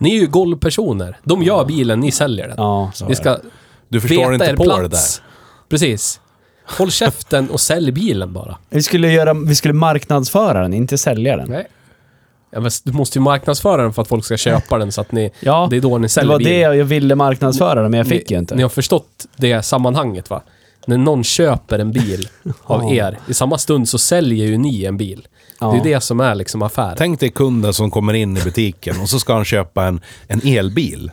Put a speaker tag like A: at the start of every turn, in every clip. A: Ni är ju golvpersoner. De gör bilen, ni säljer den.
B: Ja, så
A: ni ska
C: Du förstår
A: leta
C: inte
A: er
C: på
A: plats.
C: det där.
A: Precis. Håll käften och sälj bilen bara.
B: Vi skulle, göra, vi skulle marknadsföra den, inte sälja den.
A: Nej. Ja, men du måste ju marknadsföra den för att folk ska köpa den så att ni...
B: Ja,
A: det är då ni
B: Det
A: säljer
B: var
A: bilen.
B: det jag ville marknadsföra den, men jag fick
A: ni,
B: ju inte.
A: Ni har förstått det sammanhanget va? När någon köper en bil av
B: Ja.
A: er, i samma stund så säljer ju ni en bil.
B: Ja.
A: Det är det som är liksom affären.
C: Tänk dig kunden som kommer in i butiken och så ska han köpa en, en elbil.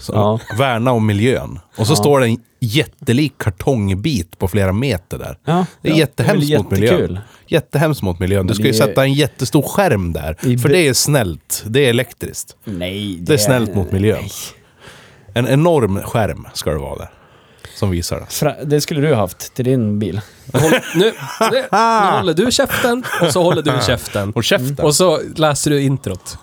C: Så
B: Ja.
C: Värna om miljön. Och så står det en jättelik kartongbit på flera meter där.
B: Ja.
C: det är
B: Ja,
C: jättehemskt
B: det är väl
C: mot miljön.
B: jättekul.
C: Jättehemskt mot miljön. Du ska ju
B: det-
C: sätta en jättestor skärm där.
B: I
C: För
B: be-
C: det är snällt. Det är elektriskt.
B: Nej,
C: Det är snällt mot miljön. En enorm skärm ska det vara där. Som visar det.
B: Fra, det skulle du haft till din bil.
A: Håll, nu, nu, nu håller du käften och så håller du käften.
C: Och käften.
B: Mm.
A: Och så läser du introt.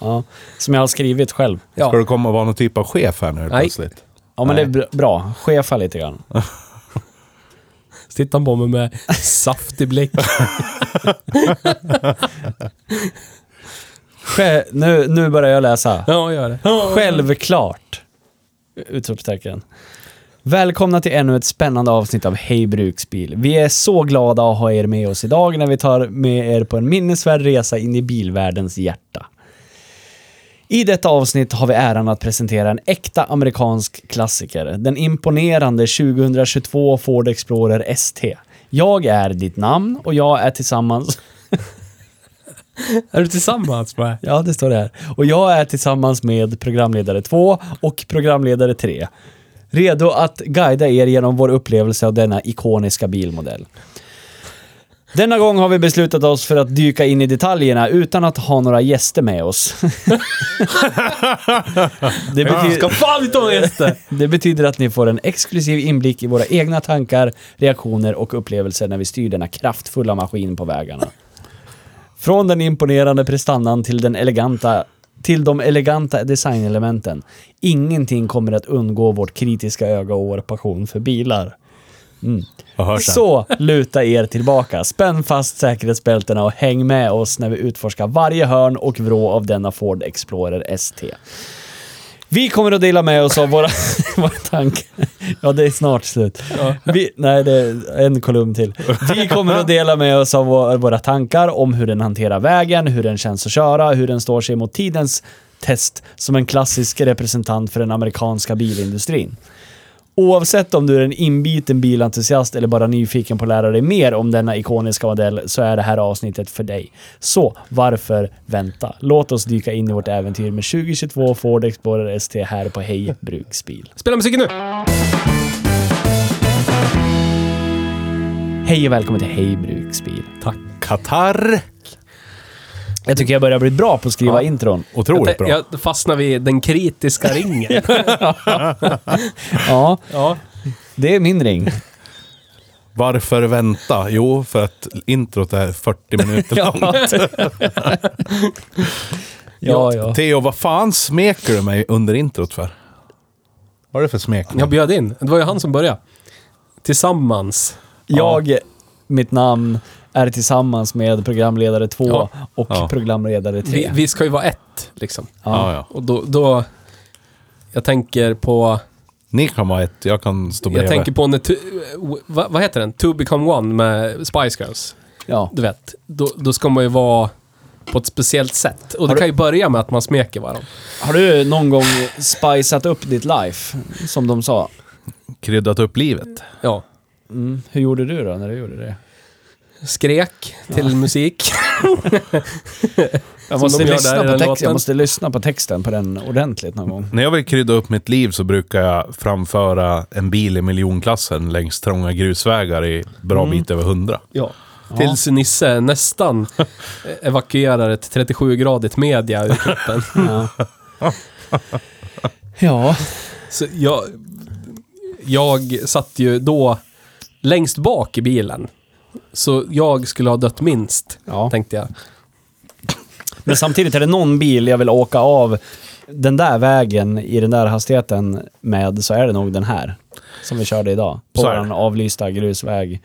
B: Ja, som jag har skrivit själv.
A: Ja.
C: Ska du komma och vara någon typ av chef här nu helt
A: Nej.
C: plötsligt?
B: Ja, men
A: Nej.
B: det är br- bra. Chefa lite grann.
A: Så tittar han på mig med saftig blick.
B: Sje, nu, nu börjar jag läsa.
A: Ja, gör det.
B: Självklart! Utropstecken. Välkomna till ännu ett spännande avsnitt av Hej Bruksbil. Vi är så glada att ha er med oss idag när vi tar med er på en minnesvärd resa in i bilvärldens hjärta. I detta avsnitt har vi äran att presentera en äkta amerikansk klassiker. Den imponerande 2022 Ford Explorer ST. Jag är ditt namn och jag är tillsammans
A: Är du tillsammans med?
B: Ja, det står det här. Och jag är tillsammans med programledare 2 och programledare 3. Redo att guida er genom vår upplevelse av denna ikoniska bilmodell. Denna gång har vi beslutat oss för att dyka in i detaljerna utan att ha några gäster med oss. det, bety-
A: Ska fan inte ha gäster!
B: det betyder att ni får en exklusiv inblick i våra egna tankar, reaktioner och upplevelser när vi styr denna kraftfulla maskin på vägarna. Från den imponerande prestandan till den eleganta till de eleganta designelementen. Ingenting kommer att undgå vårt kritiska öga och vår passion för bilar.
C: Jag hörs sen.
B: Så luta er tillbaka, spänn fast säkerhetsbältena och häng med oss när vi utforskar varje hörn och vrå av denna Ford Explorer ST. Vi kommer att dela med oss av våra, våra tankar. Ja, det är snart slut. Vi, nej, det är en kolumn till. Vi kommer att dela med oss av våra, våra tankar om hur den hanterar vägen, hur den känns att köra, hur den står sig mot tidens test som en klassisk representant för den amerikanska bilindustrin. Oavsett om du är en inbiten bilentusiast eller bara nyfiken på att lära dig mer om denna ikoniska modell så är det här avsnittet för dig. Så varför vänta? Låt oss dyka in i vårt äventyr med 2022 Ford Explorer ST här på Hej Bruksbil.
A: Spela musiken nu!
B: Hej och välkommen till Hej Bruksbil.
A: Tack.
C: Qatar.
B: Jag tycker jag börjar bli bra på att skriva
A: Ja.
B: intron.
C: Otroligt bra.
A: Eh, Jag fastnar vid den kritiska ringen.
B: Ja,
A: ja.
B: det är min ring.
C: Varför vänta? Jo, för att introt är 40 minuter långt.
B: Ja, ja.
C: Theo, vad fan smeker du mig under introt för? Vad är det för smek?
A: Jag bjöd in. Det var ju han som började. Tillsammans.
B: Jag, mitt namn, är tillsammans med programledare 2
A: Ja.
B: och
C: Ja.
B: programledare 3.
A: Vi, vi ska ju vara ett, liksom.
C: ja, ja.
A: Och då... då jag tänker på...
C: Ni kan vara ett, jag kan stå bredvid.
A: Jag tänker på när... tu- eh, Vad vad heter den? To Become One med Spice Girls.
B: Ja.
A: du vet, då, då ska man ju vara på ett speciellt sätt. Och det
B: Har du-
A: kan ju börja med att man smeker varandra.
B: Har du någon gång spicat upp ditt life, som de sa? Mm.
C: Kryddat upp livet.
A: Ja.
B: Hur gjorde du då när du gjorde det?
A: Skrek till musik.
B: Jag
A: Som
B: måste,
A: de gör
B: lyssna
A: där i
B: på
A: den
B: text,
A: låten.
B: jag måste lyssna på texten på den ordentligt någon gång.
C: När jag vill krydda upp mitt liv så brukar jag framföra en bil i miljonklassen längs trånga grusvägar i bra bit över hundra.
A: Ja. Tills Nisse nästan evakuerar ett 37-gradigt media ur kroppen.
B: Ja. ja.
A: Så jag, jag satt ju då längst bak i bilen. Så jag skulle ha dött minst,
B: Ja.
A: tänkte jag.
B: Men samtidigt är det någon bil jag vill åka av den där vägen i den där hastigheten med så är det nog den här. Som vi körde idag. På
C: Så är det.
B: vår avlysta grusväg.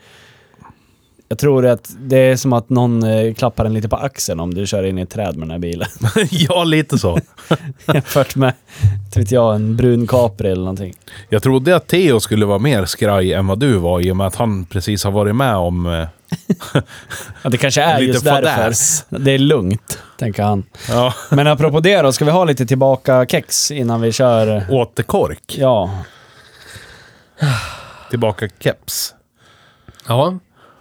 B: Jag tror att det är som att någon eh, klappar en lite på axeln om du kör in i ett träd med den här bilen.
C: ja, lite så.
B: Jämfört med, inte vet jag, en brun Capri eller någonting.
C: Jag trodde att Theo skulle vara mer skraj än vad du var i och med att han precis har varit med om... eh,
B: Ja, det kanske är
C: Lite
B: just
C: fadäs.
B: därför. Det är lugnt, tänker han.
C: Ja,
B: Men apropå det då, ska vi ha lite tillbaka-kex innan vi kör?
C: återkork.
B: Ja.
C: Tillbaka keps.
A: Ja.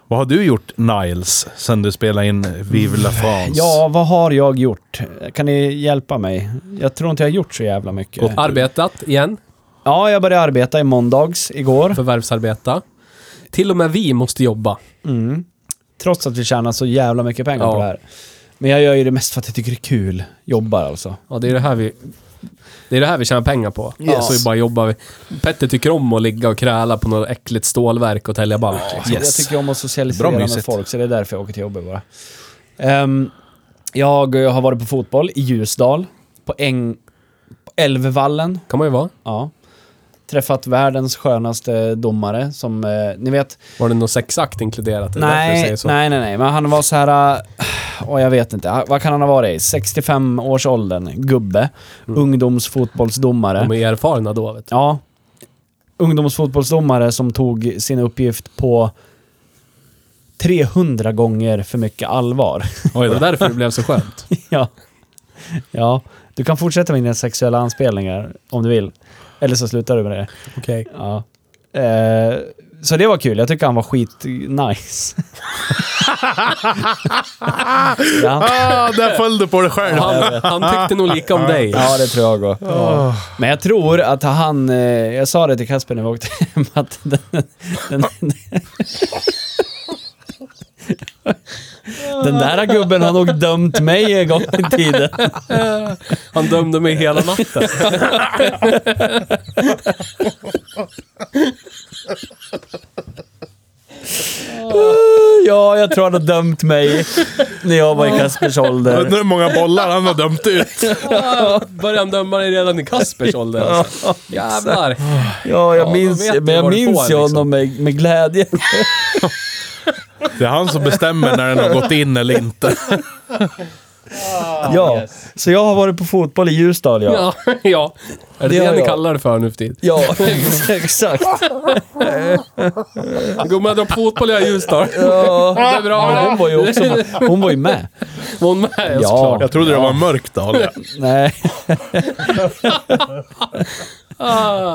C: Vad har du gjort, Niles, sen du spelade in Vive la France?
B: ja, vad har jag gjort? Kan ni hjälpa mig? Jag tror inte jag har gjort så jävla mycket.
C: Och-
A: Arbetat igen,
B: Ja, jag började arbeta i måndags igår.
A: förvärvsarbeta. Till och med vi måste jobba.
B: Mm. Trots att vi tjänar så jävla mycket pengar
A: Ja.
B: på det här. Men jag gör ju det mest för att jag tycker det är kul. Jobbar alltså.
A: Ja, det är det här vi... Det är det här vi tjänar pengar på.
B: Yes.
A: Så vi bara jobbar. vi. Petter tycker om att ligga och kräla på något äckligt stålverk och tälja balk. Liksom.
C: Yes.
B: Alltså, Jag tycker om att socialisera
C: Bra
B: med
C: mysigt.
B: folk, så det är därför jag åker till jobbet bara. Ehm, jag har varit på fotboll i Ljusdal, på, Äng, på Älvvallen.
A: Kan man ju vara.
B: Ja. Träffat världens skönaste domare som, eh, ni vet...
A: Var det någon sexakt inkluderat? Det är därför jag
B: Nej,
A: säger så.
B: nej, nej, nej, men han var så här... eh, Åh, jag vet inte. Han- Vad kan han ha varit? i? 65 års åldern, gubbe.
A: Mm.
B: Ungdomsfotbollsdomare.
A: De är erfarna då, vet du.
B: Ja. Ungdomsfotbollsdomare som tog sin uppgift på 300 gånger för mycket allvar.
A: Oj, det var därför det blev så skönt.
B: ja. ja. Du kan fortsätta med dina sexuella anspelningar om du vill. Eller så slutar du med det.
A: Okej.
B: Ja. Eh, så det var kul. Jag tycker han var skit-nice. ja.
C: Ah, där föll du på dig själv.
A: Han, han tyckte nog lika om dig.
B: Ja, det tror jag också. Men jag tror att han... eh, Jag sa det till Kasper när vi åkte hem att den... den, den Den där gubben har nog dömt mig en gång i tiden.
A: Han dömde mig hela natten.
B: Ja, jag tror han har dömt mig när jag var i Kaspers ålder.
C: Undrar hur många bollar han har dömt ut.
A: Började han döma dig redan i Kaspers ålder alltså. Jävlar.
B: Ja,
A: Ja,
B: jag minns,
A: då vet
B: men
A: du
B: jag
A: vad du
B: minns
A: får,
B: ju
A: liksom.
B: honom med, med glädje.
C: Det är han som bestämmer när den har gått in eller inte.
B: Ja, så jag har varit på fotboll i Ljusdal, ja.
A: Ja, ja. Är det
B: Ja,
A: det ni
B: ja.
A: kallar det för nu för tiden?
B: Ja, exakt.
A: Gumman, du har fotboll i Ljusdal.
B: Ja.
A: Det är bra.
B: Men hon var ju också hon var ju med.
A: Var hon med?
B: Ja.
A: såklart.
C: Jag trodde det var mörkt då.
B: Nej.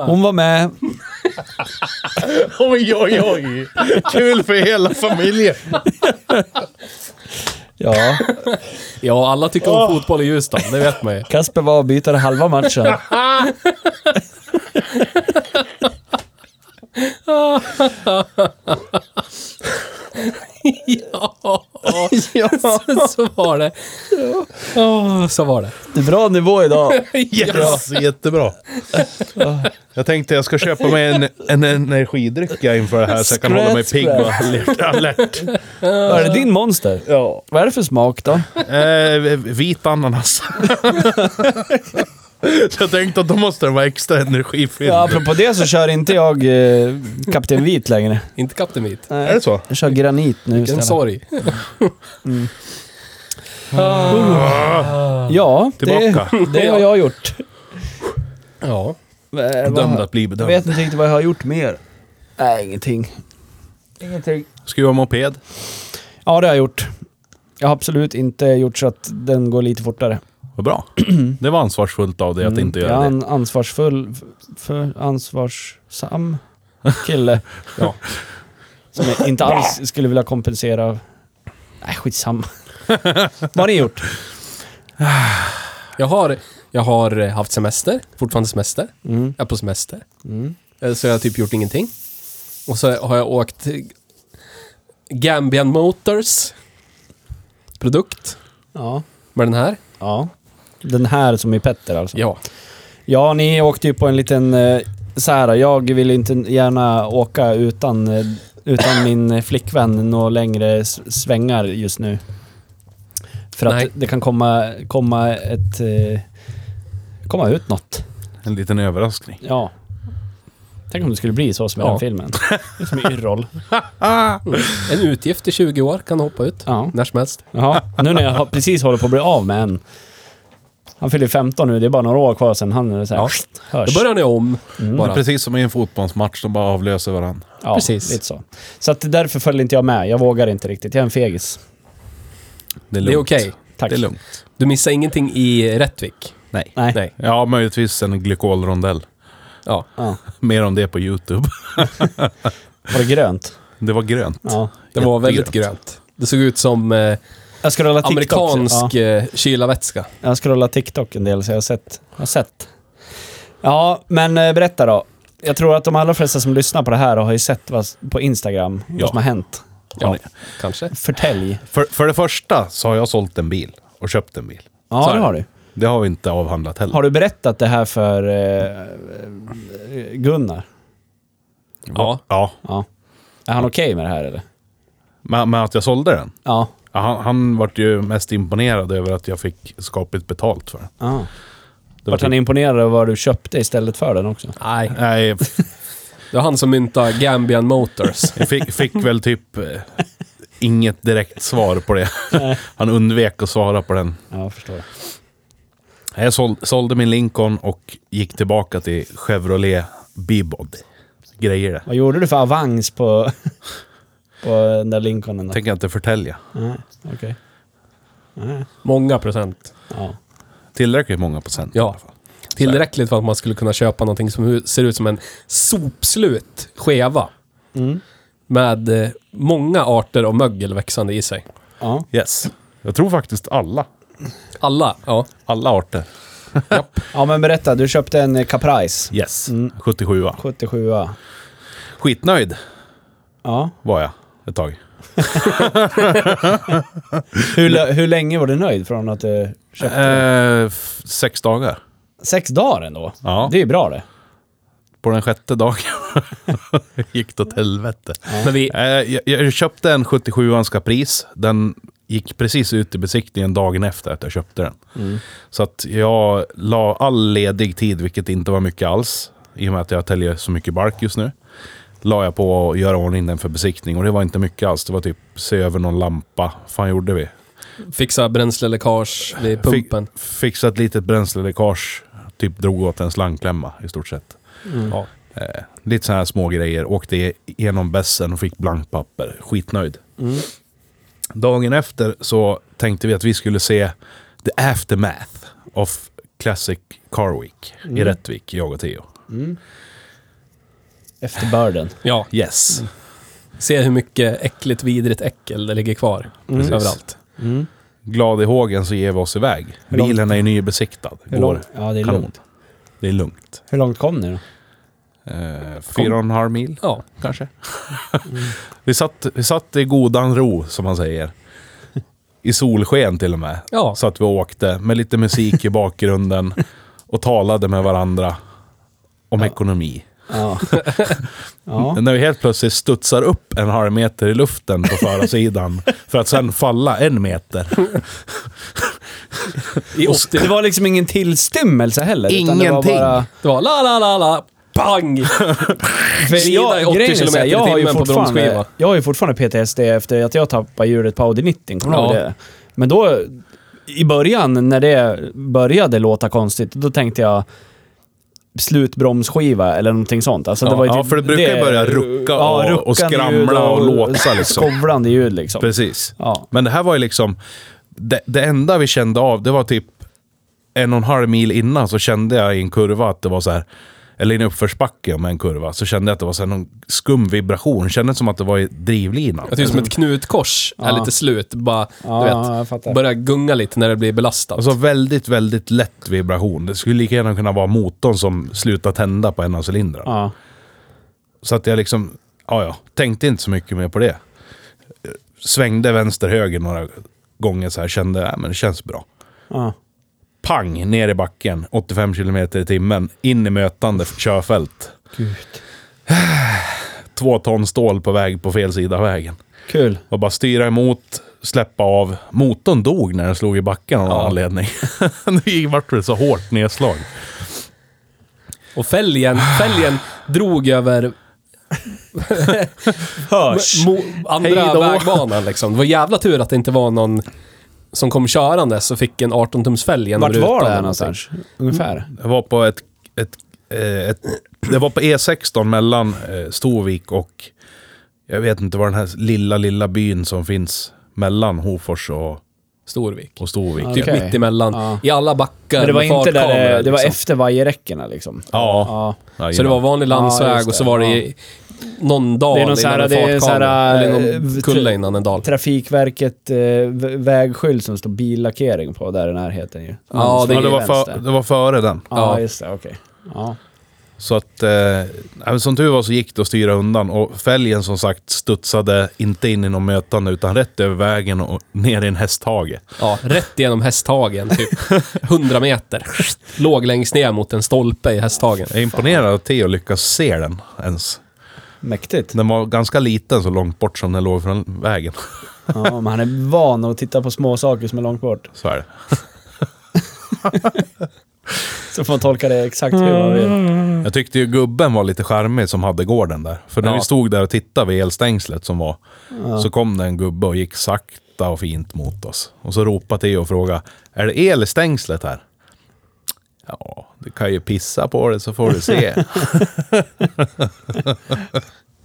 B: Hon var med.
C: Oj, oj, oj. Kul för hela familjen.
B: Ja.
A: Ja, alla tycker om fotboll i Ljusdal, det vet man ju.
B: Kasper var avbytare halva matchen.
A: Ja, så- så var det. Ja, så var det.
B: Det är bra nivå idag.
C: Yes, jättebra. Jag tänkte jag ska köpa mig en, en energidryck inför det här så jag kan hålla mig pigg och alert. alert.
B: Vad är det din monster?
C: Ja.
B: Vad är det för smak då?
C: Eh, vit ananas. Jag tänkte att då måste den vara extra energifylld.
B: Ja, apropå det så kör inte jag eh, Kapten Vit längre.
A: Inte Kapten Vit.
C: Är det så?
B: Jag kör Granit nu
A: Vilken
B: istället.
A: sorg.
B: Ja, det,
C: Tillbaka.
B: det har jag gjort.
A: Ja.
B: Eh, vad-
C: Dömd att bli
B: Jag
C: bedömd.
B: vet inte riktigt vad jag har gjort mer. Nej, ingenting. Ingenting.
C: Skruva moped.
B: Ja, det har jag gjort. Jag har absolut inte gjort så att den går lite fortare.
C: Vad bra. Det var ansvarsfullt av dig att inte
B: Mm. jag
C: göra
B: är
C: det.
B: en ansvarsfull, f- för ansvarssam kille.
A: Ja.
B: Som jag inte alls skulle vilja kompensera. Nej, skitsamma. Vad har ni gjort?
A: Jag har, jag har eh, haft semester, fortfarande semester. Jag är på semester. Eh, Så jag har typ gjort ingenting. Och så har jag åkt eh, Gambian Motors produkt
B: Ja.
A: med den här.
B: ja. Den här som är Petter alltså?
A: Ja.
B: Ja, ni åkte ju på en liten... eh, Så här, jag vill inte gärna åka utan, eh, utan min flickvän några längre s- svängar just nu. För att
A: Nej.
B: det kan komma, komma ett... eh, Komma ut något.
C: En liten överraskning.
B: Ja. Tänk om det skulle bli så som i
A: Ja.
B: den filmen. Det är Som i Yrrol.
A: En utgift i 20 år kan hoppa ut.
B: Ja.
A: När som helst.
B: Jaha, nu när jag har- precis håller på att bli av med en. Han fyller 15 nu, det är bara några år kvar sen han är så här,
A: Ja.
B: hörs.
A: Då börjar ni om.
C: Det är
A: Bara.
C: Mm, precis som i en fotbollsmatch, de bara avlöser varandra.
B: ja,
A: precis.
B: Lite så. så att därför följer inte jag med. Jag vågar inte riktigt. Jag är en fegis.
C: Det är,
A: Det är
C: lugnt.
A: okej.
B: Tack.
C: Det är lugnt.
A: Du missar ingenting i Rättvik.
C: Nej.
B: Nej.
A: Nej.
C: Ja, möjligtvis en glykolrondell.
A: Ja.
B: Ja.
C: Mer om det på YouTube.
B: Var det grönt?
C: Det var grönt.
B: Ja.
A: Det var väldigt grönt. Det såg ut som eh,
B: Jag scrollar TikTok.
A: amerikansk
B: Ja.
A: eh, kylarvätska.
B: Jag scrollar TikTok en del, så jag har sett. Jag har sett. Ja, men eh, berätta då. Jag tror att de allra flesta som lyssnar på det här har ju sett vad, på Instagram
C: Ja.
B: vad som har hänt.
A: Ja, kanske.
B: Förtälj.
C: För, för det första så har jag sålt en bil och köpt en bil.
B: Ja,
A: Så är
B: det
A: det.
B: har du.
C: Det har vi inte avhandlat heller.
B: Har du berättat det här för eh, Gunnar?
A: Ja.
C: Ja.
B: Ja. Är han okej med det här eller?
C: Med, med att jag sålde den.
B: Ja.
C: Ja, Han, han vart ju mest imponerad över att jag fick skapligt betalt för den.
B: Ah.
C: Det typ-
B: Vart han imponerad av vad du köpte istället för den också?
A: Nej.
C: Nej, f-
A: Det var han som myntade Gambian Motors.
C: jag fick, fick väl typ eh, inget direkt svar på det. Han undvek att svara på den.
B: Ja, jag förstår.
C: Jag såld, sålde min Lincoln och gick tillbaka till Chevrolet Bibod. Grejer det.
B: Vad gjorde du för avans på, på den där Lincolnen? då?
C: Tänker jag inte förtälja.
B: Nej, okej. Nej.
A: Många procent.
B: Ja.
C: Tillräckligt många procent i
A: Ja.
C: alla fall.
A: Tillräckligt för att man skulle kunna köpa någonting som hu- ser ut som en sopslut skeva.
B: Mm.
A: Med eh, många arter av mögel växande i sig.
B: Ja.
C: Yes. Jag tror faktiskt alla.
A: Alla. Ja.
C: Alla arter.
B: ja, men berätta. Du köpte en eh, Caprice.
C: Yes.
B: Mm.
C: 77
B: 77
C: Skitnöjd
B: Ja.
C: var jag ett tag.
B: Hur, lä- Äh. hur länge var du nöjd från att du köpte?
C: Eh, f- sex dagar.
B: Sex dagar ändå.
C: Ja.
B: Det är ju bra det.
C: På den sjätte dagen gick det åt helvete.
B: Mm.
A: Men vi,
C: Eh, jag, jag köpte en 77 Caprice. Den gick precis ut i besiktningen dagen efter att jag köpte den. Så att jag la all ledig tid, vilket inte var mycket alls, i och med att jag täljer så mycket bark just nu, la jag på att göra ordning den för besiktning. Och det var inte mycket alls. Det var typ se över någon lampa. fan gjorde vi?
A: fixar bränsleläckage vid
C: Fick,
A: pumpen.
C: fixa ett litet bränsleläckage. Typ drog åt en slangklämma i stort sett.
B: Mm.
A: Ja.
C: Eh, lite sådana här små grejer. Åkte igenom bässen och fick blankt papper. Skitnöjd.
B: Mm.
C: Dagen efter så tänkte vi att vi skulle se The Aftermath of Classic Car Week
B: Mm.
C: i Rättvik, jag och Theo.
B: Efterbörden.
A: ja.
C: Yes.
B: Mm.
A: Se hur mycket äckligt, vidrigt äckel det ligger kvar.
B: Mm.
A: Överallt.
C: Glad i hågen så ger vi oss iväg.
B: långt-
C: Bilen är ju nybesiktad.
B: Hur
C: Går.
B: långt? Ja, det är
C: Kanon.
B: lugnt.
C: Det är lugnt.
B: Hur långt kom ni då?
C: Eh, fyra och en halv mil.
A: Ja.
C: kanske. vi, satt, vi satt i godan ro, som man säger. I solsken till och med.
A: Ja.
C: Så att vi åkte med lite musik i bakgrunden och talade med varandra om ekonomi.
B: Ja. ja.
C: Men När vi helt plötsligt studsar upp en halv meter i luften på förarsidan för att sen falla en meter.
A: I
B: Och
A: 80...
B: Det var liksom ingen tillstymmelse heller. utan Det var
C: Ingenting.
B: bara,
A: Det var la, la, la, la. Pang!
B: för
A: Glida i
B: jag,
A: 80
B: grejen är så här,
A: kilometer i
B: jag, har ju
A: timmen på
B: fortfarande,
A: bromsskiva.
B: jag har ju fortfarande PTSD efter att jag tappade hjulet på Audi 90. Kommer du
A: Ja.
B: ihåg det? Men då, i början, när det började låta konstigt, då tänkte jag slutbromsskiva eller någonting sånt. Alltså, det
C: Ja,
B: var ju
C: ja,
B: typ
C: för det brukar ju börja rucka och- och
B: ruckande
C: skramla
B: ljud
C: och låsa liksom.
B: Skovlande ljud liksom.
C: Precis.
B: Ja.
C: Men det här var ju liksom... Det, det enda vi kände av, det var typ en och en halv mil innan så kände jag i en kurva att det var så här. eller i en uppförsbacke med en kurva, så kände jag att det var så här någon skum vibration. Det kändes som att det var i drivlinan.
A: Jag tycker som ett knutkors är lite slut. Bara,
B: Ja,
A: du
B: jag
A: vet,
B: fattar.
A: börjar gunga lite när det blir belastat.
C: Alltså väldigt, väldigt lätt vibration. Det skulle lika gärna kunna vara motorn som slutar tända på en av cylindrarna.
B: Ja.
C: Så att jag liksom, ja ja, tänkte inte så mycket mer på det. Eh, Svängde vänster, höger några gånger så här, kände, ja men det känns bra.
B: Ja.
C: Pang, ner i backen, 85 km i timmen, in i mötande körfält.
B: Gud.
C: Två ton stål på väg på fel sida av vägen.
B: Kul.
C: Och bara styra emot, släppa av. Motorn dog när den slog i backen av någon anledning. det gick- vart väl så hårt nedslag.
A: Och fälgen, fälgen drog över
B: Hörs.
A: mo, andra
C: Hej då.
A: vägbanan liksom. Det var jävla tur att det inte var någon som kom körande så fick en 18-tumsfälg genom
B: Vart
A: rutan
B: var det
A: eller
B: någonstans? Ungefär?
A: Mm.
C: Det var på ett... ett, eh, ett det var på E16 mellan eh, Storvik och... Jag vet inte vad den här lilla, lilla byn som finns mellan Hofors och,
A: Storvik.
C: och Storvik.
A: Typ
B: Okej.
A: mitt emellan.
B: Ja.
A: I alla backar
B: Men det var
A: med
B: inte där
A: fartkameror,
B: det, det var
A: liksom.
B: efter vajerräckena liksom?
C: Ja.
B: Ja.
C: ja.
A: Så det var vanlig landsväg
B: Ja, just det.
A: och så var det i någon dal
B: Det är någon
A: innan
B: så här-
A: en
B: det är en så här,
A: fartkamera. Eller
B: eh,
A: någon kulle
B: tre-
A: innan en dal.
B: Trafikverket eh, v- vägskylt som står billackering på där i närheten ju.
A: Ja,
C: ja,
A: det
C: det, var för,
B: vänster.
C: det var före den.
B: Ja,
A: ja.
B: just det. Okej. Ja.
C: Så att, eh, nej, men som tur var så gick det att styra undan och fälgen som sagt studsade inte in i någon mötande utan rätt över vägen och ner i en hästhage.
A: Ja, rätt genom hästhagen, typ 100 meter. Låg längst ner mot en stolpe i hästhagen.
C: Jag är imponerad att Theo lyckas se den ens.
B: Mäktigt.
C: Den var ganska liten så långt bort som den låg från vägen.
B: Ja, men han är van att titta på små saker som är långt bort.
C: Så är det.
B: Så får man tolka det exakt hur man
A: Mm.
B: vill.
C: Jag tyckte ju gubben var lite charmig som hade gården där. För när
A: Ja.
C: vi stod där och tittade vid elstängslet som var, så kom det en gubbe och gick sakta och fint mot oss. Och så ropade Theo och frågade, är det el i stängslet här? Ja, du kan ju pissa på det så får du se.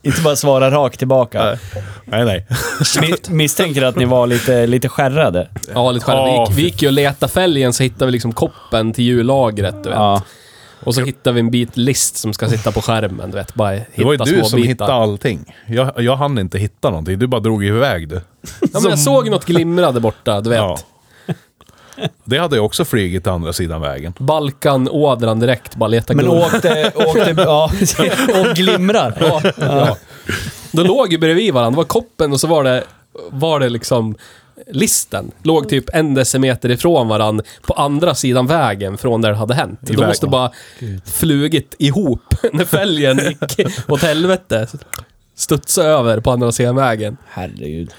B: Inte bara svara rakt tillbaka.
C: nej, nej.
B: Mi- misstänker att ni var lite, lite skärrade.
A: Ja, lite skärrad. Vi,
C: Ja,
A: gick- vi gick ju och letade fälgen så hittade vi liksom koppen till hjullagret, du vet.
B: Ja.
A: Och så hittade vi en bit list som ska sitta på skärmen, du vet. Bara hitta
C: Det var ju du
A: små
C: som
A: bitar.
C: hittade allting. Jag, jag hann inte hitta någonting. Du bara drog iväg du.
A: Ja, men jag såg något glimra där borta, du vet.
C: Ja. Det hade jag också flugit till andra sidan vägen.
A: Balkanådran direkt, bara leta
B: Men
A: guld.
B: åkte, åkte, ja, och glimrar.
A: Ja, ja. Då låg ju bredvid varandra. Det var koppen och så var det, var det liksom listen. Låg typ en decimeter ifrån varandra på andra sidan vägen från där det hade hänt.
C: I
A: De måste
C: vägen.
A: bara flugit ihop när fälgen gick åt helvete. Studsa över på andra sidan vägen.
B: Herregud.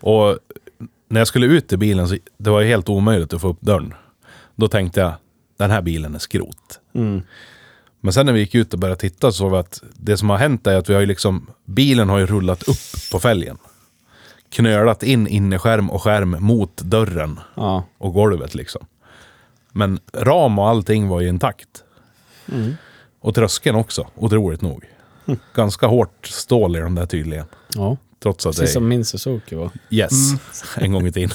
C: Och när jag skulle ut i bilen så det var ju helt omöjligt att få upp dörren. Då tänkte jag, den här bilen är skrot.
B: Mm.
C: Men sen när vi gick ut och började titta så såg vi att det som har hänt är att vi har ju liksom, bilen har ju rullat upp på fälgen. Knölat in inneskärm och skärm mot dörren
B: Ja.
C: och golvet liksom. Men ram och allting var ju intakt.
B: Mm.
C: Och tröskeln också, otroligt nog. Ganska hårt stål i de där tydligen.
B: ja.
C: Trots att
B: Precis
C: det är...
B: som min Suzuki var.
C: Yes, en gång i tiden.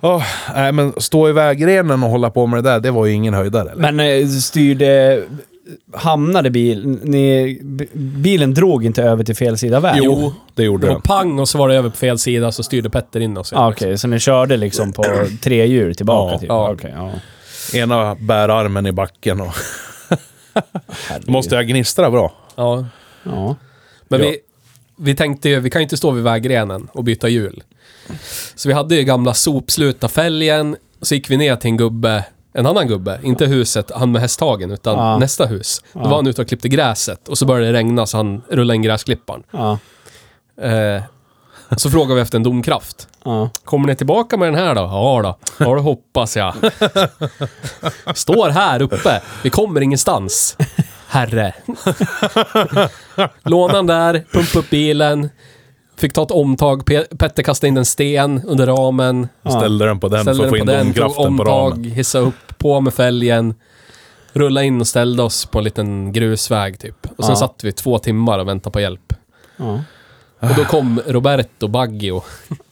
C: Ja, nej, men stå i vägrenen och hålla på med det där, det var ju ingen höjdare. Eller?
B: Men eh, styrde... Hamnade bil... Ni, b- bilen drog inte över till fel sida väg?
C: jo, det gjorde
A: Det var
C: den.
A: pang och så var det över på fel sida så styrde Petter in oss.
B: Ah, Okej, så ni körde liksom på tre hjul tillbaka?
C: Ja,
B: typ.
A: ja.
B: Okej, ja.
C: Ena bär armen i backen och...
B: Herregud.
C: Måste jag gnistra bra?
A: Ja.
B: Ja.
A: Men
C: Ja.
A: vi, vi tänkte ju, vi kan ju inte stå vid vägrenen och byta hjul. Så vi hade ju gamla sopsluta fälgen, så gick vi ner till en gubbe, en annan gubbe, inte huset, han med hästhagen, utan
B: Ja.
A: nästa hus. Då var han ute och klippte gräset och så började det regna så han rullade in gräsklipparen.
B: Ja.
A: Eh, så frågade vi efter en domkraft.
B: Ja.
A: Kommer ni tillbaka med den här då? Ja då. Ja, det hoppas jag. Står här uppe. Vi kommer ingenstans. Herre. Lånan där, pumpa upp bilen. Fick ta ett omtag. Pe- Petter kastade in en sten under ramen.
C: Ställde den på den
A: Ställde
C: för
A: den
C: att få
A: på
C: in
A: den, tog
C: domkraften på
A: omtag,
C: ramen.
A: hissa upp, på med fälgen. Rulla in och ställde oss på en liten grusväg typ. Och sen
B: Ja.
A: satt vi två timmar och väntade på hjälp.
B: ja.
A: Och då kom Roberto Baggio.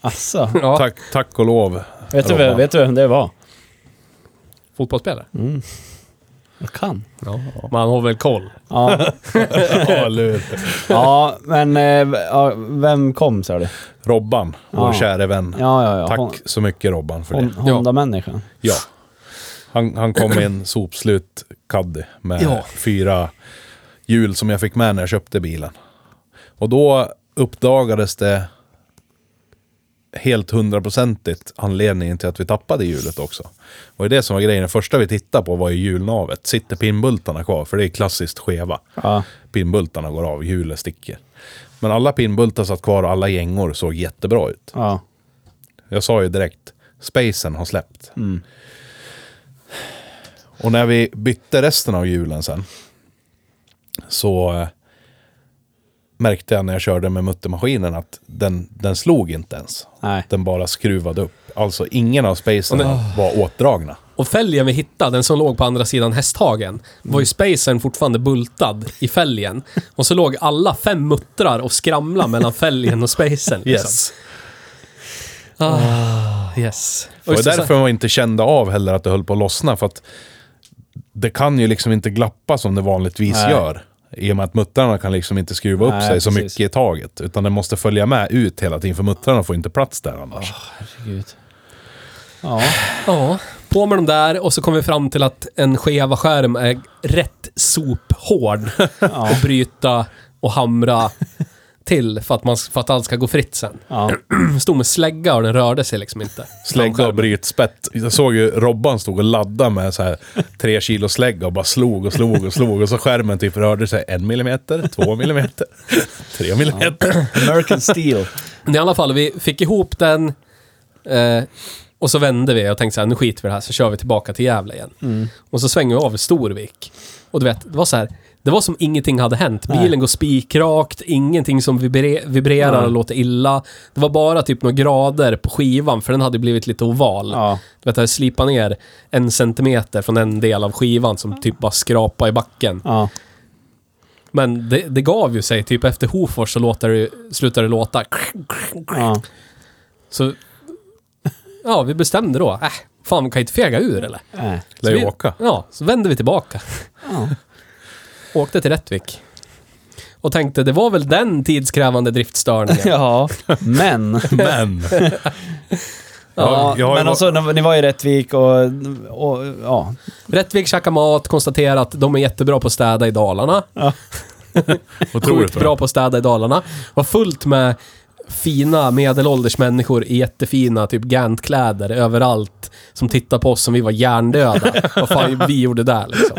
B: Alltså.
A: Ja,
C: Tack, tack och lov.
B: Vet du, vem-
C: Robban.
B: vet du vem det var?
C: Mm.
A: fotbollsspelare.
B: Jag kan.
A: Man har väl koll?
B: Ja,
C: Ja, lur.
B: ja men eh, ja, vem kom sa du?
C: Robban, vår
B: Ja.
C: käre vän.
B: Ja, ja, ja.
C: Tack
B: Hon-
C: så mycket Robban för
B: Hon,
C: det.
B: Honda-människan.
C: Ja. Han, han kom i en sopslut caddy med
A: Ja.
C: fyra hjul som jag fick med när jag köpte bilen. Och då uppdagades det helt hundraprocentigt anledningen till att vi tappade hjulet också. Och det är det som var grejen. Det första vi tittade på var ju hjulnavet. Sitter pinnbultarna kvar? För det är klassiskt skeva.
B: Ja.
C: Pinnbultarna går av, hjulet sticker. Men alla pinnbultar satt kvar och alla gängor såg jättebra ut.
B: Ja.
C: Jag sa ju direkt, spacen har släppt. Och när vi bytte resten av hjulen sen, så eh, märkte jag när jag körde med muttermaskinen att den, den slog inte ens.
B: Nej.
C: Den bara skruvade upp. Alltså ingen av spacerna var åtdragna.
A: Och fälgen vi hittade, den som låg på andra sidan hästhagen, var ju
C: Mm.
A: spacern fortfarande bultad i fälgen. Och så låg alla fem muttrar och skramlade mellan fälgen och spacern. Liksom. Ah, yes.
C: Och det
A: just
C: är därför man inte kände av heller att det höll på att lossna. För att det kan ju liksom inte glappa som det vanligtvis
B: Nej.
C: gör. I och med att muttrarna kan liksom inte skruva upp
B: Nej,
C: sig så
B: precis.
C: mycket i taget. Utan den måste följa med ut hela tiden, för muttrarna får inte plats där annars.
B: Herregud. Ja.
A: Ja, på med dem där och så kom vi fram till att en skeva skärm är rätt sophård att bryta och hamra till för att, man, för att allt ska gå fritt sen.
B: ja.
A: Stod med slägga och den rörde sig liksom inte.
C: Slägga och brytspett. Jag såg ju Robban stod och laddade med så här tre kilo slägga och bara slog och slog och slog. Och så skärmen typ rörde sig en millimeter, två millimeter, tre millimeter.
B: American Steel.
A: Men i alla fall, vi fick ihop den eh, och så vände vi och tänkte så här, nu skiter vi i det här så kör vi tillbaka till Gävle igen.
B: Mm.
A: Och så svänger vi av i Storvik. Och du vet, det var så här, det var som ingenting hade hänt.
B: Nej.
A: Bilen går spikrakt, ingenting som vibre vibrerar
B: Nej.
A: och låter illa. Det var bara typ några grader på skivan, för den hade blivit lite oval.
B: Ja.
A: Du vet, jag slipade ner en centimeter från en del av skivan som typ bara skrapade i backen.
B: Ja.
A: Men det, det gav ju sig, typ efter Hofors så låter det, slutar det låta.
B: ja.
A: Så... Ja, vi bestämde då. Äh, fan, vi kan inte fega ur eller?
B: Nej.
C: Lär
A: Så
C: ju
A: vi-
C: åka.
A: Ja, så vände vi tillbaka.
B: Ja.
A: Åkte till Rättvik. Och tänkte, det var väl den tidskrävande driftstörningen.
B: ja. Men.
C: Men...
B: Ja,
C: Jag- jag har ju
B: men
C: va-
B: också, när- ni var i Rättvik och, och ja.
A: Rättvik käkade mat, konstaterade att de är jättebra på att städa i Dalarna.
C: Otroligt
A: Sjukt bra på att städa i Dalarna. Var fullt med fina medelålders människor i jättefina typ Gant-kläder överallt. Som tittar på oss som vi var hjärndöda. Vad fan vi gjorde där liksom.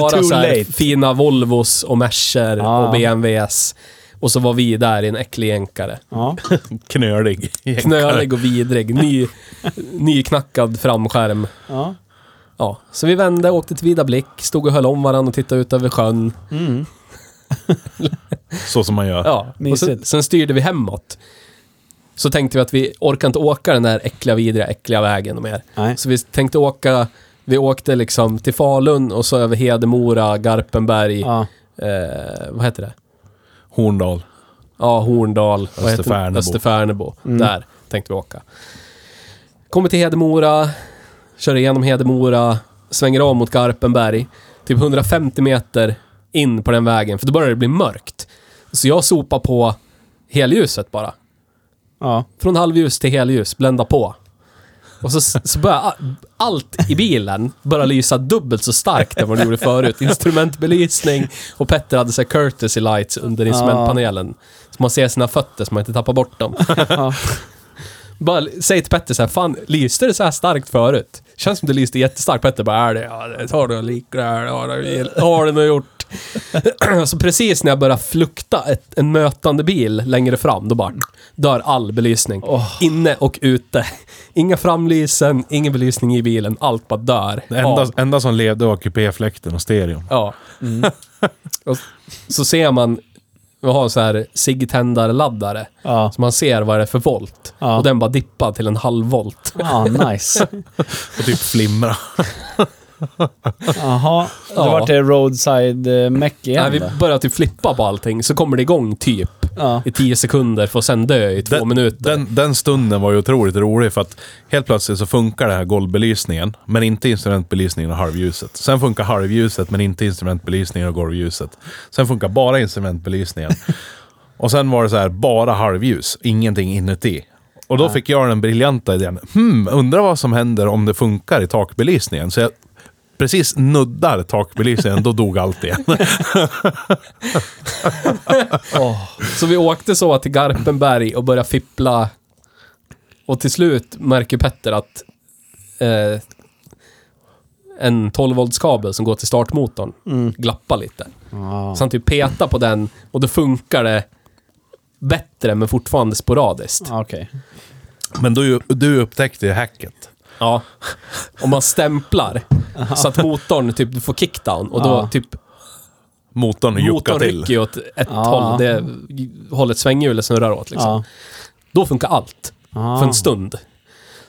A: Bara
B: too
A: så här
B: late. Ah.
A: fina Volvos och Mercer
B: Ja.
A: och BMWs. Och så var vi där i en äcklig jänkare.
B: ja.
C: Knölig.
A: Knölig och vidrig. Ny, nyknackad framskärm.
B: ja.
A: Ja, så vi vände, åkte till Vida Blick, stod och höll om varandra och tittade ut över sjön.
C: Så som man gör.
A: Ja, och sen,
B: Mysigt.
A: sen styrde vi hemåt. Så tänkte vi att vi orkar inte åka den där äckliga, vidriga, äckliga vägen mer.
B: Nej.
A: Så vi tänkte åka, vi åkte liksom till Falun och så över Hedemora, Garpenberg,
B: Ja.
A: eh, vad heter det?
C: Horndal.
A: Ja, Horndal, vad heter det?
C: Österfärnebo.
A: Österfärnebo. Där tänkte vi åka. Kommer till Hedemora, kör igenom Hedemora, svänger av mot Garpenberg. Typ 150 meter in på den vägen, för då börjar det bli mörkt. Så jag sopar på helljuset bara.
B: Ja.
A: Från halvljus till helljus, blända på. Och så, så börjar a- allt i bilen börja lysa dubbelt så starkt än vad det gjorde förut. Instrumentbelysning och Petter hade så här courtesy lights under instrumentpanelen. Så man ser sina fötter så man inte tappar bort dem.
B: Ja.
A: Bara l- säg till Petter så här, fan lyste det så här starkt förut? Känns som det lyste jättestarkt. Petter bara, är det? Ja, det har du lik det här, har du, har du nog gjort. så precis när jag börjar flukta ett, en mötande bil längre fram, då bara dör all belysning. Inne och ute. Inga framlysen, ingen belysning i bilen. Allt bara dör.
C: Det enda,
A: Av.
C: enda som levde var kupéfläkten och stereon.
A: Ja.
C: Mm.
A: och så ser man, vi har en så här sigtändarladdare.
B: Ja.
A: Så man ser vad det är för volt.
B: Ja.
A: Och den bara dippar till en halv volt.
B: Ja, Ah, nice.
C: Och typ flimra.
B: Jaha, då
A: Ja.
B: vart det roadside eh, meck igen
A: Nej, vi
B: då.
A: börjar typ flippa på allting, så kommer det igång typ.
B: Ja.
A: i tio sekunder för att sen dö i två
C: Den-
A: minuter.
C: Den, den stunden var ju otroligt rolig för att helt plötsligt så funkar den här golvbelysningen, men inte instrumentbelysningen och halvljuset. Sen funkar halvljuset, men inte instrumentbelysningen och golvljuset. Sen funkar bara instrumentbelysningen. och sen var det så här, bara halvljus, ingenting inuti. Och då fick jag den briljanta idén, hmm, undrar vad som händer om det funkar i takbelysningen. Så jag precis nuddar takbelysningen, då dog allt igen.
B: Åh.
A: Så vi åkte så till Garpenberg och började fippla. Och till slut märker Petter att eh, en 12 volts kabel som går till startmotorn
B: Mm.
A: glappar lite.
B: Ah.
A: Så han typ petar på den och då funkar det bättre men fortfarande sporadiskt.
B: Ah, Okej.
C: men du, du upptäckte ju hacket.
A: Ja. Om man stämplar så att motorn typ får kickdown och då
B: Ja.
A: typ
C: Motorn juckade
A: motorn
C: till.
A: rycker ju åt ett
B: Ja.
A: håll. Det hållet svänghjulet snurrar åt liksom.
B: Ja.
A: Då funkar allt.
B: Ah.
A: för en stund.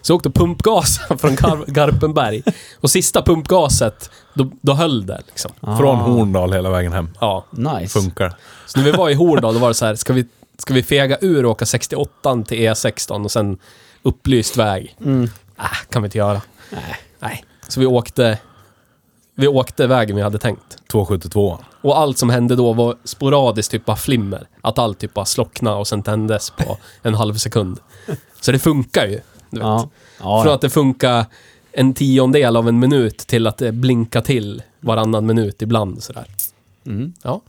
A: Så jag åkte pumpgasen från Gar Garpenberg. Och sista pumpgaset, då, då höll det liksom.
C: Från Horndal hela vägen hem.
A: Ja.
B: Nice.
C: Funkar.
A: Så när vi var i Hordal, då var det så här, ska vi, ska vi fega ur och åka 68 till E16 och sen upplyst väg?
B: Mm.
A: Äh, kan vi inte göra. Nej. Nej. Så vi åkte, vi åkte vägen vi hade tänkt.
C: 272.
A: Och allt som hände då var sporadiskt typ bara flimmer. Att allt typ bara slocknade och sen tändes på en halv sekund. Så det funkar ju. Du vet.
B: Ja. Ja,
A: Från att det funkar en tiondel av en minut till att det blinkar till varannan minut ibland sådär.
B: Mm.
A: Ja.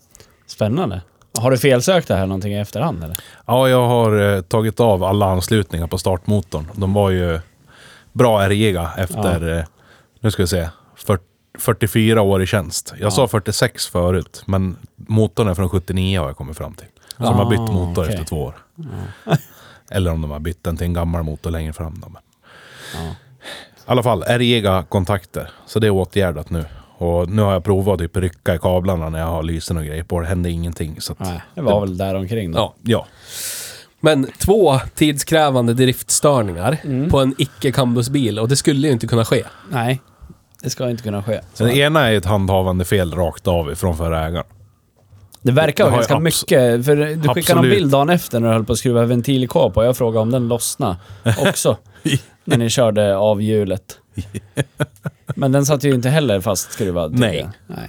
B: Spännande. Har du felsökt det här någonting i efterhand eller?
C: Ja, jag har eh, tagit av alla anslutningar på startmotorn. De var ju bra RGiga efter, eh, nu ska vi se, 40, 44 år i tjänst. Jag sa 46 förut, men motorn är från 79 har jag kommit fram till. Så de har bytt
B: Ah,
C: motor
B: okej.
C: efter två år. Eller om de har bytt den till en gammal motor längre fram. Då. men.
B: Ja.
C: I alla fall, RGiga kontakter. Så det är åtgärdat nu. Och nu har jag provat att typ rycka i kablarna när jag har lysen och grejer på. Det hände ingenting. Så att,
B: Nej, det var väl där omkring då.
A: Ja.
C: ja.
A: Men två tidskrävande driftstörningar
B: Mm.
A: på en icke-campusbil och det skulle ju inte kunna ske.
B: Nej, det ska inte kunna ske.
C: Så den ena är ett handhavande fel rakt av ifrån förra ägaren.
B: Det verkar vara
C: Det har
B: ganska
C: jag abs-
B: mycket. För du skickade någon
C: Absolut.
B: bild dagen efter när du höll på att skruva ventilkåp och jag frågade om den lossnade också. när ni körde av hjulet. Men den satt ju inte heller fastskruvad. tycker
C: Nej.
B: jag. Nej.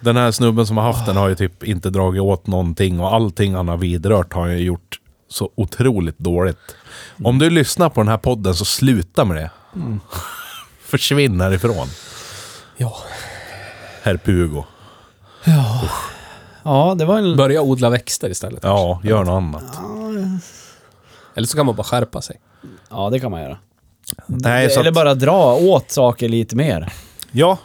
C: Den här snubben som har haft den har ju typ inte dragit åt någonting och allting han har vidrört har han ju gjort så otroligt dåligt.
B: Mm.
C: Om du lyssnar på den här podden så sluta med det. Försvinn härifrån,
A: Ja.
C: herr Pugo.
B: Ja, det var en...
A: Börja odla växter istället.
C: Ja, gör något annat.
A: Eller så kan man bara skärpa sig.
B: Ja, det kan man göra.
C: Nej, så
B: Eller
C: att,
B: bara dra åt saker lite mer.
C: ja.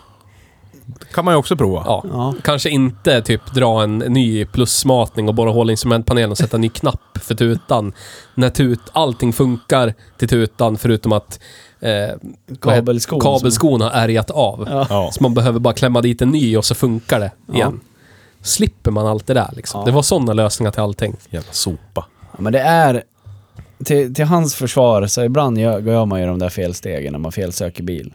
C: Det kan man ju också prova.
A: Ja.
B: Ja.
A: Kanske inte typ dra en ny plusmatning och borra hål i instrumentpanelen och sätta en ny knapp för tutan. När tut, allting funkar till tutan förutom att eh, vad heter-
B: Kabelskon som-
A: kabelskon har ärgat av.
B: Ja.
C: Ja.
A: Så man behöver bara klämma dit en ny och så funkar det
B: Ja.
A: igen. Slipper man allt det där liksom.
B: Ja.
A: Det var sådana lösningar till allting.
C: Jävla sopa.
B: Ja, men det är... Till, till hans försvar så ibland gör, gör man ju de där felstegen när man felsöker bil.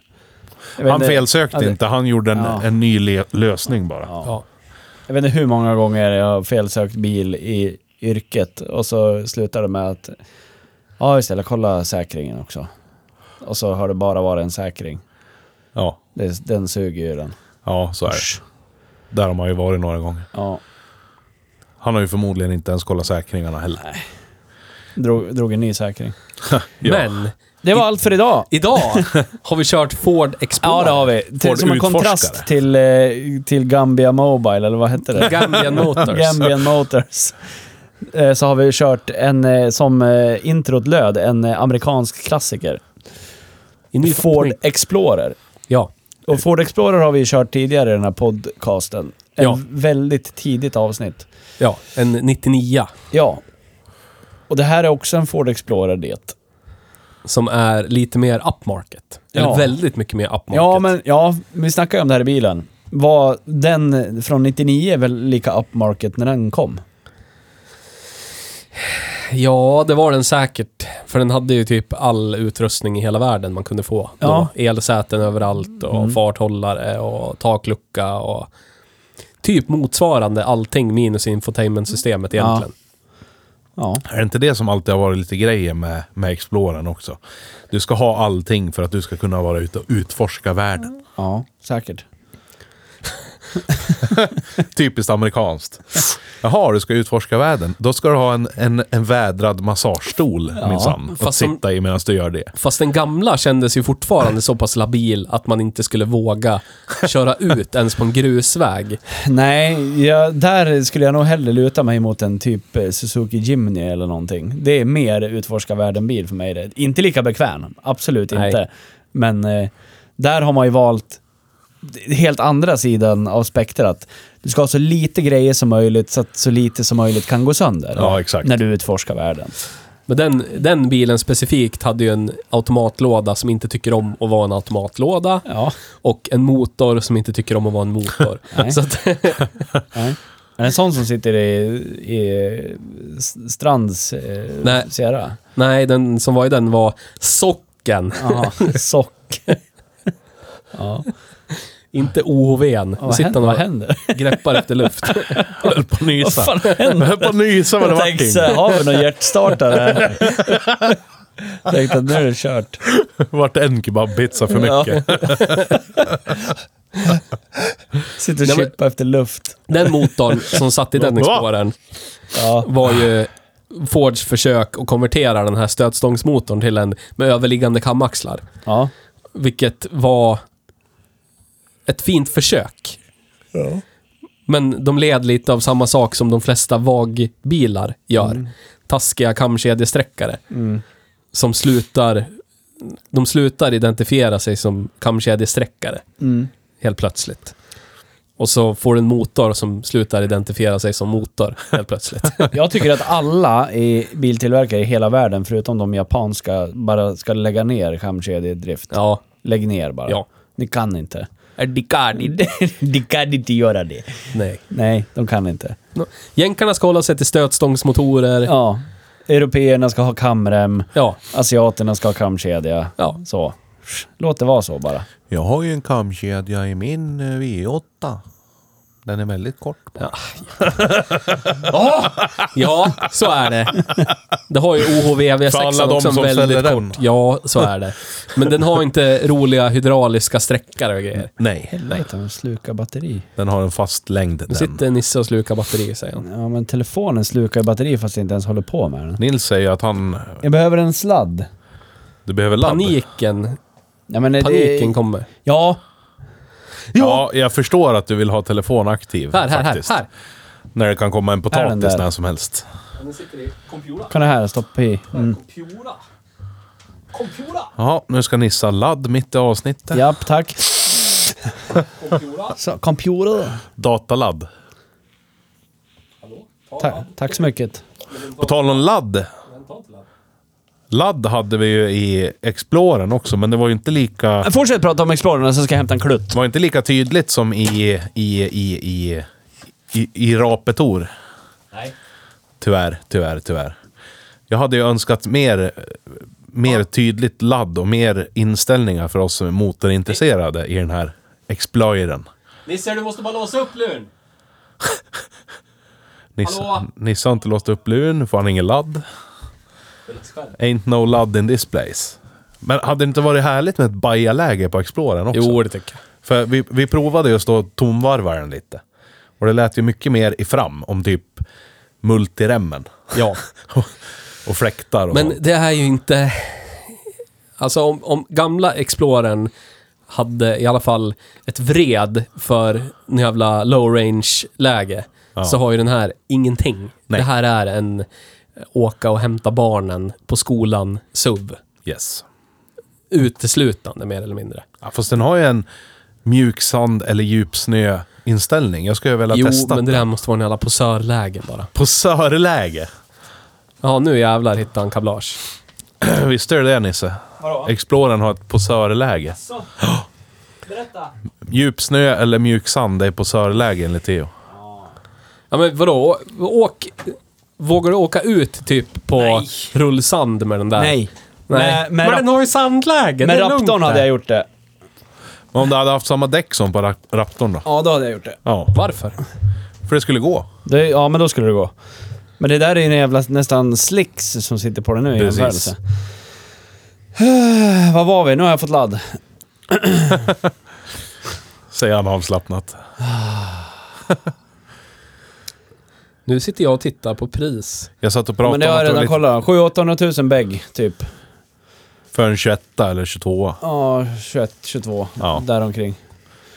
B: Jag vet
C: Han
B: inte-
C: felsökte
B: ja, det-
C: inte, han gjorde en,
B: Ja.
C: en ny le- lösning bara.
B: Ja.
A: Ja.
B: Jag vet inte hur många gånger jag har felsökt bil i yrket och så slutar det med att ja just det, eller kolla säkringen också. Och så har det bara varit en säkring.
C: Ja,
B: Det, den suger ju den.
C: ja så är det. Där har man ju varit några gånger.
B: Ja.
C: Han har ju förmodligen inte ens kollat säkringarna heller.
B: Drog, drog en ny säkring.
C: Ja.
A: Men
B: Det var allt för idag!
A: idag har vi kört Ford Explorer.
B: Ja, det har vi. Till,
C: Ford
B: som en
C: utforskare.
B: kontrast till, eh, till Gambia Mobile, eller vad hette det?
A: Gambian Motors.
B: Gambian Motors. Eh, Så har vi kört en, eh, som eh, introt löd, en eh, amerikansk klassiker.
A: I ny
B: Ford
A: tappning.
B: Explorer.
A: Ja.
B: Och Ford Explorer har vi ju kört tidigare i den här podcasten. En
A: Ja.
B: väldigt tidigt avsnitt.
A: ja, en 99
B: Ja. Och det här är också en Ford Explorer det.
A: som är lite mer upmarket.
B: Ja.
A: Eller väldigt mycket mer upmarket.
B: Ja, men ja, vi snackade ju om det här i bilen. Var den från 99 väl lika upmarket när den kom?
A: ja, det var den säkert. För den hade ju typ all utrustning i hela världen man kunde få.
B: Ja.
A: Då. Elsäten överallt och farthållare och taklucka och typ motsvarande allting minus infotainmentsystemet egentligen.
B: Ja.
C: Är det inte det som alltid har varit lite grejen med, med Explorern också? Du ska ha allting för att du ska kunna vara ute och utforska världen.
B: Ja, säkert.
C: Typiskt amerikanskt. Jaha, du ska utforska världen. Då ska du ha en, en, en vädrad massagestol minsann. Att
A: fast som-
C: sitta i medan du gör det.
A: Fast den gamla kändes ju fortfarande så pass labil att man inte skulle våga köra ut ens på en grusväg.
B: Nej, ja, där skulle jag nog hellre luta mig mot en typ eh, Suzuki Jimny eller någonting. Det är mer utforska världen-bil för mig. Det. Inte lika bekväm, absolut
A: Nej.
B: inte. Men eh, där har man ju valt d- helt andra sidan av spektrat. Du ska ha så lite grejer som möjligt så att så lite som möjligt kan gå sönder.
C: Ja, exakt.
B: När du utforskar världen.
A: Men den, den bilen specifikt hade ju en automatlåda som inte tycker om att vara en automatlåda.
B: Ja.
A: Och en motor som inte tycker om att vara en motor.
B: Nej.
A: så att,
B: Nej. Är det en sån som sitter i, i s- Strands eh,
A: Nej.
B: Sierra?
A: nej, den som var i den var socken,
B: Jaha, sock. Ja.
A: inte OHVn. Nu
B: Vad,
A: sitter
B: händer,
A: han
B: vad
A: och
B: händer?
A: greppar efter luft.
C: Jag höll på att nysa.
B: Vad fan
C: Jag höll på att nysa vad det
B: Jag
C: vart
B: tänkte
C: kring.
B: så här, har vi någon hjärtstartare här? Jag tänkte att nu är det kört.
C: vart en kebabpizza för mycket.
B: Sitter och
A: Nej, men-
B: chippar efter luft.
A: Den motorn som satt i den
C: Va?
A: Explorern
B: Ja.
A: var ju Fords försök att konvertera den här stötstångsmotorn till en med överliggande kamaxlar.
B: ja.
A: Vilket var ett fint försök. Men de led lite av samma sak som de flesta VAG-bilar gör. Taskiga kamkedjesträckare. Som slutar... De slutar identifiera sig som kamkedjesträckare. Helt plötsligt. Och så får du en motor som slutar identifiera sig som motor helt plötsligt.
B: Jag tycker att alla i biltillverkare i hela världen, förutom de japanska, bara ska lägga ner kamkedjedrift.
A: ja.
B: Lägg ner bara.
A: Ja.
B: Ni kan inte.
A: Erdikadi.
B: De kan inte göra det.
A: Nej.
B: Nej, de kan inte.
A: Nå- Jänkarna ska hålla sig till stötstångsmotorer. Ja.
B: Ja. Européerna ska ha kamrem.
A: ja.
B: Asiaterna ska ha kamkedja.
A: Ja.
B: Så. Låt det vara så bara.
C: Jag har ju en kamkedja i min eh, V8. Den är väldigt kort.
A: Ja, så är det. Det har ju OHV
C: För alla
A: V6
C: de
A: också en
C: som ställer
A: väldigt
C: den.
A: kort. Ja, så är det. Men den har inte roliga hydrauliska sträckare och grejer.
C: Nej,
B: Helvete, de slukar batteri.
C: den har en fast längd.
A: Nu
C: Den.
A: sitter Nisse och slukar batteri, säger han.
B: Ja, men telefonen slukar ju batteri fast jag inte ens håller på med den.
C: Nils säger att han...
B: Jag behöver en sladd.
C: Du behöver ladd.
A: Paniken,
B: Ja, men det-
A: paniken kommer.
B: Ja.
C: Ja, jag förstår att du vill ha telefon aktiv.
A: Här, här, här,
C: faktiskt.
A: här.
C: När det kan komma en
B: Här är den
C: potatis
B: där.
C: när som helst.
A: Den sitter i Compura.
B: Kan det här stoppa i? Mm.
A: Compura. Compura.
C: Ja, nu ska Nissa ladd mitt i avsnittet.
B: Japp, tack.
A: Compura.
B: Så, computer.
C: Dataladd.
B: Ta tack så mycket.
C: På tal om ladd. Ladd hade vi ju i Explorern också, men det var ju inte lika...
B: Fortsätt prata om Explorerna så ska jag hämta en klutt.
C: Det var inte lika tydligt som i... i, i, i i, i Rapetor.
A: Nej.
C: Tyvärr, tyvärr, tyvärr. Jag hade ju önskat mer, mer tydligt ladd och mer inställningar för oss som är motorintresserade i den här Exploiren.
A: Nisse, du måste bara låsa upp luren. Hallå?
C: Nissa, Nissa har inte låst upp luren, nu får han ingen ladd.
A: Skitskärm.
C: Ain't no ladd in this place. Men hade det inte varit härligt med ett bajaläge på Explorern också?
A: Jo, det tycker jag.
C: För vi, vi provade just att tomvarva den lite. Och det lät ju mycket mer i fram om typ multiremmen.
A: Ja.
C: och fläktar och
A: Men det är ju inte... Alltså om, om gamla Explorern hade i alla fall ett vred för en jävla low range-läge
C: Ja.
A: så har ju den här ingenting.
C: Nej.
A: Det här är en eh, åka och hämta barnen på skolan SUV.
C: Yes.
A: Uteslutande mer eller mindre.
C: Ja, fast den har ju en mjuk sand eller djupsnö inställning. Jag skulle ju vilja
A: Jo,
C: testa.
A: men det där måste vara en jävla posörläge bara.
C: På sörläge.
A: Ja, nu jävlar hittar han kablage.
C: Visste du det Nisse?
B: Vadå?
C: Exploren har ett på sörläge.
B: Så. Berätta.
C: Djupsnö eller mjuk sand är på sörläge enligt Theo.
A: Ja, men vadå? Å- Åk... Vågar du åka ut typ på
B: Nej.
A: rullsand med den där?
B: Nej.
A: Nej.
B: Med, med,
A: men
B: rap
A: den har ju sandläge.
B: med
A: det är lugnt
B: raptorn hade
A: där.
B: jag gjort det.
C: Men om du hade haft samma däck som på rap- Raptorn då?
B: Ja, då hade jag gjort det.
C: Ja.
A: Varför?
C: För det skulle gå.
B: det ja, men då skulle det gå. Men det där är ju en jävla nästan slicks som sitter på den nu i
C: Precis.
B: jämförelse. Vad var vi? Nu har jag fått ladd.
C: Säger han avslappnat.
A: Nu sitter jag och tittar på pris.
C: Jag satt och
B: Men
C: pratade
B: det har jag
C: om att
B: redan
C: det var lite
B: kollat. 7 800 000 bägg, typ.
C: för en 21 eller 22.
B: Ja, 21, 22.
C: Ja.
B: Däromkring.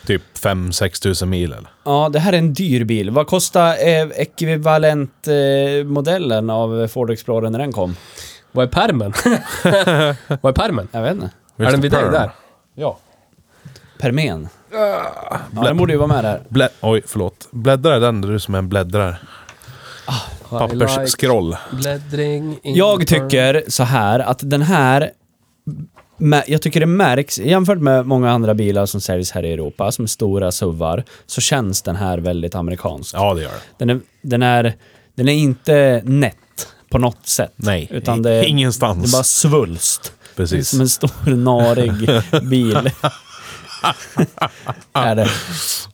C: Typ 5-6 tusen mil eller?
B: Ja, det här är en dyr bil. Vad kostar eh, ekvivalentmodellen eh, modellen av Ford Explorer när den kom?
A: Vad är permen? Vad är permen?
B: Jag vet inte.
A: Är den vid dig
C: Perm.
A: där? Ah.
C: Ja.
B: Permen. Ja, den borde ju vara med där.
C: Blä... Oj, förlåt. Bläddrar den du som är en bläddrare? Pappersskroll.
A: Bläddring. in-
B: Jag tycker så här att den här... mä- Jag tycker det märks, jämfört med många andra bilar som säljs här i Europa, som är stora SUVar, så känns den här väldigt amerikansk.
C: Ja, det gör det.
B: Den, är, den, är, den är inte nätt på något sätt.
C: Nej,
B: utan det, är-
C: ingenstans.
B: det är bara svulst.
C: Precis.
B: Som en stor narig bil. är det.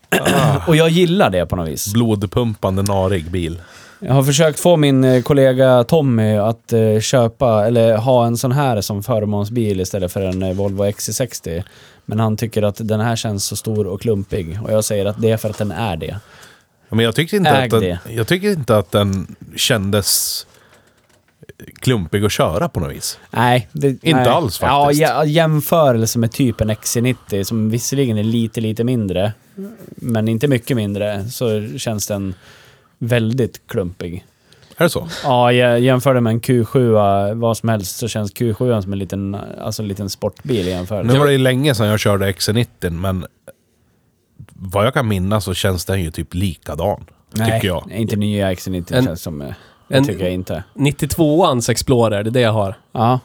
C: Ah.
B: Och jag gillar det på något vis.
C: Blodpumpande narig bil.
B: Jag har försökt få min eh, kollega Tommy att eh, köpa, eller ha en sån här som förmånsbil istället för en eh, Volvo XC60. Men han tycker att den här känns så stor och klumpig. Och jag säger att det är för att den är det.
C: Ja, Men jag tyckte, inte
B: Äg
C: att den,
B: det.
C: jag tycker inte att den kändes klumpig att köra på något vis.
B: Nej. Det,
C: Inte
B: nej.
C: alls
B: Ja,
C: faktiskt.
B: ja, jämförelse med typ en XC90 som visserligen är lite, lite mindre. Men inte mycket mindre. Så känns den väldigt klumpig.
C: Är det så?
B: Ja, jag jämför det med en Q7, vad som helst, så känns Q7 som en liten, alltså en liten sportbil i jämförelse.
C: Nu var det ju länge sedan jag körde XC90, men vad jag kan minnas så känns den ju typ likadan. tycker jag.
B: inte nya XC90
A: En-
B: känns som. eh, Det
A: en-
B: tycker jag inte.
A: 92ans Explorer, det är det jag har.
B: Ja,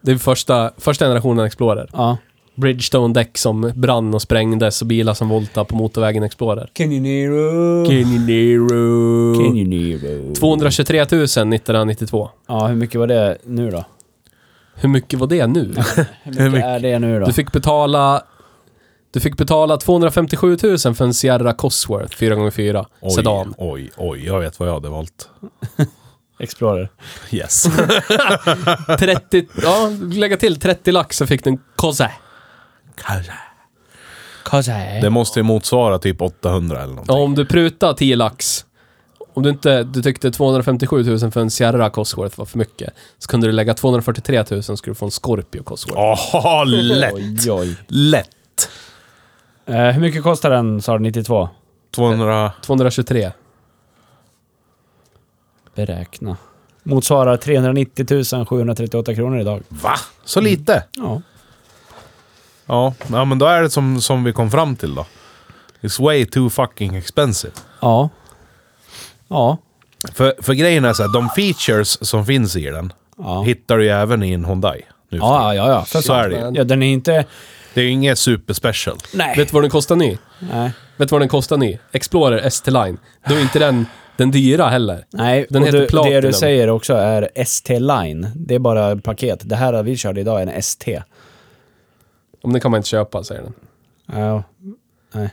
A: Det är första, första generationen Explorer.
B: ja.
A: Bridgestone-däck som brann och sprängdes och bilar som voltade på motorvägen Explorer.
B: Can you Nero?
A: Kinero.
B: Can you Nero?
A: 223 000 1992.
B: Ja, hur mycket var det nu då?
A: Hur mycket var det nu?
B: Hur mycket, är det nu då?
A: Du fick betala... Du fick betala 257 000 för en Sierra Cosworth 4x4
C: Oj,
A: sedan.
C: oj, oj. Jag vet vad jag hade valt.
B: Explorer.
C: Yes.
A: 30... Ja, lägga till 30 lax så fick du en Cosä.
C: det måste ju motsvara typ 800
A: Ja,
C: eller någonting.
A: om du prutade 10 lax. Om du inte du tyckte 257 000 för en Sierra Cosworth var för mycket, så kunde du lägga 243 000 så skulle du få en Scorpio Cosworth.
C: Åh, lätt!
B: Oj, oj.
C: Lätt!
B: Eh, hur mycket kostar den, sa du, 92?
C: 200...
A: 223.
B: Beräkna. Motsvarar 390 738 kronor idag.
C: Va? Så
B: Mm.
C: lite?
B: Ja.
C: Ja, ja, men då är det som, som vi kom fram till då. It's way too fucking expensive.
B: Ja. Ja.
C: För, för grejen är så här, de features som finns i den
B: Ja.
C: hittar du ju även i en Hyundai. Nu för
B: Ja,
C: tiden.
B: ja, ja. För
C: Så
B: fan.
C: är det ju.
B: Ja, den är inte...
C: Det är ju inget superspecial.
B: Nej.
A: Vet du vad den kostar ny?
B: Nej.
A: Vet du vad den kostar ny? Explorer ST-Line. Då är inte den den dyra heller.
B: Nej,
A: Den
B: och
A: heter
B: du, det
A: Platinum.
B: du säger också är ST-line. Det är bara paket. Det här vi körde idag är en ST.
A: Om den kan man inte köpa, säger den.
B: Ja. Nej.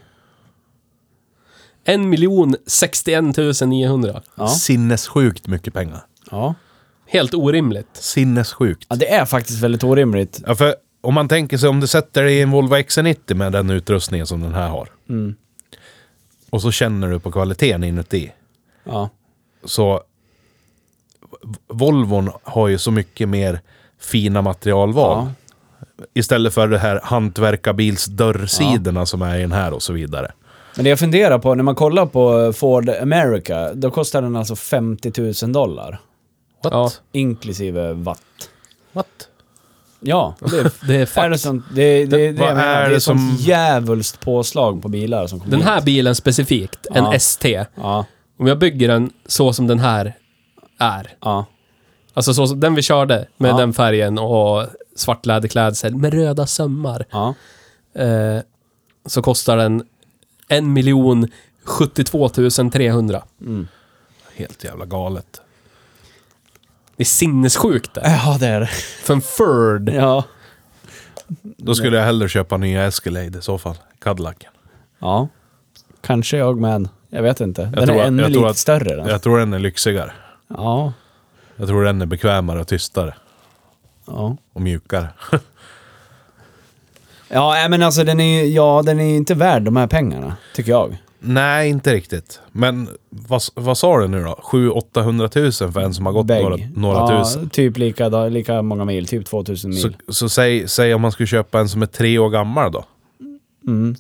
A: 1 061 900.
B: Ja.
C: Sinnessjukt mycket pengar.
B: Ja.
A: Helt orimligt.
C: Sinnessjukt.
B: ja. Det är faktiskt väldigt orimligt.
C: Ja, för om man tänker sig om du sätter dig i en Volvo XC90 med den utrustningen som den här har.
B: Mm.
C: Och så känner du på kvaliteten inuti.
B: Ja.
C: Så v- Volvon har ju så mycket mer fina materialval. Istället för det här hantverkarbilsdörrsidorna som är i den här och så vidare.
B: Men det jag funderar på, när man kollar på Ford America, då kostar den alltså 50 000 dollar.
C: What?
A: Ja.
B: Inklusive watt.
C: What?
B: Ja.
A: Det är, det är
B: Är
A: fuck.
B: det, sånt, det, det, det,
C: Vad
B: jag menar,
C: är
B: det är
C: det
B: ett
C: som-
B: sånt djävulskt påslag på bilar som kommer
A: Den här
B: hit.
A: bilen specifikt, en
B: Ja.
A: ST.
B: Ja.
A: Om jag bygger den så som den här är.
B: Ja.
A: Alltså så som den vi körde med
B: Ja.
A: den färgen och svart läderklädsel med röda sömmar.
B: Ja.
A: Eh, så kostar den 1 072 300.
C: Helt jävla galet.
A: Det är sinnessjukt det.
B: Ja, det är det.
A: För en Ford.
B: Ja.
C: Då skulle jag hellre köpa nya Escalade i så fall. Cadillacen.
B: Ja. Kanske jag med. Jag vet inte. Den
C: tror
B: är
C: att-
B: ännu
C: jag tror
B: lite
C: att-
B: större. Den.
C: Jag tror den är lyxigare.
B: Ja.
C: Jag tror den är bekvämare och tystare
B: Ja.
C: och mjukare.
B: Ja, nej, men alltså den är ju ja, den är ju inte värd de här pengarna, tycker jag.
C: Nej, inte riktigt. Men vad, vad sa du nu då? 700-800 tusen för en som har gått
B: Bägg.
C: några, några
B: ja,
C: tusen.
B: Typ lika, lika många mil, typ 2000 mil.
C: Så, så säg, säg om man skulle köpa en som är tre år gammal då.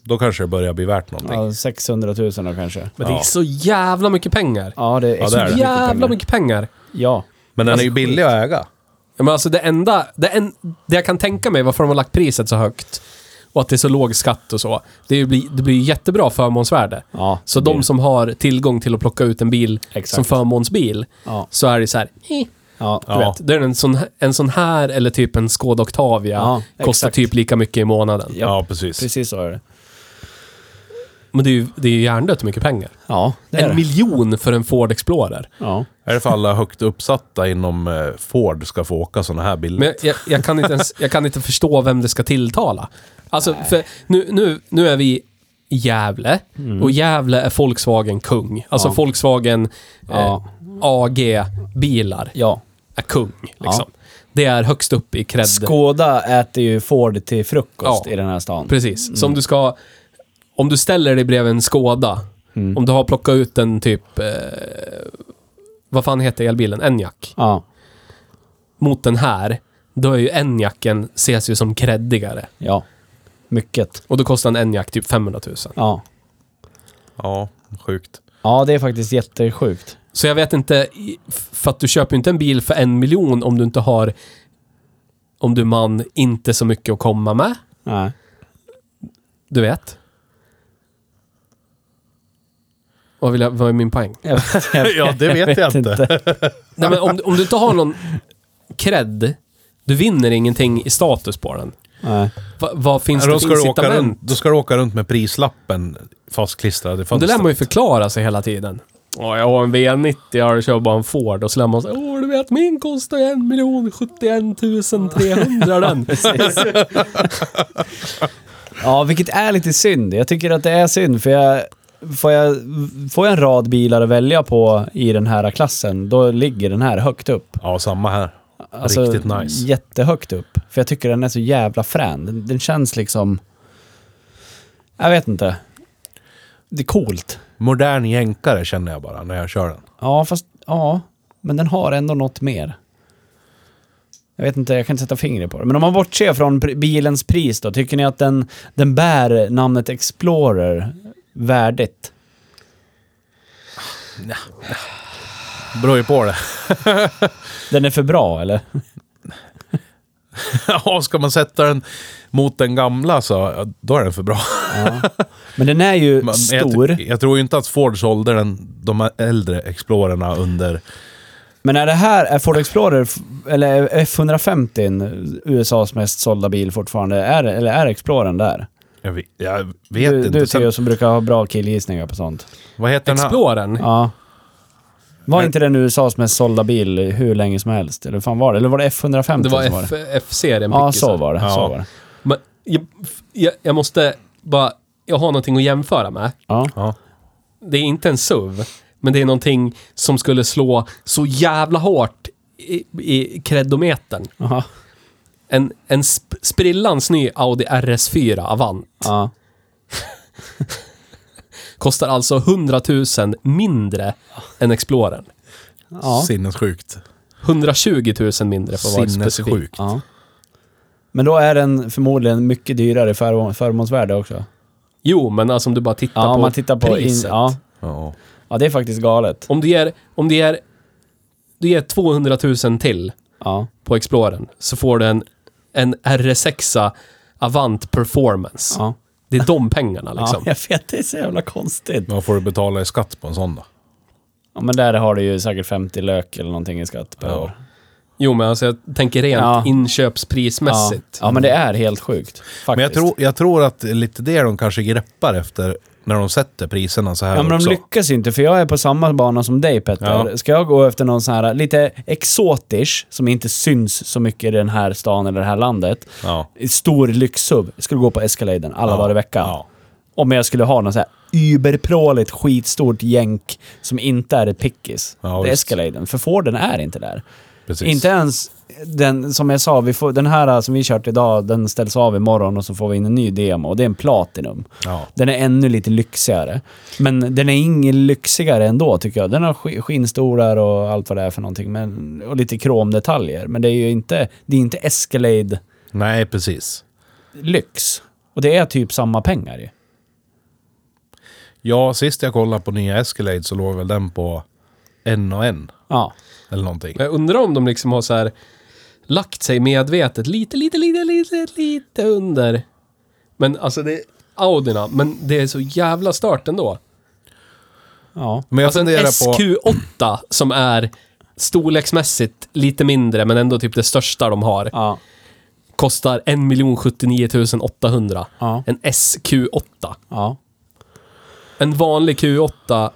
C: Då kanske det börjar bli värt någonting.
B: Mm. ja, 600 000 då kanske.
A: Men det är
C: Ja.
A: så jävla mycket pengar.
B: Ja, det är,
C: Ja,
B: så
C: det är det.
B: mycket
A: jävla
B: pengar.
A: mycket pengar.
B: Ja.
C: Men den är
B: Alltså,
C: ju billig att äga.
A: Ja, men alltså det enda, det, en, det jag kan tänka mig varför de har lagt priset så högt och att det är så låg skatt och så. Det, är ju bli, det blir ju jättebra förmånsvärde.
B: Ja,
A: Så
B: det blir
A: de som har tillgång till att plocka ut en bil
B: Exakt.
A: som förmånsbil,
B: Ja.
A: så är det så här, eh,
B: Ja.
A: du vet. Det är en sån, en sån här eller typ en Skoda Octavia
B: Ja,
A: kostar
B: exakt.
A: typ lika mycket i månaden.
B: Ja,
C: Ja, precis.
B: Precis så är det.
A: Men det är ju, det är ju hjärndött hur mycket pengar.
B: Ja, det är
A: En
B: det.
A: miljon för en Ford Explorer.
B: Ja.
C: Är det för alla högt uppsatta inom eh, Ford ska få åka sådana här bilar?
A: Men jag, jag, jag, kan inte ens, jag kan inte förstå vem det ska tilltala. Alltså, för nu, nu, nu är vi i Gävle och Gävle är Volkswagen kung. Alltså
B: Mm. Ja.
A: Volkswagen eh,
B: Ja.
A: AG-bilar
B: ja.
A: är kung. Liksom. Det är högst upp i cred.
B: Skåda äter ju Ford till frukost
A: Ja.
B: i den här stan.
A: Precis. Så
B: Mm.
A: om du ska... Om du ställer dig bredvid en Skoda,
B: Mm.
A: om du har plockat ut en typ... Eh, vad fan heter elbilen? Enyaq.
B: Ja.
A: Mot den här, då är ju Enyaqen ses ju som creddigare.
B: Ja. Mycket.
A: Och då kostar en Enyaq typ 500 000.
B: Ja.
C: Ja, sjukt.
B: Ja, det är faktiskt jättesjukt.
A: Så jag vet inte, i- f- för att du köper ju inte en bil för en miljon om du inte har, om du är man, inte så mycket att komma med.
B: Nej.
A: Du vet. Vad, vill jag, vad är min poäng?
B: Jag vet, jag vet,
C: Ja, det vet jag inte.
A: Nej, men om, du- om du inte har någon cred, du vinner ingenting i status på den.
B: Nej.
A: Va, vad finns det
C: Då
A: för
C: ska, du åka
A: incitament?
C: runt, då ska du åka runt med prislappen fastklistrad i
A: Men Det lär
C: fönstret.
A: man ju förklara sig hela tiden. Ja, jag har en V90, jag kör bara en Ford och så lär man sig. Åh, du vet min kostar ju en miljon 71 300 den.
B: Ja, vilket är lite synd. Jag tycker att det är synd, för jag... Får jag, får jag en rad bilar att välja på i den här klassen, då ligger den här högt upp.
C: Ja, samma här.
B: Alltså,
C: Riktigt nice.
B: Jättehögt upp. För jag tycker den är så jävla frän. Den, den känns liksom... Jag vet inte. Det är coolt.
C: Modern jänkare känner jag bara när jag kör den.
B: Ja, fast... Ja. Men den har ändå något mer. Jag vet inte, jag kan inte sätta fingret på det. Men om man bortser från pr- bilens pris då, tycker ni att den, den bär namnet Explorer värdigt?
C: Beror ju på det.
B: Den är för bra, eller?
C: Ja, ska man sätta den mot den gamla så ja, då är den för bra.
B: Men den är ju
C: Men jag,
B: stor.
C: tr- jag tror ju inte att Ford sålde den, de här äldre Explorerna under...
B: Men är det här, är Ford Explorer, f- eller är F150 en USAs mest sålda bil fortfarande? Är, det- eller är Explorern där?
C: Jag vet, jag vet
B: Du,
C: inte.
B: du Theo
C: Sen,
B: som brukar ha bra killgissningar på sånt.
C: vad heter den här?
A: Explorern.
B: Ja. Var
C: Men-
B: inte den USAs mest sålda bil hur länge som helst? Eller fan var det? Eller var det F150
A: Det var
B: som var det?
A: F- F-serien.
B: Ja,
A: Pickis.
B: så var det. Så
C: Ja.
B: var det.
A: Men jag, jag, jag måste bara... Jag har någonting att jämföra med.
B: Ja.
C: Ja.
A: Det är inte en SUV, men det är någonting som skulle slå så jävla hårt i, i kredometern.
B: Aha.
A: En, en sp sprillans ny Audi RS4 Avant
B: Ja.
A: kostar alltså 100 000 mindre än Explorern.
B: Ja.
C: Sinnessjukt.
A: 120 000 mindre för att vara specifik.
C: Sinnessjukt.
B: ja. Men då är den förmodligen mycket dyrare i förmån, förmånsvärde också.
A: Jo, men alltså om du bara tittar
B: Ja,
A: på
B: om man tittar på... In,
A: priset.
B: ja.
C: Ja.
B: ja, det är faktiskt galet.
A: Om du ger, om du ger, du ger 200 000 till
B: Ja.
A: på Explorern så får du en, en RS6 Avant Performance.
B: ja.
A: Det är de pengarna liksom.
B: Ja, jag vet. Det är så jävla konstigt.
C: Vad får du betala i skatt på en sån då?
B: Ja, men där har du ju säkert 50 lök eller någonting i skatt per
C: Ja.
B: år.
A: Jo, men alltså jag tänker rent
B: Ja. Ja.
A: inköpsprismässigt.
B: ja, men det är helt sjukt. Faktiskt.
C: Men jag tror, jag tror att det är lite det de kanske greppar efter när de sätter priserna så här
B: Ja, men de
C: också.
B: lyckas ju inte, för jag är på samma bana som dig Petter.
C: Ja.
B: Ska jag gå efter någon sån här lite exotisk, som inte syns så mycket i den här stan eller det här landet.
C: Ja.
B: Stor lyxsub. Skulle gå på Escaladen alla
C: Ja.
B: dagar i veckan.
C: Ja.
B: Om jag skulle ha något så här überpråligt skitstort jänk som inte är ett pickis.
C: Ja,
B: det är
C: visst.
B: Escaladen. För Forden är inte där.
C: Precis.
B: Inte ens den, som jag sa, vi får, den här som vi kört idag, den ställs av imorgon och så får vi in en ny demo. Och det är en Platinum.
C: Ja.
B: Den är ännu lite lyxigare. Men den är ingen lyxigare ändå tycker jag. Den har sk- skinnstolar och allt vad det är för någonting. Men, och lite kromdetaljer. Men det är ju inte, det är inte Escalade-lyx.
C: Nej, precis.
B: Och det är typ samma pengar ju.
C: Ja, sist jag kollade på nya Escalade så låg väl den på en och en.
B: Ja.
C: Eller någonting.
A: Men jag undrar om de liksom har så här lagt sig medvetet lite, lite, lite, lite, lite under. Men alltså det är Audina, men det är så jävla stört ändå.
B: Ja.
C: Men jag
A: Alltså en
C: funderar på...
A: SQ8 som är storleksmässigt lite mindre, men ändå typ det största de har.
B: Ja.
A: Kostar 1 079 800.
B: Ja.
A: En SQ8.
B: ja.
A: En vanlig Q8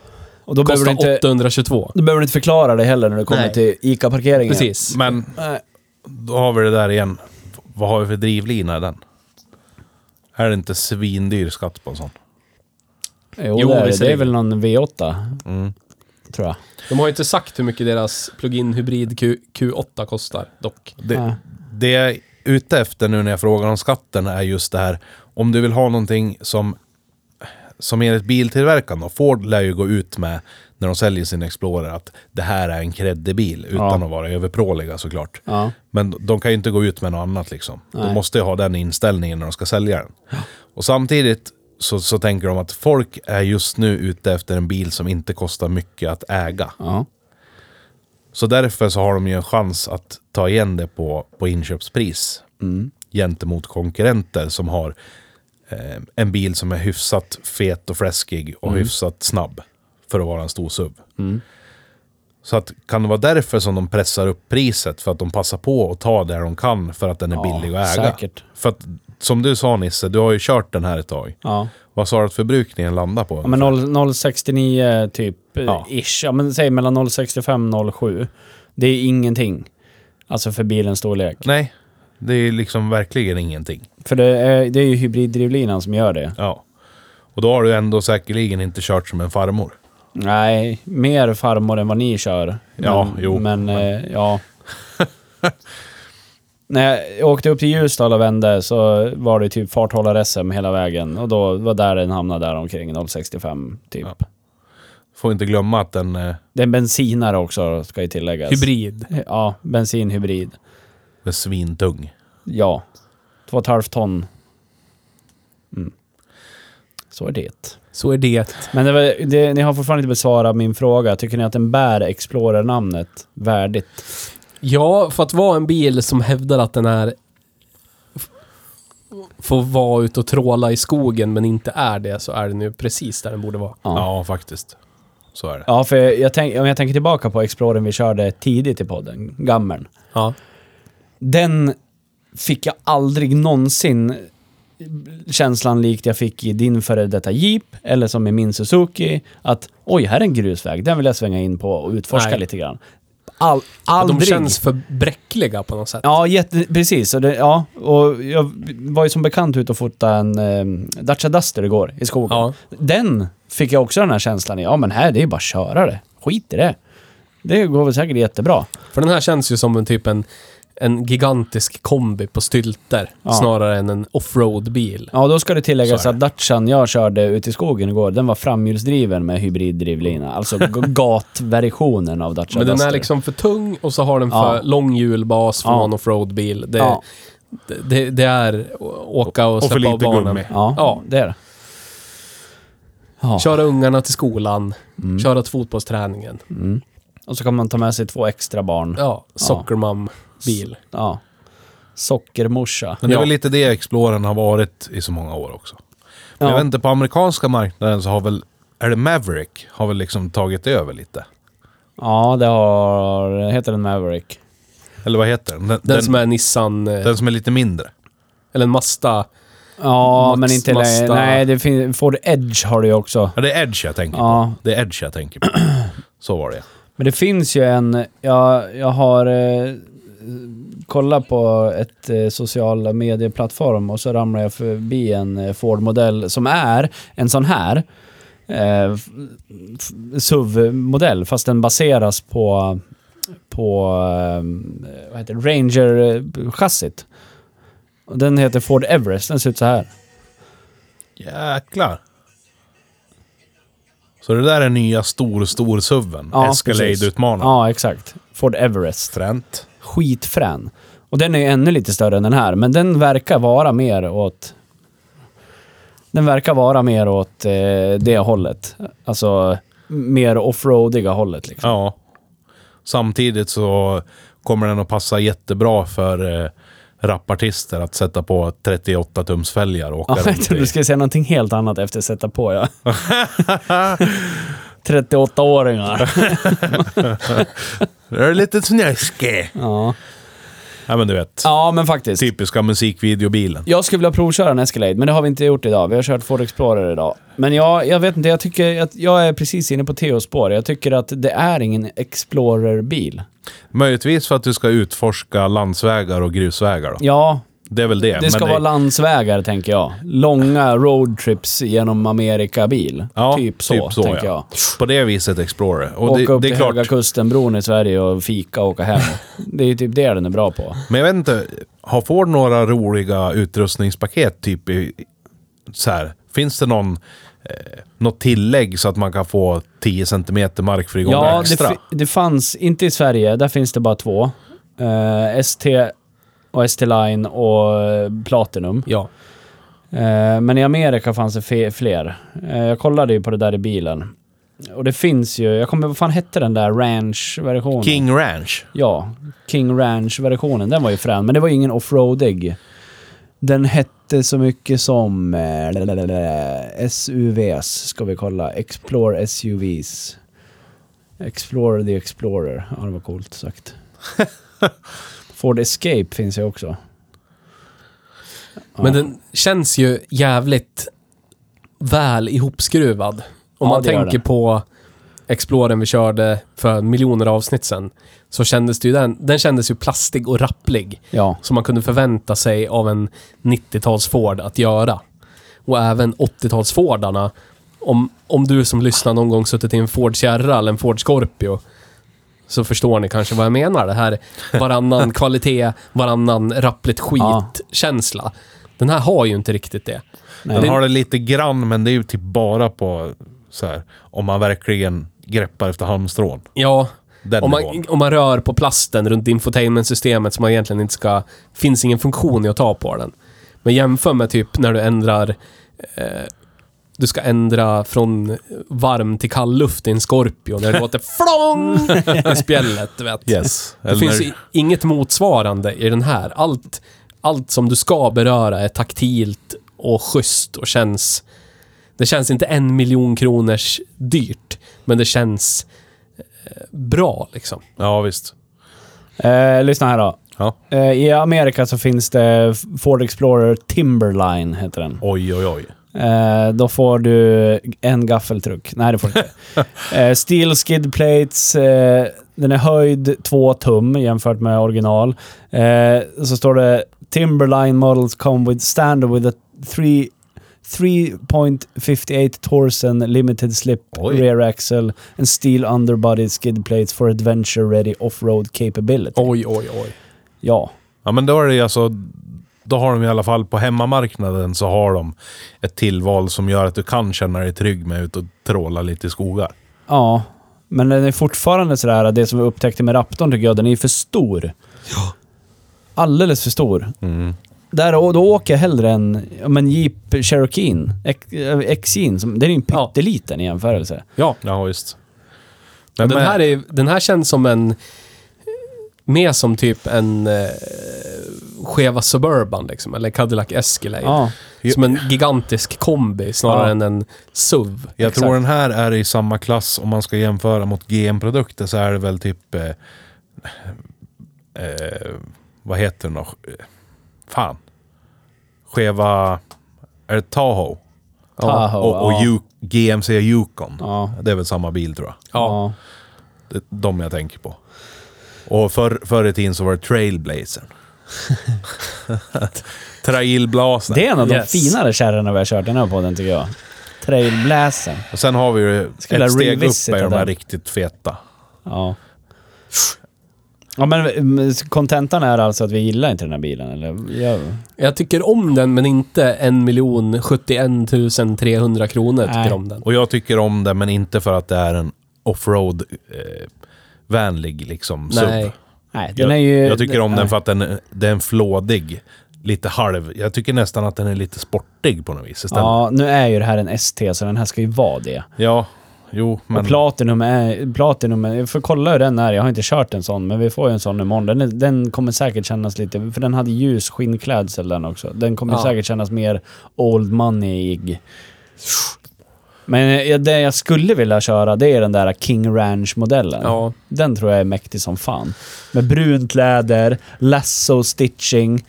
B: Och då behöver,
A: kostar
B: du inte,
A: 822.
B: då behöver du inte förklara det heller när du kommer
A: Nej.
B: till ICA-parkeringen.
A: Precis.
C: Men
B: Nej.
C: då har vi det där igen. Vad har vi för drivlina i den? Är det inte svindyr skatt på en sån?
B: Jo,
A: Jo,
B: det, är, det. det är
A: visserligen.
B: väl någon V8.
C: Mm.
B: Tror jag.
A: De har ju inte sagt hur mycket deras plug-in hybrid Q, Q8 kostar, dock.
C: Det,
B: Ja.
C: det jag är ute efter nu när jag frågar om skatten är just det här. Om du vill ha någonting som, som enligt biltillverkaren då, Ford lär ju gå ut med när de säljer sin Explorer att det här är en kreddig bil utan
B: Ja.
C: att vara överpråliga såklart.
B: Ja.
C: Men de kan ju inte gå ut med något annat liksom.
B: Nej.
C: De måste ju ha den inställningen när de ska sälja den. Och samtidigt så, så tänker de att folk är just nu ute efter en bil som inte kostar mycket att äga.
B: Ja.
C: Så därför så har de ju en chans att ta igen det på, på inköpspris
B: Mm.
C: gentemot konkurrenter som har eh, en bil som är hyfsat fet och fläskig
B: Mm.
C: och hyfsat snabb för att vara en stor SUV. Så att, kan det vara därför som de pressar upp priset? För att de passar på att ta det de kan för att den är
B: Ja,
C: billig att äga?
B: säkert.
C: För att, som du sa Nisse, du har ju kört den här ett tag.
B: ja.
C: Vad sa du att förbrukningen landar på?
B: Ja, men 0, 069 typ, ja.
C: Ja.
B: ish. Ja, men säg mellan 065 07. Det är ingenting. Alltså för bilens storlek.
C: Nej, det är liksom verkligen ingenting.
B: För det är, det är ju hybriddrivlinan som gör det.
C: Ja. Och då har du ändå säkerligen inte kört som en farmor.
B: Nej, mer farmor än vad ni kör.
C: Ja,
B: men,
C: jo,
B: Men, eh, ja. När jag åkte upp till Ljusdal och vände så var det typ farthållar-SM hela vägen. Och då var där den hamnade där omkring 065 typ.
C: Ja. Får inte glömma att den... eh,
B: Det är en bensinare också, ska ju tilläggas.
A: Hybrid.
B: Ja, bensinhybrid.
C: är svintung.
B: Ja. Två och ett halvt ton. Mm. Så är det.
A: Så är det.
B: Men det var, det, ni har fortfarande inte besvarat min fråga. Tycker ni att den bär Explorer-namnet värdigt?
A: Ja, för att vara en bil som hävdar att den är... f- Får vara ute och tråla i skogen men inte är det, så är den ju precis där den borde vara.
B: Ja.
C: Ja. faktiskt. Så är det.
B: Ja, för jag tänk, om jag tänker tillbaka på Explorern vi körde tidigt i podden, gammern.
A: Ja.
B: Den fick jag aldrig någonsin känslan likt jag fick i din före detta Jeep, eller som i min Suzuki, att oj, här är en grusväg, den vill jag svänga in på och utforska
A: Nej.
B: lite grann. All,
A: De
B: aldrig.
A: känns för bräckliga på något sätt.
B: Ja, jätte, precis. Och det, ja, och jag var ju som bekant ute och fotade en eh, Dacia Duster igår i skogen.
A: Ja.
B: Den fick jag också den här känslan i. Ja, men här, det är ju bara att köra det. Skit i det. Det går väl säkert jättebra.
A: För den här känns ju som en typ en, en gigantisk kombi på stylter,
B: Ja.
A: snarare än en offroad-bil.
B: Ja, då ska det tilläggas
C: Så är
B: att Dacian jag körde ute i skogen igår, den var framhjulsdriven med hybriddrivlina. Alltså g- gatversionen av Dacia
A: Men den
B: Duster.
A: är liksom för tung och så har den för
B: Ja.
A: lång hjulbas för
B: Ja.
A: ja. en offroad-bil. Det,
B: Ja.
A: det- det, det är å- åka och,
C: för
A: släppa av
C: lite
A: barnen.
C: gummi.
B: Ja,
A: Ja.
B: det är det. Ja.
A: Köra ungarna till skolan,
B: Mm.
A: köra till fotbollsträningen.
B: Och så kan man ta med sig två extra barn.
A: Ja, sockermam-bil.
B: Ja. Sockermorsa.
C: Men det är
A: Ja.
C: väl lite det Explorern har varit i så många år också. Men
B: Ja.
C: jag vet inte, på amerikanska marknaden så har väl... Är det Maverick? Har väl liksom tagit över lite?
B: Ja, det har... Heter den Maverick?
C: Eller vad heter den? Den,
A: Den, som
C: är...
A: är Nissan, eh,
C: den som är lite mindre.
A: eller en Mazda.
B: Ja,
A: Max
B: men inte längre.
A: Mazda.
B: Nej, det finns... Ford Edge har du ju också.
C: Ja, det är Edge jag tänker
B: Ja.
C: på. Det är Edge jag tänker på. Så var det
B: Men det finns ju en... Jag, jag har eh, kolla på ett eh, sociala medieplattform och så ramlar jag förbi en eh, Ford-modell som är en sån här eh, f- f- SUV-modell fast den baseras på, på eh, vad heter det? Ranger-chassit. Och Den heter Ford Everest, den ser ut så här.
C: Jäklar. Så det där är nya stor, stor suven.
B: Ja,
C: Escalade-utmanaren.
B: Ja, exakt. Ford Everest.
C: Fränt.
B: skitfrän. Och den är ju ännu lite större än den här, men den verkar vara mer åt... Den verkar vara mer åt eh, det hållet. Alltså mer offroadiga hållet liksom.
C: Ja. Samtidigt så kommer den att passa jättebra för eh, rapartister att sätta på 38-tums fälgar och åka
B: Ja, jag
C: runt
B: trodde du
C: i.
B: skulle säga någonting helt annat efter att sätta på ja. 38-åringar.
C: Det är lite snäske.
B: Ja.
C: Ja, men du vet.
B: ja, men faktiskt.
C: Typiska musikvideobilen.
B: Jag skulle vilja provköra en Escalade, men det har vi inte gjort idag. Vi har kört Ford Explorer idag. Men jag, jag vet inte, jag tycker att jag är precis inne på Theos spår. Jag tycker att det är ingen Explorer-bil.
C: Möjligtvis för att du ska utforska landsvägar och grusvägar. Då.
B: Ja,
C: Det är väl det.
B: Det ska
C: men
B: vara landsvägar, tänker jag. Långa roadtrips genom Amerika-bil.
C: Ja,
B: typ så, tänker
C: ja. På det viset Explorer. Och
B: jag. Åka
C: det,
B: upp
C: det är
B: till
C: klart,
B: Höga Kusten-bron i Sverige och fika och åka hem. det är ju typ det den är bra på.
C: men jag vet inte. Har Ford några roliga utrustningspaket? Typ i, så här, finns det någon, eh, något tillägg så att man kan få 10 cm markfri gång
B: Ja, det,
C: extra?
B: fi- det fanns, inte i Sverige, där finns det bara två. Eh, ST och ST-Line och eh, Platinum.
A: Ja.
B: Eh, men i Amerika fanns det fe- fler. Eh, jag kollade ju på det där i bilen. Och det finns ju, jag kommer, vad fan hette den där ranch-versionen?
C: King Ranch.
B: Ja, King Ranch-versionen. Den var ju frän, men det var ju ingen offroadig. Den hette så mycket som eh, lalalala, SUVs, ska vi kolla. Explore SUVs. Explore the Explorer. Ja, det var coolt sagt. Ford Escape finns ju också.
A: Men den känns ju jävligt väl ihopskruvad. Om
B: Ja,
A: man
B: det gör
A: tänker
B: den.
A: på Exploren vi körde för miljoner avsnitt sen. Så kändes det ju den, den kändes ju plastig och rapplig.
B: Ja.
A: Som man kunde förvänta sig av en 90-tals Ford att göra. Och även 80-tals Fordarna. Om, om du som lyssnar någon gång suttit i en Ford Kärra eller en Ford Scorpio. Så förstår ni kanske vad jag menar. Det här varannan kvalitet, varannan rappligt
B: Ja.
A: skit-känsla. Den här har ju inte riktigt det.
B: Nej.
C: Den har det lite grann, men det är ju typ bara på så här, om man verkligen greppar efter halmstrån.
A: Ja,
C: Den
A: om
C: nivån.
A: man, om man rör på plasten runt infotainmentsystemet som man egentligen inte ska... finns ingen funktion i att ta på den. Men jämför med typ när du ändrar... Eh, du ska ändra från varm till kall luft i en Scorpio när det låter flång i spjället, du vet.
C: Yes.
A: Det finns i- inget motsvarande i den här. Allt, allt som du ska beröra är taktilt och schysst och känns... Det känns inte en miljon kronors dyrt, men det känns eh, bra liksom.
C: Ja, visst.
B: Eh, lyssna här då.
C: Ja.
B: Eh, I Amerika så finns det Ford Explorer Timberline, heter den.
C: Oj, oj, oj.
B: Eh, då får du en gaffeltruck. Nej, det får du inte. eh, steel skid plates. Eh, den är höjd 2 tum jämfört med original. Eh, så står det Timberline models come with standard with a three- 3.58 torsen limited slip
C: Oj.
B: rear axle and steel underbody skid plates for adventure ready off-road capability.
A: Oj, oj, oj.
B: Ja.
C: Ja, men då är det alltså... Då har de i alla fall på hemmamarknaden så har de ett tillval som gör att du kan känna dig trygg med ut och tråla lite i skogar.
B: Ja, men den är fortfarande sådär, det som vi upptäckte med raptorn tycker jag, den är ju för stor. Alldeles för stor.
C: Mm.
B: Där, och då åker jag hellre en ja, men Jeep Cherokeen, Ex- eh, Exin, som, den är ju en
A: Ja.
B: pytteliten i jämförelse.
A: Ja,
C: Ja, visst. Men,
A: den, här är, den här känns som en... Mer som typ en eh, skeva Suburban liksom, eller Cadillac Escalade.
B: Ja.
A: Som en gigantisk kombi snarare
B: Ja.
A: än en SUV.
C: jag
B: exakt.
C: tror den här är i samma klass om man ska jämföra mot GM-produkter så är det väl typ... Eh, eh, vad heter den då? Fan. Skeva... Är det Tahoe?
B: Tahoe,
C: och och
B: ja.
C: Ju- GMC Yukon.
B: Ja.
C: Det är väl samma bil tror jag.
A: Ja.
C: Det är de jag tänker på. Och förr, förr i tiden så var det trailblazer. Trailblazer.
B: Det är en av de
A: Yes.
B: finare kärrorna vi har kört den här podden tycker jag. Trailblazer.
C: Och sen har vi ju
B: Skulle
C: ett steg upp
B: revisita
C: med de
B: den.
C: här riktigt feta.
B: Ja. Ja men mm, kontentan är alltså att vi gillar inte den här bilen eller? Gör vi?
A: Jag tycker om den, men inte 1 071 300 kronor tycker
B: Nej.
A: om den.
C: Och jag tycker om det, men inte för att det är en offroad-vänlig eh, vänlig liksom
A: Nej.
C: sub.
B: Nej, den
C: Jag,
B: är ju...
C: jag tycker om
B: nej.
C: den för att den, den är en flådig, lite halv... Jag tycker nästan att den är lite sportig på något vis istället. Ja,
B: Ja, nu är ju det här en ST så den här ska ju vara det.
C: jo,
B: Och
C: men...
B: Platinum är... Platinum är... Jag får kolla hur den är. Jag har inte kört en sån, men vi får ju en sån imorgon. Den, är, den kommer säkert kännas lite... För den hade ljus skinnklädsel den också. Den kommer
A: Ja.
B: säkert kännas mer old money-ig. Men eh, det jag skulle vilja köra, det är den där King Ranch-modellen.
A: Ja.
B: Den tror jag är mäktig som fan. Med brunt läder, lasso-stitching.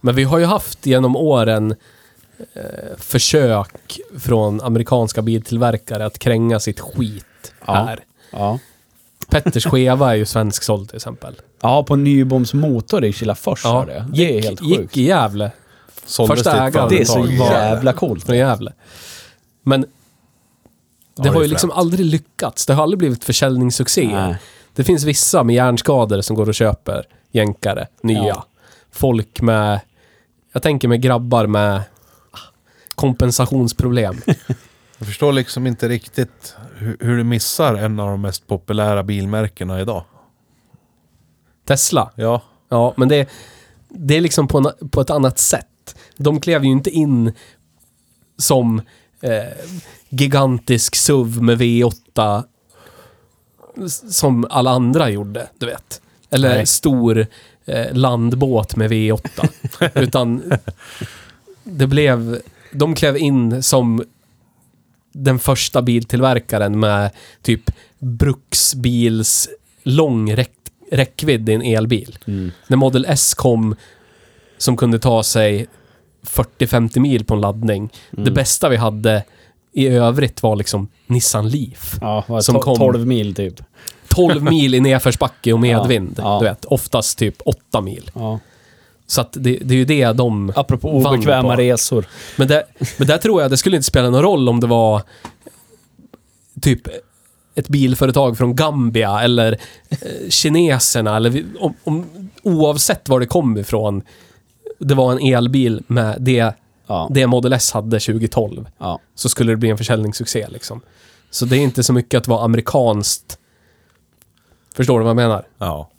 A: Men vi har ju haft genom åren eh, försök från amerikanska biltillverkare att kränga sitt skit
B: Ja.
A: här.
B: Ja.
A: Petters skeva är ju svensk såld till exempel.
B: Ja, på Nyboms motor i Kilafors
A: Ja.
B: ja. det. Det är helt
A: Gick
B: sjukt.
A: i Gävle.
C: såldes
A: första
C: till ett
A: ägaren.
B: Det är så
C: företag.
B: jävla coolt.
A: från Gävle. Men det
C: det
A: har
C: är
A: ju liksom
C: fränt.
A: aldrig lyckats. Det har aldrig blivit försäljningssuccé.
B: Nej.
A: Det finns vissa med hjärnskador som går och köper jänkare, nya.
B: Ja.
A: Folk med, jag tänker med grabbar med ah, kompensationsproblem.
C: Jag förstår liksom inte riktigt hur, hur du missar en av de mest populära bilmärkena idag.
A: Tesla.
C: Ja.
A: Ja, men det, det är liksom på, en, på ett annat sätt. De klev ju inte in som eh, gigantisk SUV med V8 s- som alla andra gjorde, du vet. Eller
C: Nej.
A: stor eh, landbåt med V8. Utan det blev... De klev in som den första biltillverkaren med typ bruksbils lång räck, räckvidd i en elbil.
B: Mm.
A: När Model S kom som kunde ta sig 40-50 mil på en laddning. Det bästa vi hade i övrigt var liksom Nissan Leaf.
B: Ja, vad,
A: Som
B: to-
A: kom-
B: 12 mil typ.
A: 12 mil i nedförsbacke och medvind.
B: Ja, ja.
A: Du vet, oftast typ 8 mil.
B: Ja.
A: Så att det, det är ju det de...
B: Apropå
A: Vann
B: obekväma
A: på.
B: resor.
A: Men där, men där tror jag det skulle inte spela någon roll om det var typ ett bilföretag från Gambia eller eh, kineserna eller vi- om, om, oavsett var det kom ifrån. Det var en elbil med det,
B: Ja.
A: det Model S hade 2012
B: Ja.
A: så skulle det bli en försäljningssuccé liksom. Så det är inte så mycket att vara amerikanskt. Förstår du vad jag menar?
C: Ja.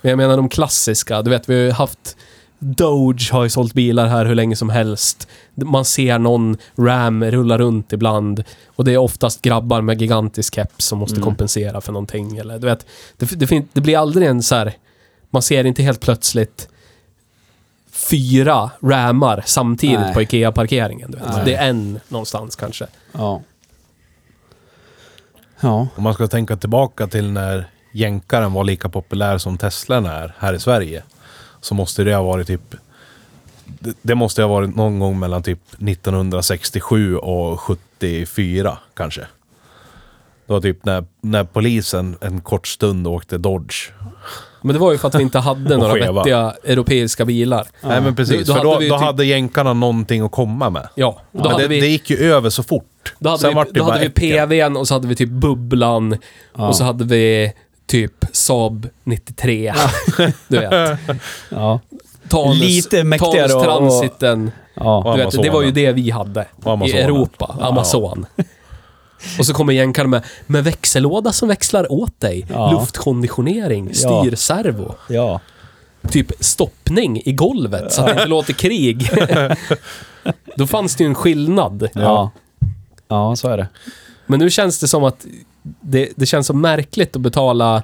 A: Men jag menar de klassiska. Du vet, vi har ju haft... Doge har ju sålt bilar här hur länge som helst. Man ser någon Ram rulla runt ibland. Och det är oftast grabbar med gigantisk keps som
C: Mm.
A: måste kompensera för någonting. Eller, du vet, det, det, fin- det blir aldrig en så här... Man ser inte helt plötsligt fyra Ramar samtidigt
B: Nej.
A: på IKEA-parkeringen. Du vet.
B: Nej.
A: Det är en någonstans kanske.
B: Ja. Ja.
C: Om man ska tänka tillbaka till när jänkaren var lika populär som Teslan är här i Sverige. Så måste det ha varit typ... det- Det måste ha varit någon gång mellan typ 1967 och 74 kanske. Det var typ när, när polisen en kort stund åkte Dodge.
A: Men det var ju för att vi inte hade
C: Och
A: några
C: skeva.
A: vettiga europeiska bilar.
C: Nej men precis,
A: Då- då
C: för då,
A: hade vi ju
C: då
A: typ-
C: hade jänkarna någonting att komma med.
A: Ja, då
C: men
A: hade
C: det,
A: vi...
C: det gick ju över så fort.
A: Då hade, vi,
C: vart det
A: då
C: bara
A: hade vi
C: äckel.
A: PVn och så hade vi typ Bubblan och så hade vi typ Saab 93. du vet.
B: Ja.
A: Tanus,
B: Lite mäktigare
A: Tanus
B: och-
A: Transiten.
B: Ja.
C: Och
A: Du vet, det var ju det vi hade
C: Och
A: i
C: Amazonen.
A: Europa.
C: Ja.
A: Amazon. Och så kommer jänkaren med, med växellåda som växlar åt dig,
B: Ja.
A: luftkonditionering, styrservo,
B: ja.
A: typ stoppning i golvet så att det inte låter krig. Då fanns det ju en skillnad.
B: Ja. Ja, så är det.
A: Men nu känns det som att det, det känns så märkligt att betala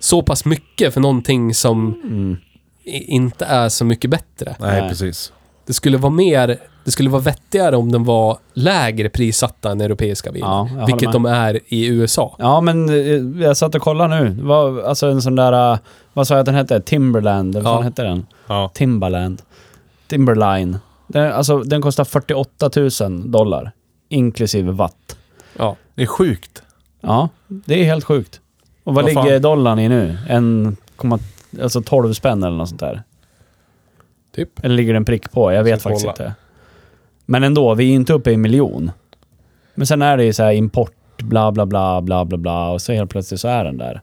A: så pass mycket för någonting som
B: Mm.
A: i- inte är så mycket bättre.
C: Nej,
B: Nej.
C: precis.
A: Det skulle vara mer, det skulle vara vettigare om den var lägre prissatta än europeiska
B: Ja,
A: bilar.
B: jag håller
A: vilket
B: med.
A: de är i USA.
B: Ja, men eh, jag satt och kollade nu. Vad, alltså en sån där... eh, Vad sa jag att den hette? Timberland? Eller vad
A: Ja.
B: fan hette den?
C: Ja.
B: Timberland. Timberline. Den, alltså, den kostar 48 000 dollar. Inklusive watt.
A: Ja.
C: Det är sjukt.
B: Ja, det är helt sjukt. Och vad,
C: Vad fan?
B: ligger dollarn i nu? En, komma, alltså 12 spänn eller något sånt där?
A: Typ.
B: Eller ligger det en prick på? Jag vet
C: Ska
B: faktiskt
C: kolla.
B: inte. Men ändå, vi är inte uppe i en miljon. Men sen är det ju så här import, bla bla bla, bla bla bla. Och så helt plötsligt så är den där.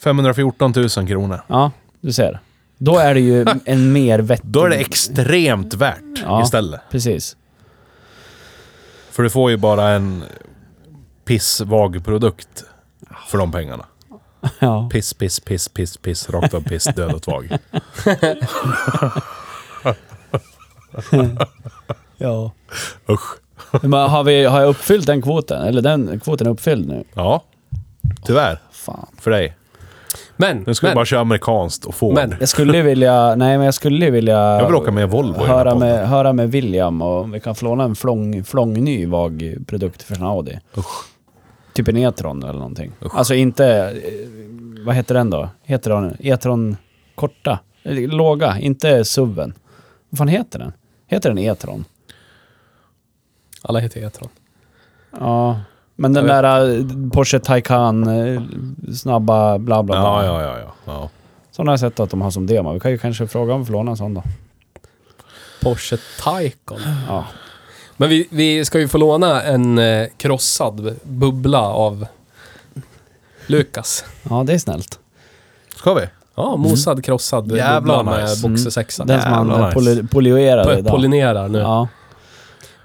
C: 514 000 kronor.
B: Ja, du ser. Då är det ju en mer vettig...
C: Då är det extremt värt
B: Ja.
C: istället.
B: Precis.
C: För du får ju bara en pissvag produkt för de pengarna.
B: Ja.
C: Piss, piss, piss, piss, piss, rakt av piss, död och vag.
B: ja.
C: Usch.
B: Men har, vi, har jag uppfyllt den kvoten? Eller den kvoten är uppfylld nu?
C: Ja. Tyvärr.
B: Fan.
C: För dig.
A: Men,
C: Nu ska
A: men,
C: du bara köra amerikanskt och få.
A: men.
B: Jag skulle vilja... Nej, men jag skulle vilja...
C: Jag vill åka med Volvo i den här
B: höra,
C: podden.
B: med, höra med William och om vi kan få låna en flång, flångny vag produkt för sin Audi. Typ en E-tron eller någonting. Alltså inte... eh, Vad heter den då? Heter den E-tron korta? Eller Låga, inte SUVen. Vad fan heter den? Heter den E-tron?
A: Alla heter E-tron.
B: Ja. Men den
A: Jag
B: där eh, Porsche Taycan, eh, snabba bla bla bla.
C: Ja, ja, ja, ja. ja.
B: Sådana har jag sett att de har som demo. Vi kan ju kanske fråga om vi får låna en sån då.
A: Porsche Taycan.
B: Ja.
A: Men vi, vi ska ju få låna en eh, krossad bubbla av Lukas.
B: ja, det är snällt.
C: Ska vi?
A: Ja, mosad
B: Mm.
A: krossad eh,
C: Jävlar,
A: bubbla med
C: nice.
A: boxersexa.
B: Den som man
C: Jävlar,
B: eh,
C: nice.
B: poli- polioerade
A: Po-
B: idag.
A: Pollinerar nu.
B: ja.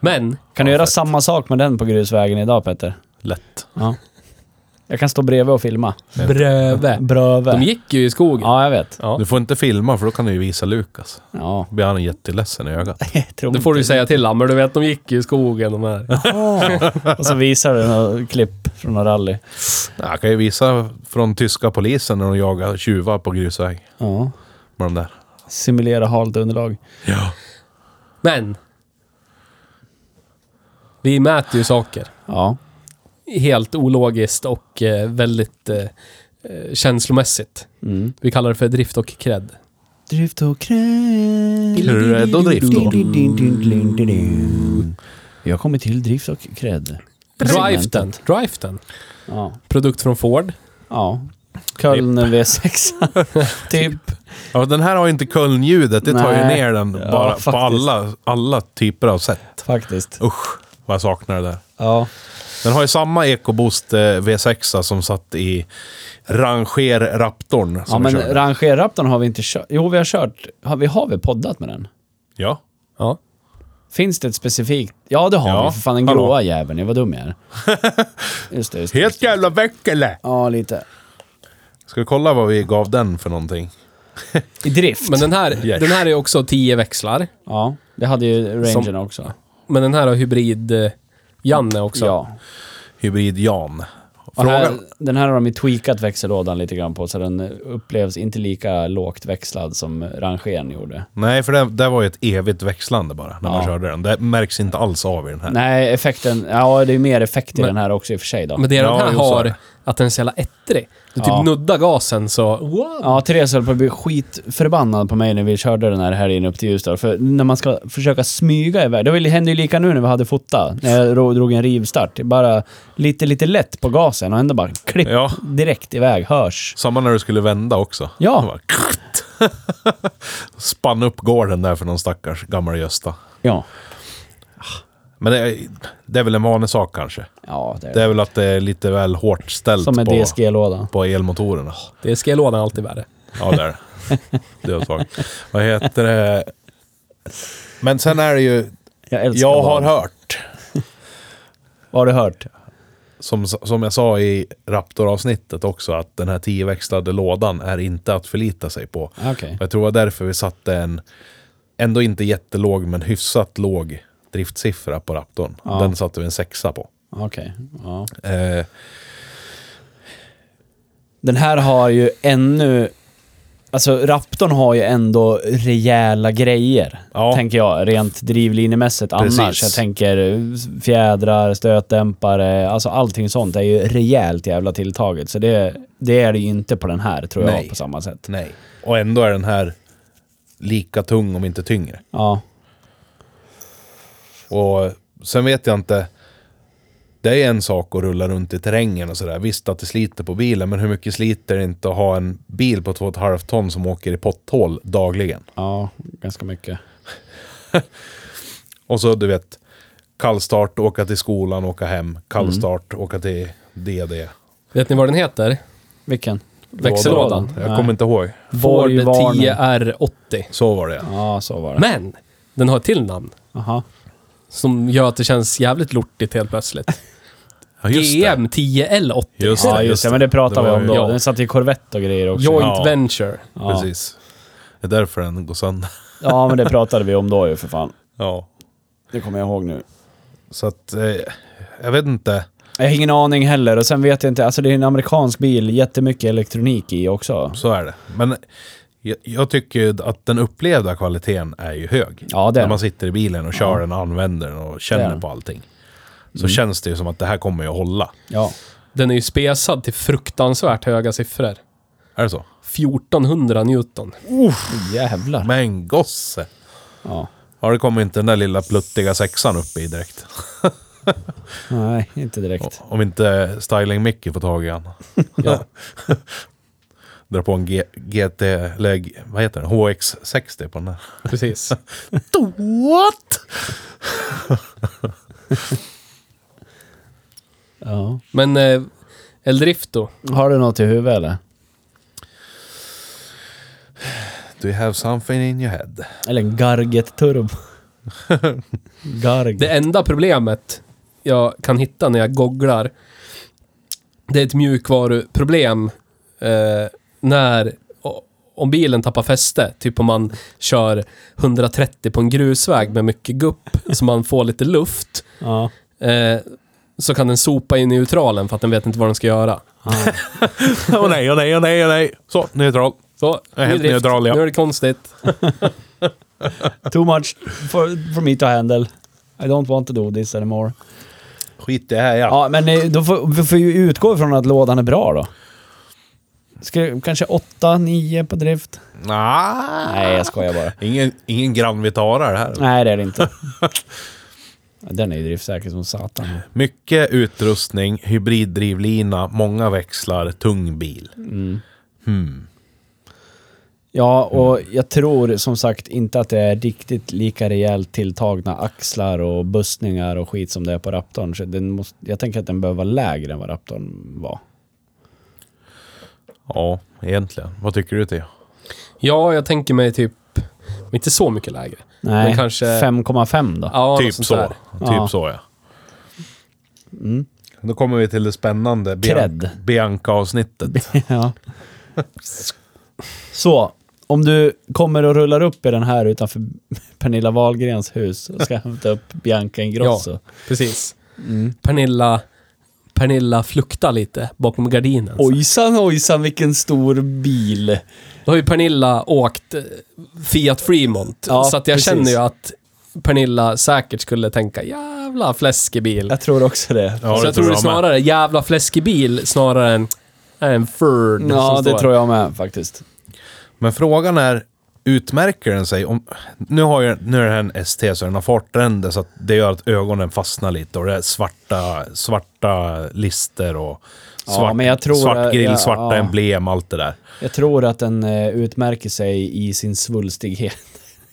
A: Men,
B: Kan du göra samma sak med den på grusvägen idag Petter?
C: Lätt.
B: Ja. Jag kan stå bredvid och filma.
A: bröve.
B: Bröve.
A: De gick ju i skogen.
B: Ja, jag vet.
A: Ja.
C: Du får inte filma för då kan du ju visa Lukas.
B: Ja.
C: Då blir han jätteledsen i ögat.
B: Tror
A: Det får du ju
B: inte.
A: säga till han, men du vet de gick ju i skogen de här.
B: Ja. Och så visar du några klipp från några rally.
C: Nej, Jag kan ju visa från tyska polisen när de jagar tjuvar på grusväg.
B: Ja.
C: Med de där.
B: Simulera halt underlag.
C: Ja.
A: Men. Vi mäter ju saker.
B: Ja.
A: Helt ologiskt och eh, väldigt eh, eh, känslomässigt.
B: Mm.
A: Vi kallar det för drift och cred.
B: Drift och cred.
C: Cred och drift då.
B: Vi har kommit till drift och cred.
A: Driften. Driften.
B: Ja.
A: Produkt från Ford.
B: ja. Köln V6. typ.
C: Ja, den här har ju inte Köln-ljudet. Det tar ju
B: Nej.
C: ner den
B: Ja,
C: bara
B: faktiskt.
C: på alla, alla typer av sätt.
B: Faktiskt.
C: Usch, vad jag saknar det där.
B: Ja.
C: Den har ju samma EcoBoost eh, V6 som satt i rangerraptorn.
B: Ja,
C: Som vi
B: men
C: körde.
B: rangerraptorn har vi inte kört. Jo, vi har kört. Har vi, har vi poddat med den?
C: ja.
A: Ja.
B: Finns det ett specifikt? Ja, det har
C: Ja,
B: vi. För fan, den
C: hallå.
B: gråa jäveln. Jag var dum jag är. Just det, just det.
C: Helt jävla väck eller?
B: Ja, lite.
C: Ska vi kolla vad vi gav den för någonting?
B: I drift.
A: Men den här,
C: Yes.
A: den här är också 10 växlar.
B: Ja, det hade ju rangen
A: Som-
B: också.
A: Men den här har hybrid... eh, Janne också.
B: Ja.
C: Hybrid-Jan.
B: Och
C: Fråga...
B: Här, den här har de ju tweakat växellådan lite grann på, så den upplevs inte lika lågt växlad som rangeren gjorde.
C: Nej, för det, det var ju ett evigt växlande bara när man
B: Ja.
C: körde den. Det märks inte alls av i den här.
B: Nej, effekten... Ja, det är mer effekt i
A: Men-
B: den här också i och för sig då.
A: Men det den
C: Ja,
A: här
C: jo, så är
A: har,
C: det.
A: att den är så jävla ettrig. Du typ
B: Ja.
A: nuddar gasen så... Wow.
B: Ja, Therese höll på att bli skitförbannad på mig när vi körde den här helgen upp till Ljusdal. För när man ska försöka smyga iväg, det hände ju lika nu när vi hade fota, när jag ro- drog en rivstart. Bara lite, lite lätt på gasen och ändå bara klipp
C: Ja.
B: direkt iväg, hörs.
C: Samma när du skulle vända också.
B: Ja.
C: Det Bara... Spann upp gården där för någon stackars gammal Gösta.
B: Ja.
C: Men det är, det är väl en vanlig sak kanske.
B: Ja, det är
C: Det är väl att det är lite väl hårt ställt
B: Som en
C: på,
B: DSG-låda.
C: på elmotorerna.
A: Det ska jag låna alltid värre.
C: Ja, där. det är svagt. Vad heter det? Men sen är det ju...
B: Jag älskar
C: Jag har
B: lådor.
C: hört,
B: Vad har du hört?
C: som, som jag sa i Raptor-avsnittet också, att den här tioväxlade lådan är inte att förlita sig på.
B: Okej.
C: Och Jag tror det var därför vi satte en, ändå inte jättelåg, men hyfsat låg driftsiffra på Raptorn.
B: Ja.
C: Den satte vi en sexa på.
B: Okej. Ja.
C: Eh,
B: Den här har ju ännu... Alltså Raptorn har ju ändå rejäla grejer,
C: Ja.
B: tänker jag, rent drivlinemässigt
C: Precis.
B: annars. Jag tänker eh, fjädrar, stötdämpare, alltså allting sånt är ju rejält jävla tilltaget. Så det, det är det ju inte på den här, tror jag,
C: Nej.
B: på samma sätt.
C: nej. Och ändå är den här lika tung, om inte tyngre.
B: Ja.
C: Och sen vet jag inte. Det är en sak att rulla runt i terrängen och sådär. Visst att det sliter på bilen, men hur mycket sliter det inte att ha en bil på 2,5 ton som åker i potthål dagligen?
B: Ja, ganska mycket.
C: Och så du vet, kallstart, åka till skolan, åka hem. Kallstart, åka till det, det.
A: Vet ni vad den heter?
B: Vilken?
A: Växellådan.
C: Jag
B: Nej.
C: kommer inte ihåg.
A: Ford
B: Borgvarning.
A: 10R80.
C: Så var det.
B: Ja, så var det.
A: Men! Den har ett till namn.
B: Aha.
A: Som gör att det känns jävligt lortigt helt plötsligt.
C: Ja,
A: GM 10L80.
C: Just
B: Ja, just det. Men det pratade
C: Det
B: vi
C: var
B: om
C: ju-
B: då.
A: ja.
B: Den satt i Corvette och grejer också.
A: Joint
C: Ja.
A: Venture.
B: Ja.
C: Precis. Det är därför den går sönder.
B: Ja, men det pratade vi om då ju för fan.
C: Ja.
B: Det kommer jag ihåg nu.
C: Så att, eh, jag vet inte.
B: Jag har ingen aning heller och sen vet jag inte, alltså det är en amerikansk bil, jättemycket elektronik i också.
C: Så är det. Men jag, jag tycker ju att den upplevda kvaliteten är ju hög.
B: Ja, det är
C: När man
B: den.
C: sitter i bilen och kör den och använder den och
B: Det är
C: känner
B: den. Mm.
C: på allting. Så känns det ju som att det här kommer ju att hålla.
B: Ja.
A: Den är ju spesad till fruktansvärt höga siffror.
C: Är det så?
A: 1400 Newton.
B: Jävlar.
C: Men gosse!
B: Ja.
C: Ja, det kommer inte den där lilla pluttiga sexan upp i direkt.
B: Nej, inte direkt.
C: Om inte styling Mickey får tag i han.
A: Ja.
C: Dra på en G, GT, eller G- vad heter den? HX60 på den där.
A: Precis.
C: What?
B: Ja.
A: Men eh, Eldrifto.
B: Har du något i huvudet eller?
C: Do you have something in your head?
B: Eller en Garget-turbo? Garget.
A: Det enda problemet jag kan hitta när jag googlar, det är ett mjukvaruproblem eh, när, o- om bilen tappar fäste, typ om man kör 130 på en grusväg med mycket gupp, så man får lite luft,
B: Ja.
A: eh, så kan den sopa in i neutralen för att den vet inte vad den ska göra.
B: Ja.
C: Åh nej, åh nej, åh nej, åh nej. Så, neutral.
A: Så,
C: Jag är helt
A: ny drift.
C: neutral, ja.
A: Nu är det konstigt.
B: Too much for, for me to handle. I don't want to do this anymore.
C: Skit i det här ja.
B: Ja, men eh, då får vi får ju utgå ifrån att lådan är bra då. Ska, kanske 8-9 på drift?
C: Nah.
B: Nej, jag skojar bara.
C: Ingen, ingen Grand Vitara det här.
B: Nej, det är det inte. Ja, Den är ju driftsäker som satan.
C: Mycket utrustning, hybriddrivlina, många växlar, tung bil.
B: Ja, och jag tror som sagt inte att det är riktigt lika rejält tilltagna axlar och bussningar och skit som det är på Raptorn. Så den måste, jag tänker att den behöver vara lägre än vad Raptorn var.
C: Ja, egentligen. Vad tycker du till?
A: Ja, jag tänker mig typ, men inte så mycket lägre.
B: Nej,
A: Men kanske-
B: 5,5 då.
A: Ja,
C: typ
A: något sånt
C: så.
A: där.
C: Typ
B: Ja.
C: så ja.
B: Mm.
C: Då kommer vi till det spännande Bian-
B: Cred.
C: Bianca-avsnittet.
B: Ja. Så, om du kommer och rullar upp i den här utanför Pernilla Wahlgrens hus och ska hämta upp Bianca Ingrosso.
A: Ja, precis. Pernilla, Pernilla fluktar lite bakom gardinen.
B: Ojsan, ojsan vilken stor bil.
A: Då har ju Pernilla åkt eh, Fiat Fremont,
B: Ja,
A: så att jag
B: precis.
A: känner ju att Pernilla säkert skulle tänka jävla fläskig bil.
B: Jag tror också det.
C: Ja,
A: så
C: det
A: jag tror det
C: jag
A: är
C: med.
A: snarare jävla fläskig bil snarare än är en Ford
B: Ja,
A: som
B: det
A: står.
B: tror jag med faktiskt.
C: Men frågan är, utmärker den sig? Om, nu, har ju, nu är det här en ST, så den har fartränder, så att det gör att ögonen fastnar lite. Och det är svarta, svarta lister och
B: Ja,
C: svart,
B: men jag tror-
C: svart grill,
B: ja,
C: svarta
B: ja.
C: emblem, allt det där.
B: Jag tror att den eh, utmärker sig i sin svulstighet.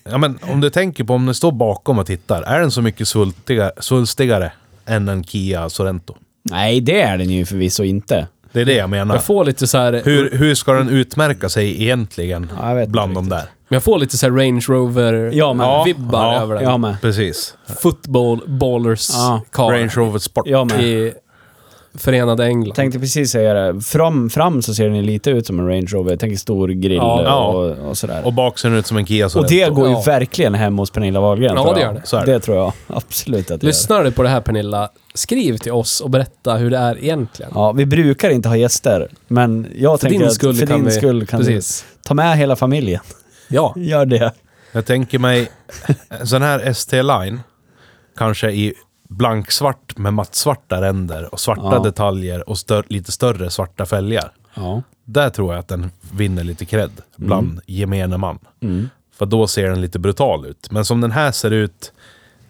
C: Ja, men om du tänker på om du står bakom och tittar, är den så mycket svultiga, svulstigare än en Kia Sorento?
B: Nej, det är den ju förvisso inte.
C: Det är det jag menar.
A: Jag får lite så här,
C: Hur, hur ska den utmärka sig egentligen
B: Ja, jag vet inte
C: bland de där?
A: jag får lite så här Range
B: Ja, men- Ja,
A: Rover-vibbar
C: ja,
A: över den.
B: Jag med.
C: Precis.
A: Football ballers
B: Ja.
A: car
C: Range Rover Sport.
B: Jag med.
A: i Förenade England.
B: Jag tänkte precis säga det. Fram, fram så ser den ju lite ut som en Range Rover. Jag tänker stor grill
A: Ja.
C: Ja.
B: och, och sådär.
C: Och bak ser den ut som en Kia
B: Och
C: Sorento.
B: det går ju
A: Ja.
B: verkligen hem hos Pernilla Wahlgren.
A: Ja,
B: tror
A: det
B: jag.
A: gör det.
C: Så är det.
B: Det tror jag absolut att det gör.
A: Lyssnar du på det här Pernilla, skriv till oss och berätta hur det är egentligen.
B: Ja, vi brukar inte ha gäster, men jag
A: För
B: tänker
A: din
B: att
A: skull
B: för
A: kan
B: din
A: vi...
B: skull kan
A: Precis.
B: du ta med hela familjen.
A: Ja.
B: Gör det.
C: Jag tänker mig en sån här ST-line, kanske i blanksvart med mattsvarta ränder och svarta
B: Ja.
C: detaljer och stör, lite större svarta fälgar.
B: Ja.
C: Där tror jag att den vinner lite cred bland
B: Mm.
C: gemene man. För då ser den lite brutal ut. Men som den här ser ut,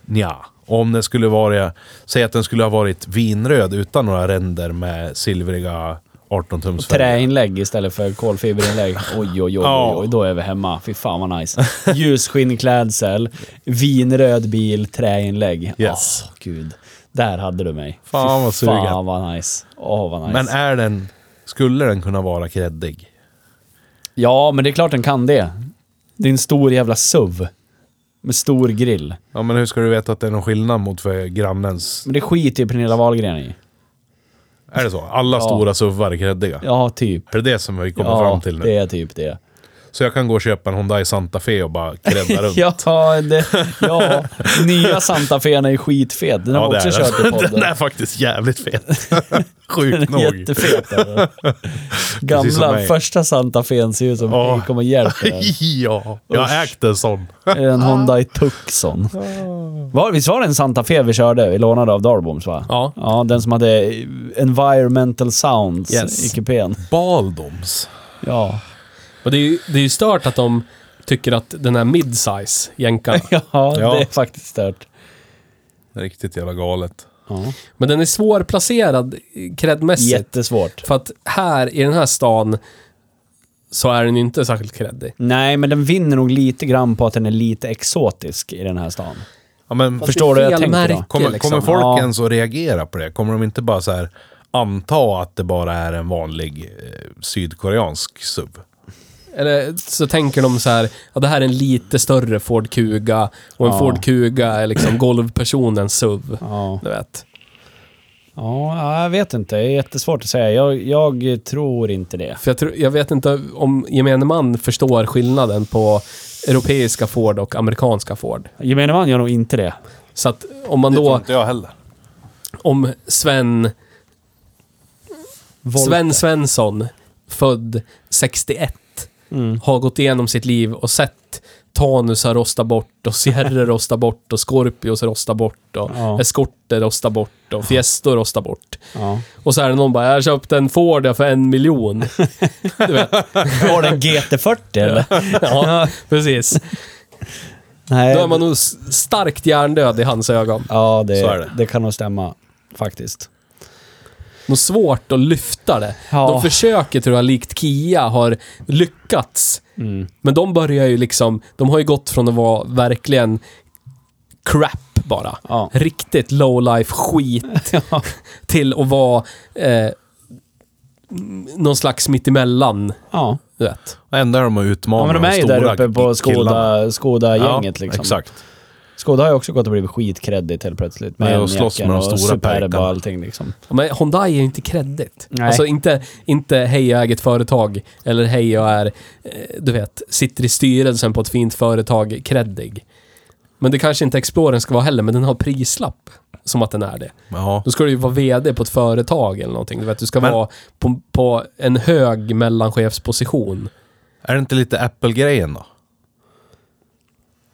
C: nja. Och om den skulle vara, säg att den skulle ha varit vinröd utan några ränder med silvriga 18 tums
B: Träinlägg istället för kolfiberinlägg. Oj, oj, oj, oj,
C: Ja.
B: oj, då är vi hemma. Fy fan vad nice. Ljus skinnklädsel, vinröd bil, träinlägg.
C: Yes.
B: Åh, gud. Där hade du mig.
C: Fan,
B: Fy
C: vad sugen.
B: Fan vad nice. Åh, vad nice.
C: Men är den, skulle den kunna vara kreddig?
B: Ja, men det är klart den kan det. Det är en stor jävla SUV. Med stor grill.
C: Ja men hur ska du veta att det är någon skillnad mot för grannens?
B: Men det skiter ju Pernilla Wahlgren i.
C: Är det så? Alla stora SUVar är kreddiga?
B: Ja, typ.
C: Är det det som vi kommer
B: ja,
C: fram till nu?
B: det är typ det.
C: Så jag kan gå och köpa en Hyundai Santa Fe och bara kredda runt?
B: Ja, det, ja, nya Santa Fe är ju skitfet. Den har
C: Ja,
B: vi
C: det
B: också
C: är
B: kört i
C: den.
B: podden.
C: Den är faktiskt jävligt fet.
B: Den
C: Sjukt
B: är
C: nog.
B: jättefet. alltså.
C: Precis som
B: Gamla
C: mig.
B: första Santa Fe ser ut som
C: Ja.
B: oh. kommer hjälpa den.
C: ja, jag har ägt en sån.
B: Är det en Hyundai Tucson? Var, visst var det en Santa Fe vi körde? Vi lånade av Darboms va?
A: Ja.
B: ja. Den som hade environmental sounds
A: Yes.
B: i kupén.
C: Baldoms.
B: Ja.
A: Och det är ju, det är ju stört att de tycker att den här midsize jänkarna.
B: ja, det
C: Ja.
B: är faktiskt stört.
C: Riktigt jävla galet.
A: Men den är svårplacerad eh, credmässigt.
B: Jättesvårt.
A: För att här i den här stan så är den ju inte särskilt creddig.
B: Nej, men den vinner nog lite grann på att den är lite exotisk i den här stan.
C: Ja, men
A: Fast
B: Förstår
A: det
B: du
A: är
B: vad jag
A: fel
B: tänker då?
A: märke,
C: kommer,
A: liksom.
C: kommer folk
B: Ja.
C: ens att reagera på det? Kommer de inte bara så här anta att det bara är en vanlig eh, sydkoreansk SUV?
A: Eller så tänker de så här, ja det här är en lite större Ford Kuga och en
B: Ja.
A: Ford Kuga är liksom golvpersonens SUV.
B: Ja.
A: Du vet.
B: ja, jag vet inte. Det är jättesvårt att säga. Jag, jag tror inte det.
A: För jag, tror, jag vet inte om gemene man förstår skillnaden på europeiska Ford och amerikanska Ford.
B: Gemene man gör nog inte det.
A: Så att om man då,
C: jag heller.
A: om Sven,
B: Volte.
A: Sven Svensson, född 61,
B: Mm.
A: har gått igenom sitt liv och sett Tanusar rosta bort och Sierror rosta bort och Scorpios rosta bort och
B: Ja.
A: Escorter rosta bort och Fiestor rosta bort.
B: Ja.
A: Och så är det någon bara, jag köpte en Ford för en miljon. Du vet.
B: Var det en GT40 eller?
A: Ja, precis.
B: Nej.
A: Då är man nog s- starkt hjärndöd i hans ögon.
B: Ja, det,
C: Så är
B: det.
C: det.
B: kan nog stämma faktiskt.
A: Nog svårt att lyfta det.
B: Ja.
A: De försöker tror jag, likt Kia, har lyckats.
B: Mm.
A: Men de börjar ju liksom, de har ju gått från att vara verkligen crap bara.
B: Ja.
A: Riktigt low life skit till att vara eh, någon slags mittemellan.
B: Ja.
A: Du vet.
C: Enda de har
B: ja,
C: utmanat
B: men de är ju där
C: stora
B: uppe på
C: killarna.
B: Skoda- Skoda-gänget liksom.
C: Exakt.
B: Skoda har ju också gått och blivit skitkreddigt helt plötsligt. Med
C: Ja,
B: ja,
C: och slåss med de stora
B: Superb
C: pojkarna.
B: och allting liksom.
A: Men Hyundai är ju inte kreddigt.
B: Nej.
A: Alltså inte, inte hej jag äger ett företag eller hej jag är, eh, du vet, sitter i styrelsen på ett fint företag kreddig. Men det kanske inte Exploren ska vara heller, men den har prislapp som att den är det.
C: Ja.
A: Då ska du ju vara VD på ett företag eller någonting. Du vet, du ska
C: Men-
A: vara på, på en hög mellanchefsposition.
C: Är det inte lite Apple-grejen då?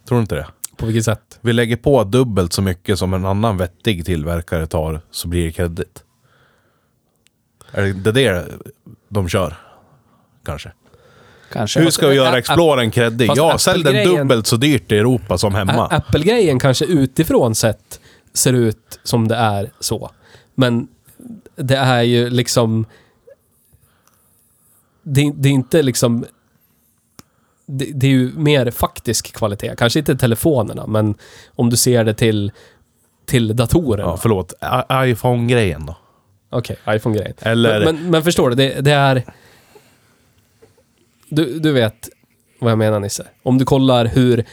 C: Tror du inte det?
A: På vilket sätt?
C: Vi lägger på dubbelt så mycket som en annan vettig tillverkare tar, så blir det kreddigt. Är det- det är det de kör? Kanske.
B: Kanske.
C: Hur ska vi göra
A: Ä-
C: Exploren kreddig?
A: fast
C: Ja, sälj den
A: Apple-grejen-
C: dubbelt så dyrt i Europa som
A: Ä-
C: hemma.
A: Apple-grejen kanske utifrån sett ser ut som det är så. Men det är ju liksom... Det, det är inte liksom... Det, det är ju mer faktisk kvalitet. Kanske inte telefonerna, men om du ser det till, till datorerna.
C: Ja, förlåt. I- iPhone-grejen då?
A: Okej, iPhone-grejen.
C: Eller-
A: Men, men, men förstår du, det, det är... Du, du vet vad jag menar Nisse. Om du kollar hur...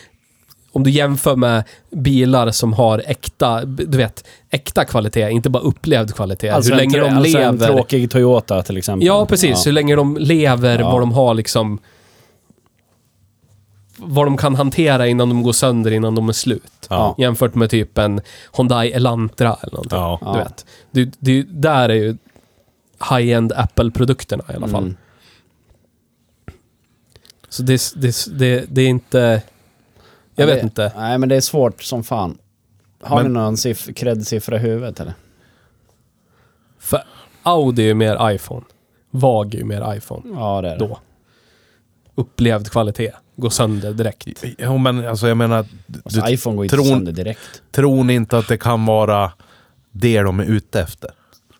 A: Om du jämför med bilar som har äkta, du vet, äkta kvalitet, inte bara upplevd kvalitet.
B: Alltså
A: hur
B: en,
A: länge
B: tro-
A: de
B: alltså en
A: lever.
B: tråkig Toyota till exempel.
A: Ja, precis. Hur länge de lever,
B: Ja.
A: vad de har liksom... Vad de kan hantera innan de går sönder, innan de är slut.
C: Ja.
A: Jämfört med typ en Hyundai Elantra eller någonting.
C: Ja.
A: Du vet. Det, det, där är ju high-end Apple-produkterna i alla fall.
B: Mm.
A: Så det, det, det, det är inte... Jag vet
B: det,
A: inte.
B: Nej, men det är svårt som fan. Har
C: Men-
B: ni någon siff- kreddsiffra i huvudet eller?
A: För Audi är ju mer iPhone. VAG är ju mer iPhone.
B: Ja, det är det.
A: Då. upplevd kvalitet går sönder direkt.
C: Jo, men alltså jag menar... Du,
B: Alltså, iPhone går ju
C: tron-
B: inte sönder direkt.
C: Tror ni inte att det kan vara det de är ute efter?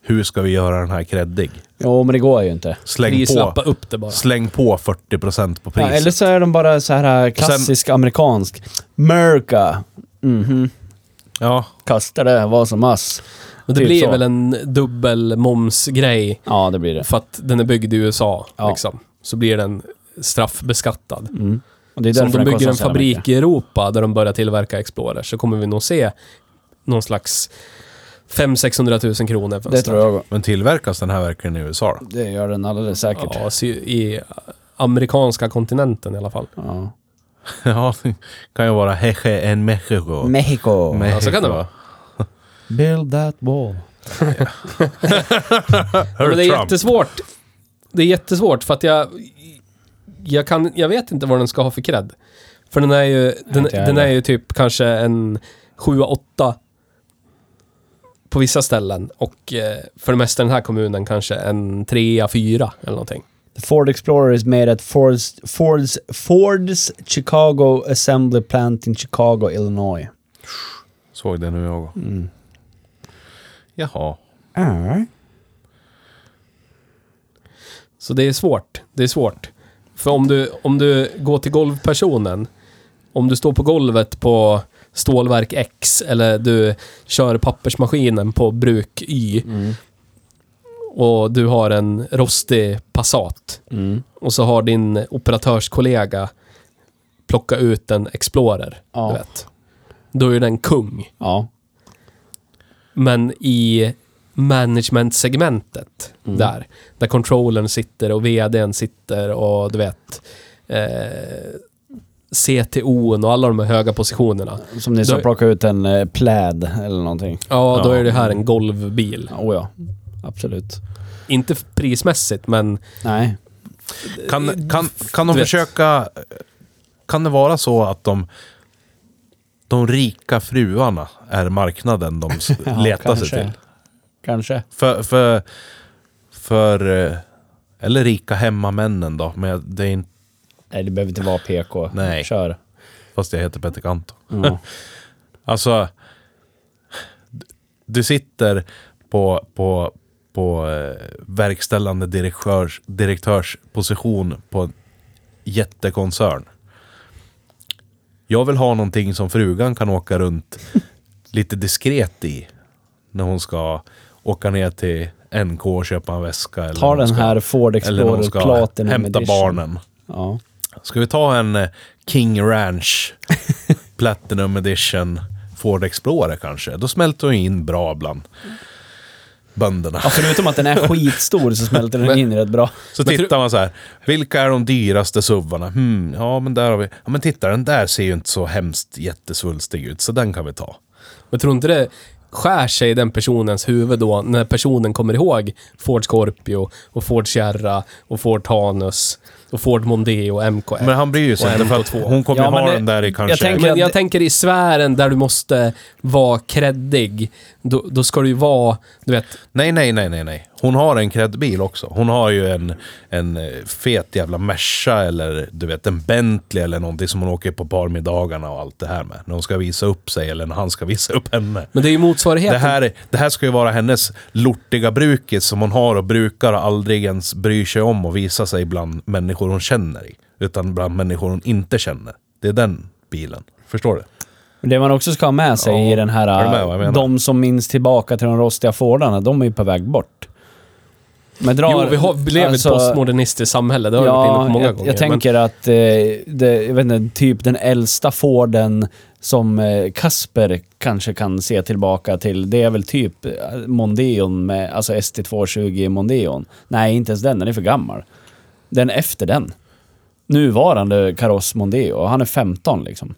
C: Hur ska vi göra den här kreddig?
B: Jo, men det går ju inte.
C: Släng
A: Prislappa
C: på,
A: upp det bara.
C: släng på 40% på
B: Ja,
C: priset.
B: eller så är de bara så här äh, klassisk amerikansk. Merca. Mhm.
C: Ja,
B: Kastar det, var som ass.
A: Och det
B: typ
A: blir
B: så.
A: väl en dubbel momsgrej
B: Ja, det blir det.
A: för att den är byggd i USA.
B: Ja.
A: Liksom. Så blir den straffbeskattad.
B: Mm. Och det är
A: Som
B: därför
A: de
B: den
A: bygger
B: kostar
A: en
B: så jävla mycket.
A: fabrik i Europa där de börjar tillverka Explorer så kommer vi nog se någon slags 500-600 000 kronor. för en
B: Det
A: sån
B: tror
A: här.
B: jag.
C: men tillverkas den här verkligen i USA då?
B: Det gör den alldeles säkert.
A: Ja, sy- i amerikanska kontinenten i alla fall.
B: Ja.
C: Ja, det kan ju vara Heche en Mexico.
B: Mexico.
C: Mexico.
A: så kan det vara.
B: Build that wall.
C: Hör
A: men det är
C: Trump.
A: jättesvårt. Det är jättesvårt för att jag... Jag, kan, jag vet inte vad den ska ha för cred. För den är ju, den,
B: Inte jag
A: den är
B: heller.
A: ju typ kanske en 7-8 på vissa ställen. Och eh, för det mesta i den här kommunen kanske en 3-4 eller någonting.
B: The Ford Explorer is made at Ford's, Ford's, Ford's Chicago Assembly Plant in Chicago, Illinois. Mm.
C: Såg det nu jag också. Jaha.
A: Så det är svårt. Det är svårt. För om du, om du går till golvpersonen, om du står på golvet på stålverk X eller du kör pappersmaskinen på bruk Y
B: Mm.
A: och du har en rostig Passat
B: Mm.
A: och så har din operatörskollega plocka ut en Explorer,
B: Ja.
A: du vet. Då är den kung.
B: Ja.
A: Men i managementsegmentet där, där controllern sitter och vdn sitter och du vet eh, CTO'n och alla de här höga positionerna.
B: Som ni sa,
A: Då-
B: plocka ut en eh, pläd eller någonting.
A: Ja, då
C: Ja.
A: är det här en golvbil.
B: Oh ja. Absolut.
A: Inte f- prismässigt, men
B: Nej.
C: Kan, kan, kan de
A: Eh, Du vet.
C: försöka... eh, Kan det vara så att de... De rika fruarna är marknaden de s-
B: Ja,
C: letar
B: kanske.
C: sig till.
B: Kanske.
C: För, för, för... eh, Eller rika hemmamännen då, men jag- det är inte,
B: Nej, det behöver inte vara PK.
C: Nej.
B: Kör.
C: fast jag heter Petter Kanto.
B: Ja.
C: Alltså, d- du sitter på, på, på eh, verkställande direktörs, direktörsposition på en jättekoncern. Jag vill ha någonting som frugan kan åka runt lite diskret i när hon ska åka ner till NK och köpa en väska. Eller
B: Ta
C: hon
B: den
C: ska,
B: här Ford
C: eller
B: Explorer
C: hon ska
B: Platinum
C: hämta
B: Edition.
C: barnen.
B: Ja.
C: Ska vi ta en eh, King Ranch Platinum Edition Ford Explorer kanske? Då smälter hon in bra bland bönderna.
B: ja. Förutom att den är skitstor så smälter den in rätt bra.
C: Så
A: Men
C: tittar man så här, vilka är de dyraste suvarna? Hmm, ja men där har vi, ja men titta den där ser ju inte så hemskt jättesvulstig ut, så den kan vi ta.
A: jag tror inte det skär sig i den personens huvud då när personen kommer ihåg Ford Scorpio och Ford Sierra och Ford Tanus och Ford Mondeo MKF.
C: Men han bryr ju sig inte för att hon kommer
B: Ja, men
C: ha
B: det-
C: den där i
B: jag
C: kanske...
B: tänker-
A: Men jag
B: Cred-
A: tänker i sfären där du måste vara kreddig, då, då ska du ju vara, du vet,
C: Nej, nej, nej, nej, nej. Hon har en kredbil också. Hon har ju en, en eh, fet jävla Merca eller du vet en Bentley eller någonting som hon åker på parmiddagarna och allt det här med. När hon ska visa upp sig eller när han ska visa upp henne.
A: men det är ju motsvarigheten.
C: Det här, det här ska ju vara hennes lortiga brukis som hon har och brukar och aldrig ens bryr sig om att visa sig bland människor hon känner i. Utan bland människor hon inte känner. Det är den bilen. Förstår du?
B: Men Det man också ska ha med sig
C: Ja,
B: i den
C: är du med vad jag
B: här...
C: menar?
B: de som minns tillbaka till de rostiga Fordarna, de är ju på väg bort. Men drar,
A: jo, vi har blivit
B: alltså-
A: ett postmodernistiskt samhälle, det har vi varit inne på många
B: jag,
A: gånger.
B: Jag
A: men-
B: tänker att, eh, det, jag vet inte, typ den äldsta Forden som eh, Kasper kanske kan se tillbaka till, det är väl typ eh, Mondeon med, alltså ST220 Mondeon. Nej, inte ens den, den är för gammal. Den efter den. Nuvarande kaross Mondeo, han är 15 liksom.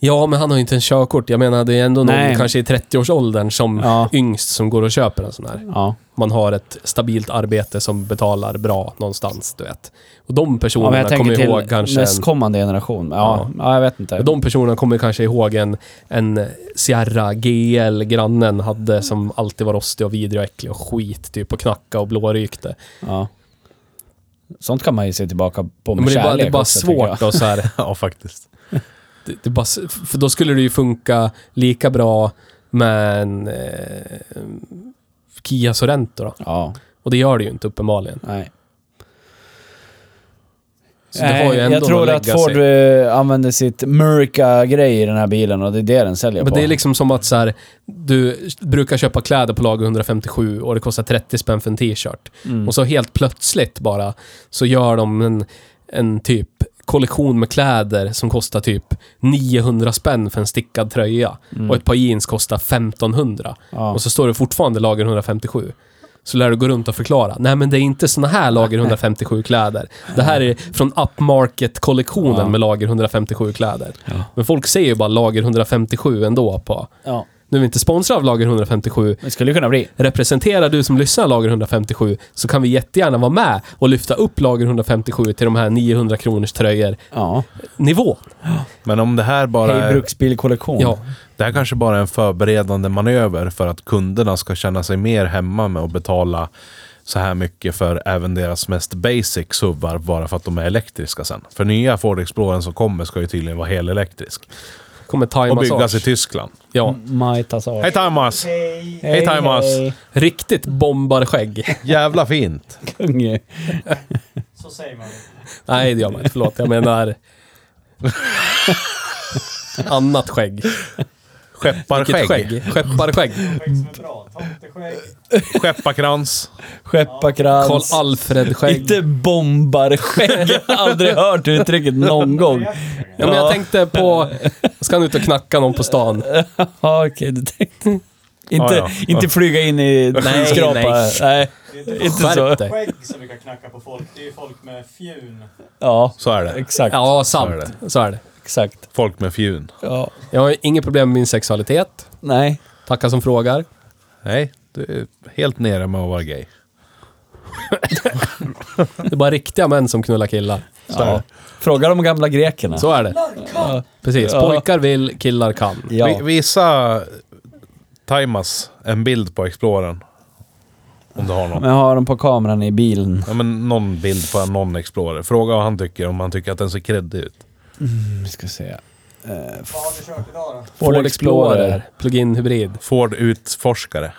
A: Ja, men han har ju inte en körkort. Jag menar, det är ändå någon
B: Nej.
A: kanske i 30-årsåldern som
B: Ja.
A: yngst som går och köper en sån här.
B: Ja.
A: Man har ett stabilt arbete som betalar bra någonstans, du vet. Och de
B: ja men
A: personerna
B: jag tänker
A: kommer ihåg
B: till
A: kanske... En,
B: nästkommande generation. Ja, ja. jag vet inte.
A: de personerna kommer kanske ihåg en, en Sierra GL grannen hade som alltid var rostig och vidrig och äcklig och skit typ och knacka och blårykte.
B: ja. Sånt kan man ju se tillbaka på med
A: Men det är bara,
B: kärlek
A: det är bara
B: också, tänker jag.
A: svårt då, så här.
C: ja, faktiskt.
A: Det, det är bara, s- för då skulle det ju funka lika bra med en eh, Kia Sorento då.
B: Ja,
A: Och det gör det ju inte uppenbarligen.
B: nej.
A: Så det har ju
B: Nej,
A: ändå
B: Eh, jag tror
A: något
B: att Ford
A: legacy.
B: eh, använder sitt Murica-grej i den här bilen och det är det den säljer
A: Men
B: på.
A: det är liksom som att så här, du brukar köpa kläder på lager 157 och det kostar 30 spänn för en t-shirt.
B: Mm.
A: Och så helt plötsligt bara så gör de en, en typ kollektion med kläder som kostar typ 900 spänn för en stickad tröja.
B: Mm.
A: Och ett par jeans kostar 1500.
B: ja.
A: Och så står det fortfarande lager 157. Så lär du gå runt och förklara. Nej, men det är inte såna här lager 157-kläder. Det här är från upmarket-kollektionen
B: Ja.
A: med lager 157-kläder.
B: Ja.
A: Men folk säger ju bara lager 157 ändå på...
B: ja.
A: Nu är vi inte sponsrade av lager 157.
B: Det skulle kunna bli.
A: Representerar du som lyssnar lager 157 så kan vi jättegärna vara med och lyfta upp lager 157 till de här 900 kronors tröjor
B: Ja.
A: nivån.
C: Men om det här bara
B: Hej
C: är,
B: bruksbilkollektion.
A: Ja.
C: det här kanske bara är en förberedande manöver för att kunderna ska känna sig mer hemma med att betala så här mycket för även deras mest basic suvar bara för att de är elektriska sen. För nya Ford Explorern som kommer ska ju tydligen vara helelektrisk.
A: Kommer time
C: Och byggas i
A: massage.
C: Tyskland.
A: Ja.
B: Majtas
C: Hej Thomas! Hej Thomas!
A: Riktigt bombarskägg.
C: Jävla fint!
B: Kung.
D: Så säger man.
A: Nej, det gör man inte. Förlåt, jag menar... Annat skägg. Vilket
C: Skepparskägg.
A: skägg? Skepparskägg.
D: Skägg som är bra.
B: Eh,
D: Tomteskägg.
C: Skepparkrans.
A: Karl
B: Skepparkrans.
A: Alfred-skägg.
B: Inte bombarskägg. Jag har aldrig hört uttrycket någon gång.
A: Ja, men jag tänkte på... Ska han ut och knacka någon på stan?
B: Ja, okej, du tänkte... Inte,
C: Ja, ja.
B: inte flyga in i
A: Nej,
B: skyskrapa. Nej,
A: nej.
D: Det är inte
B: inte så.
A: Skärp dig.
D: skägg som brukar knacka på folk. Det är ju folk med fjun.
B: Ja,
C: Så är det.
B: exakt.
A: Ja,
C: Så är
A: sant. Så är det.
B: Exakt.
C: Folk med fjun.
B: Ja.
A: Jag har inget problem med min sexualitet.
B: Nej.
A: Tackar som frågar.
C: Nej, du är helt nere med att vara gay.
A: Det är bara riktiga män som knullar killar.
C: Så är
B: Ja.
C: det.
B: Fråga de gamla grekerna.
A: Så är det. Precis.
B: Ja.
A: Pojkar vill, killar kan.
B: Ja.
C: Vi, visa Timas en bild på Explorern. Om du har någon.
B: Men jag har dem på kameran i bilen.
C: Ja, men någon bild på någon Explorer. Fråga vad han tycker, om han tycker att den ser kreddig ut.
B: Vi ska se.
D: Vad har ni kört idag då?
A: Ford Explorer. Plug-in hybrid.
C: Ford utforskare.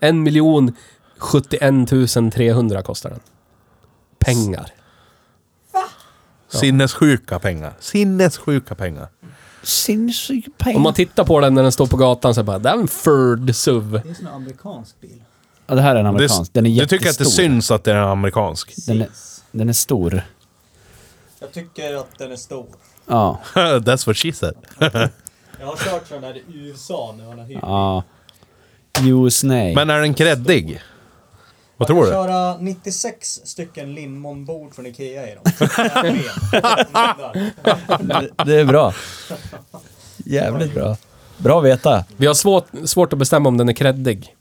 A: 1 miljon 71 300 kostar den. Pengar.
C: Sinnessjuka pengar. Sinnessjuka pengar.
B: Sinnssyk
A: Om man tittar på den när den står på gatan så är det bara, det är en Ford SUV.
D: Det är en sån här amerikansk bil.
B: Ja, det här är en
C: Det,
B: amerikansk. Den är
C: du
B: jättestor.
C: tycker att det syns att den är amerikansk?
B: Den är, den är stor.
D: Jag tycker att den är stor.
B: Ja.
C: That's what she said.
D: Jag har kört sån där i USA när man har hyrt.
B: Ja. Use nej.
C: Men är den kreddig? Vad
D: Man
C: tror
D: kan
C: du?
D: köra 96 stycken linmonbord från Ikea i dem. Jag är med. Där.
B: Det är bra. Jävligt bra. Bra att veta.
A: Vi har svårt, svårt att bestämma om den är kreddig.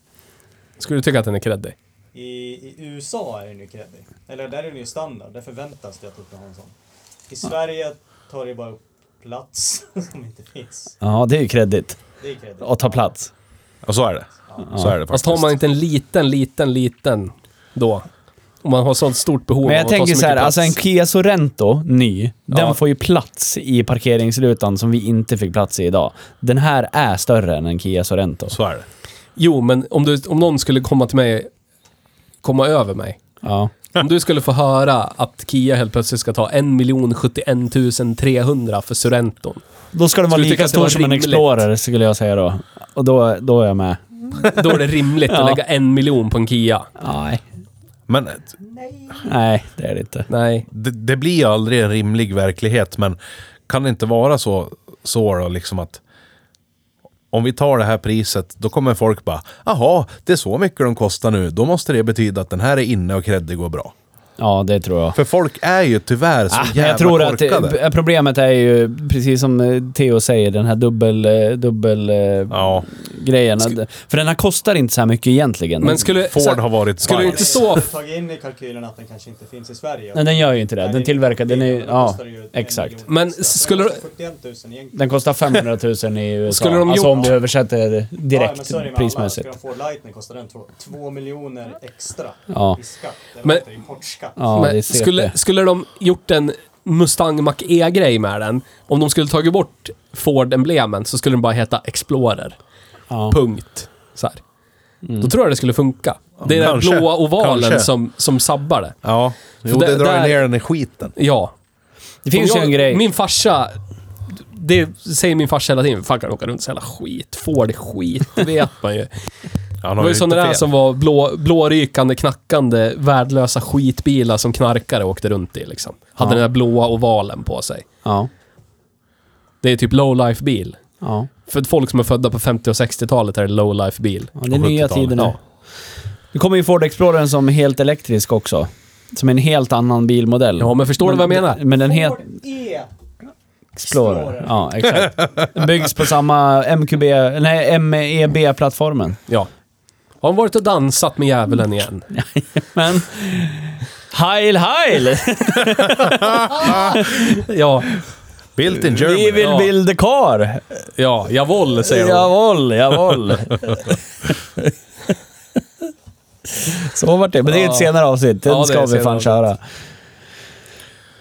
A: Skulle du tycka att den är kreddig?
D: I, I USA är den ju kreddig. Eller där är den ju standard. Där förväntas det att du ska ha en sån. I Sverige tar det bara upp plats som inte finns.
B: Ja, det är ju kreddigt.
D: Det är kreddigt.
B: Att ta plats.
C: Ja, så är det. Så är det
A: Fast
C: faktiskt.
A: har man inte en liten, liten, liten då? Om man har sånt stort behov
B: Men
A: av
B: jag
A: att ta
B: tänker
A: så
B: så här,
A: mycket
B: alltså en
A: plats.
B: Kia Sorento, ny,
A: Ja.
B: den får ju plats i parkeringsrutan som vi inte fick plats i idag. Den här är större än en Kia Sorento.
C: Så är det.
A: Jo, men om, du, om någon skulle komma till mig, komma över mig.
B: Ja.
A: Om du skulle få höra att Kia helt plötsligt ska ta 1 071 300 för Sorrenton.
B: Då ska den vara
A: Skulle du tycka
B: lika
A: att det
B: stor
A: var
B: som en
A: rimligt?
B: Explorer skulle jag säga då. Och då, då är jag med.
A: Då är det rimligt
B: Ja.
A: att lägga en miljon på en Kia.
B: Nej.
C: Men
B: Nej, det är det inte.
A: Nej.
C: det, det blir aldrig en rimlig verklighet, men kan det inte vara så, så då, liksom att om vi tar det här priset, då kommer folk bara ”Jaha, det är så mycket de kostar nu, då måste det betyda att den här är inne och kreddig går bra”.
B: Ja, det tror jag.
C: För folk är ju tyvärr så
B: Ah, men
C: jävla
B: jag tror att
C: korkade.
B: eh, problemet är ju, precis som eh, Theo säger, den här dubbel, eh, dubbel eh,
C: ja,
B: grejerna. För den här kostar inte så här mycket egentligen.
A: Men skulle... så här-
C: Ford har varit
A: Skulle
C: bias.
A: inte stå...
D: Tagit in i kalkylen att den kanske inte finns i Sverige.
B: Nej, den gör ju inte det.
D: Nej,
B: Den
D: det är
B: tillverkar, den är ju,
D: billigare, då
B: ja,
D: kostar det ju en
B: exakt.
D: miljon
A: Men
D: extra.
A: skulle-
D: Den kostar 41 000 egentligen.
B: Den kostar 500 000 i USA.
A: Skulle de
B: alltså
A: gjort-
B: om du översätter
D: ja, men
B: direkt
D: så är det med
B: prismässigt.
D: Alla. Ska de få Lightning kostar den 2 miljoner extra
B: Ja.
D: i skatt. Eller
A: Men-
D: men, i importskatt.
B: Ja, det är
A: men
B: CP.
A: skulle, skulle de gjort en Mustang Mach-E-grej med den, om de skulle tagit bort Ford-emblemen så skulle den bara heta Explorer.
B: Ja. Mm.
A: Punkt. Så här. Då tror jag det skulle funka. Det är
C: kanske.
A: den blåa ovalen
C: Kanske.
A: som, som sabbar det.
C: Ja, jo,
A: För
C: det,
A: där-
C: drar ju
A: där-
C: ner den i skiten.
A: Ja.
B: Det finns
A: Om
B: ju
A: jag-
B: en grej.
A: Min farsa, det säger min farsa hela tiden, farkan åker runt så jävla skit, Ford är skit, det vet man ju.
C: Han
A: Det
C: har
A: var
C: ju
A: ju sådana
C: inte
A: där
C: fel.
A: som var blå, blårykande, knackande, värdelösa skitbilar som knarkare åkte runt i liksom. Hade
B: Ja.
A: den där blåa ovalen på sig.
B: Ja.
A: Det är typ low-life-bil.
B: Ja.
A: För att folk som är födda på 50 och 60-talet är det low-life-bil.
B: ja, det är nya
C: 70-talet.
B: tider nu.
A: Ja.
B: Nu kommer ju Ford Explorern som helt elektrisk också. Som en helt annan bilmodell.
A: Ja, men förstår du vad jag menar?
B: Men den heter...
D: Ford E!
B: Explorer.
D: Explorer.
B: Ja, exakt. Den Byggs på samma MQB, nej, E MEB-plattformen.
A: Ja. Har han varit och dansat med djävulen igen?
B: Men... Heil, heil!
A: Ja,
C: Built in
B: Vi
C: Germany.
B: vill
A: ja.
B: build a car!
A: ja, javol säger hon.
B: Jawohl, jawohl. Så vart det. Men det är ett
A: Ja.
B: senare avsnitt. Den
A: Ja, det är
B: ska
A: ett
B: vi fan
A: senare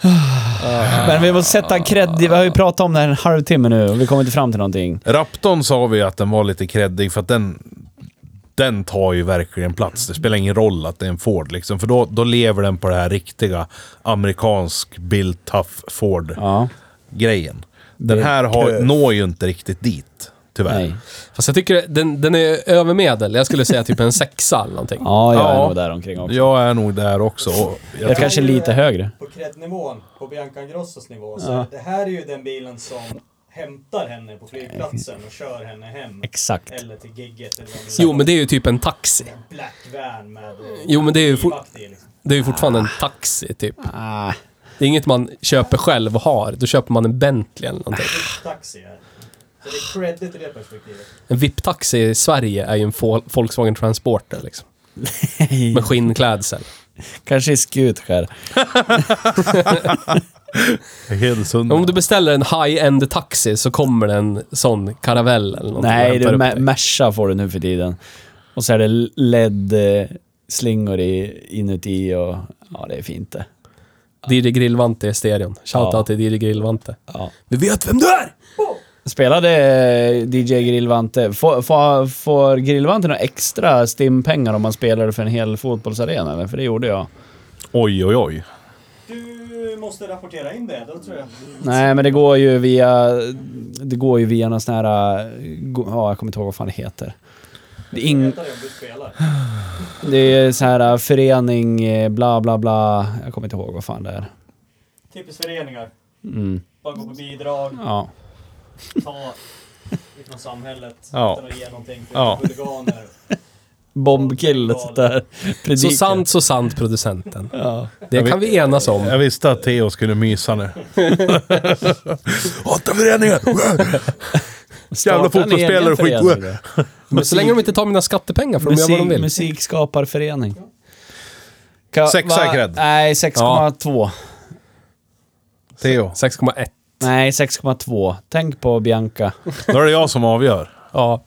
B: köra. Men vi måste sätta cred. Vi har ju pratat om det här en halvtimme nu och vi kommer inte fram till någonting.
C: Raptorn sa vi att den var lite kreddig för att den... Den tar ju verkligen plats. Det spelar ingen roll att det är en Ford liksom. För då, då lever den på det här riktiga amerikansk built tough
B: Ja,
C: Ford-grejen. Den
B: Det är
C: här har,
B: tuff.
C: når ju inte riktigt dit. Tyvärr.
B: nej.
A: Fast jag tycker den, den är övermedel. Jag skulle säga typ en sexa eller någonting.
B: Ja, jag är
C: Ja.
B: nog där omkring också.
C: Jag är nog där också. och
B: Jag
C: Jag,
B: kanske är lite högre.
D: På krednivån, på Bianca Grossos nivå, så det här är ju den bilen som hämtar henne på flygplatsen och kör henne hem.
B: Exakt.
D: Eller till gigget eller vad det
A: Jo, men det är ju typ en taxi.
D: är. En Black van med
A: Jo, men det är ju for-
D: livvakt i, liksom.
A: Det är ju fortfarande en taxi, typ.
B: Ah,
A: Det är inget man köper själv och har. Då köper man en Bentley eller någonting.
D: Taxi här. Så det är credit i det perspektivet.
A: En VIP-taxi i Sverige är ju en Vol- Volkswagen Transporter, liksom.
B: Mm.
A: Med skinnklädsel.
B: kanske är skutskär.
C: jag är helt sund.
A: Om du beställer en high-end taxi så kommer det en sån karavell eller någonting och
B: Nej,
A: hämtar
B: det är
A: upp
B: me-
A: dig.
B: Merca får du nu för tiden. Och så är det LED-slingor i, inuti och ja, det är fint det.
A: DJ Grillvante i stereon. Shoutout
B: Ja.
A: till DJ Grillvante.
B: Ja.
A: Vi vet vem du är!
B: Spelade eh, DJ Grillvante, får, får, får Grillvante några extra stimpengar om man spelade för en hel fotbollsarena? eller? För det gjorde jag.
C: Oj, oj, oj.
D: Du måste rapportera in det, då tror jag.
B: Nej, men det går ju via, det går ju via någon sån här, eh, go- ja, jag kommer inte ihåg vad fan det heter. Det är
D: Jag
B: ing-
D: vet aldrig om du spelar.
B: Det är så här eh, förening, eh, bla bla bla. Jag kommer inte ihåg vad fan det är.
D: Typiskt föreningar.
B: Mm.
D: Bara gå på bidrag,
B: Ja.
D: ta ifrån samhället,
C: Ja.
D: dra igen någonting till
C: Ja.
D: huliganer.
B: Bombkill och sånt där.
A: Så
B: Prediker.
A: sant, så sant, producenten.
B: Ja.
A: Det kan vi enas om.
C: Jag visste att Theo skulle mysa nu. Hata föreningar!
B: Starta en
C: fotbollsspelare
B: egen
C: och skit.
B: förening då.
A: Men så länge de inte tar mina skattepengar får de göra vad de
B: Musik,
A: vill.
B: musikskaparförening. Ka,
C: Sexa
B: va-
C: är cred.
B: Nej, 6,2.
C: Theo,
A: 6,1.
B: Nej, 6,2. Tänk på Bianca.
C: då är det jag som avgör.
A: Ja.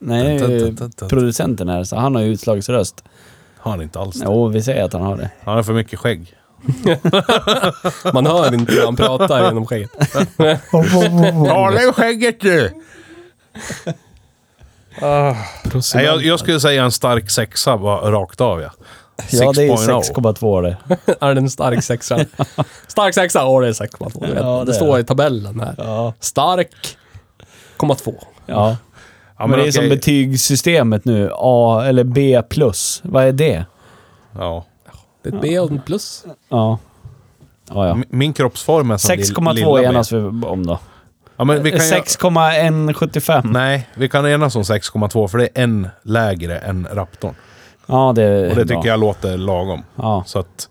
B: Nej,
C: Tunt,
B: det är ju
C: tunt, tunt, tunt.
B: producenten här, så han har ju utslagsröst.
C: Har han inte alls det.
B: Jo, vi säger att han har det.
C: Han har för mycket skägg.
A: Man hör inte när han pratar genom skägget.
C: Tala i skägget du! Nej, jag, jag skulle säga en stark sexa bara rakt av ja. oh.
B: Ja, det är ju
C: 6.0.
B: 6,2 det.
A: Är det en stark sexa? Stark sexa? Ja, det är 6,2. Du vet.
B: Ja, det
A: det,
B: är
A: står
B: det.
A: i tabellen här.
B: Ja.
A: Stark, komma två.
B: ja.
C: Ja,
B: men, det är som
C: okej.
B: betygssystemet nu. A eller B+. plus. Vad är det?
C: ja.
A: Det är ett B och en plus.
B: Ja. Ja, ja.
C: Min- Min kroppsform är Mm. som lill- lilla
B: 6,2
C: ben.
B: enas vi om då.
C: Ja, men vi kan ju-
B: 6,175.
C: Nej, vi kan enas om 6,2 för det är en lägre än raptorn.
B: Ja, det är
C: Och det
B: bra.
C: tycker jag låter lagom.
B: Ja.
C: Så att...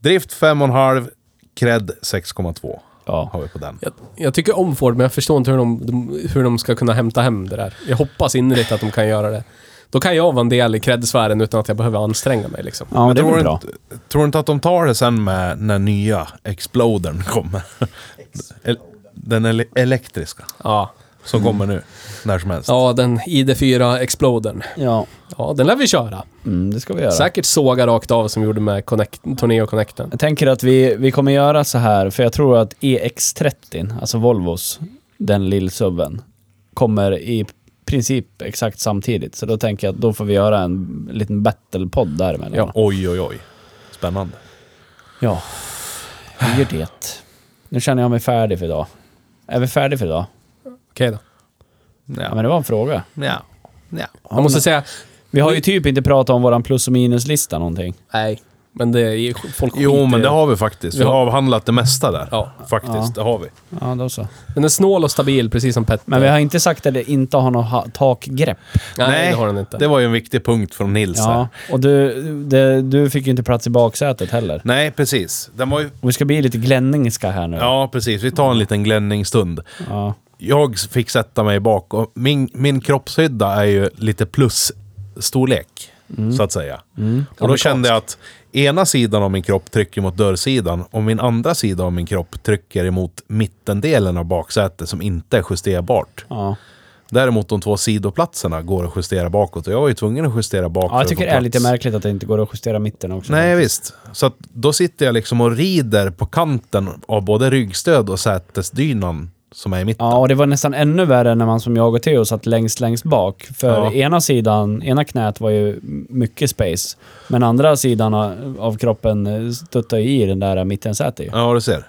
C: Drift 5,5, cred 6,2.
B: Ja.
C: har vi på den.
A: Jag, jag tycker om Ford, men jag förstår inte hur de, de, hur de ska kunna hämta hem det där. Jag hoppas innerligt att de kan göra det. Då kan jag vara en del i cred-sfären utan att jag behöver anstränga mig liksom.
B: Ja, men det är
C: tror,
B: väl
C: du
B: bra.
C: inte, tror du inte att de tar det sen med när nya Explodern kommer? El- Den ele elektriska
A: Ja.
C: som kommer nu, när som helst.
A: Ja, den ID4 Explodern.
B: Ja,
A: Ja, den lär vi köra.
B: mm, det ska vi göra.
A: Säkert såga rakt av som vi gjorde med Connect, Torneo Connecten.
B: Jag tänker att vi, vi kommer göra så här, för jag tror att EX30, alltså Volvos, den lillsubben, kommer i princip exakt samtidigt. Så då tänker jag att då får vi göra en liten battlepodd däremellan.
A: Ja.
C: Oj, oj, oj. Spännande.
B: ja. Vi gör det. Nu känner jag mig färdig för idag. Är vi färdiga för idag?
A: Okej då.
B: Ja, men det var en fråga.
C: Ja. ja.
A: Jag måste säga,
B: Vi har ju typ inte pratat om våran plus och minuslista någonting.
A: nej. Men det är folk skiter
C: Jo,
A: i
C: men det har vi faktistiskt. Vi
A: Ja.
C: har avhandlat det mesta där.
A: Ja.
C: Faktiskt,
B: Ja.
C: det har vi.
B: Ja, då så.
A: Den är snål och stabil, precis som Petter.
B: Men vi har inte sagt att det inte har något ha- takgrepp.
A: Nej, det har den inte.
C: Det var ju en viktig punkt från Nils här.
B: Ja, och du, det, du fick ju inte plats i baksätet heller.
C: Nej, precis. Den var ju...
B: Och vi ska bli lite glänningska här nu.
C: Ja, precis. Vi tar en liten glänningsstund.
B: Ja.
C: Jag fick sätta mig bak och min, min kroppshydda är ju lite plusstorlek,
B: Mm.
C: så att säga. Och då kände jag att ena sidan av min kropp trycker mot dörrsidan och min andra sida av min kropp trycker emot mittendelen av baksätet som inte är justerbart.
B: Ja.
C: Däremot de två sidoplatserna går att justera bakåt och jag var ju tvungen att justera bakåt.
B: ja, jag tycker det är lite märkligt att det inte går att justera mitten också.
C: Nej, visst. Så att då sitter jag liksom och rider på kanten av både ryggstöd och sätesdynan som är i mitten.
B: Ja, och det var nästan ännu värre när man som jag och Theo satt längst, längst bak. För
C: Ja.
B: ena sidan, ena knät var ju mycket space. Men andra sidan av av kroppen eh, stöttar ju i den där mittensätet ju.
C: Ja, du ser.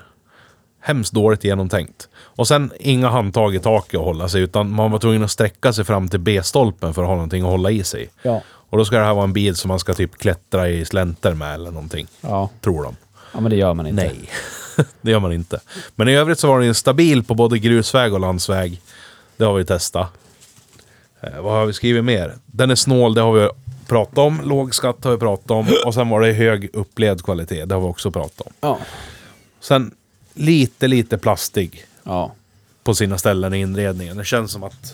C: Hemskt dåligt genomtänkt. Och sen inga handtag i taket att hålla sig, utan man var tvungen att sträcka sig fram till B-stolpen för att ha någonting att hålla i sig.
B: Ja.
C: Och då ska det här vara en bil som man ska typ klättra i slänter med eller någonting,
B: Ja.
C: tror de.
B: ja, men det gör man inte.
C: Nej, det gör man inte. Men i övrigt så var den ju stabil på både grusväg och landsväg. Det har vi testat. Eh, vad har vi skrivit mer? Den är snål, det har vi pratat om. Låg skatt har vi pratat om. Och sen var det hög upplevd kvalitet, det har vi också pratat om.
B: Ja.
C: Sen lite, lite plastig
B: Ja.
C: på sina ställen i inredningen. Det känns som att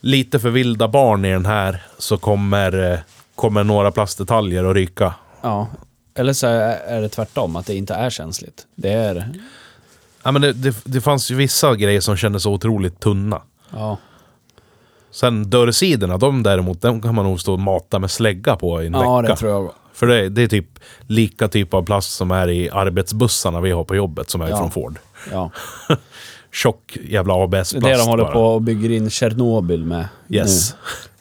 C: lite för vilda barn i den här så kommer, eh, kommer några plastdetaljer att ryka.
B: Ja. Eller så är är det tvärtom, att det inte är känsligt. Det är...
C: Ja, men det, det, det fanns ju vissa grejer som kändes otroligt tunna.
B: Ja.
C: Sen dörrsidorna, de däremot, de kan man nog stå och mata med slägga på i en
B: Ja,
C: vecka.
B: det tror jag.
C: För det, det är typ lika typ av plast som är i arbetsbussarna vi har på jobbet som är
B: Ja.
C: från Ford.
B: Ja.
C: Tjock jävla ABS-plast
B: Det är det de håller
C: bara.
B: på Mm. och bygger in Tjernobyl med
C: Yes.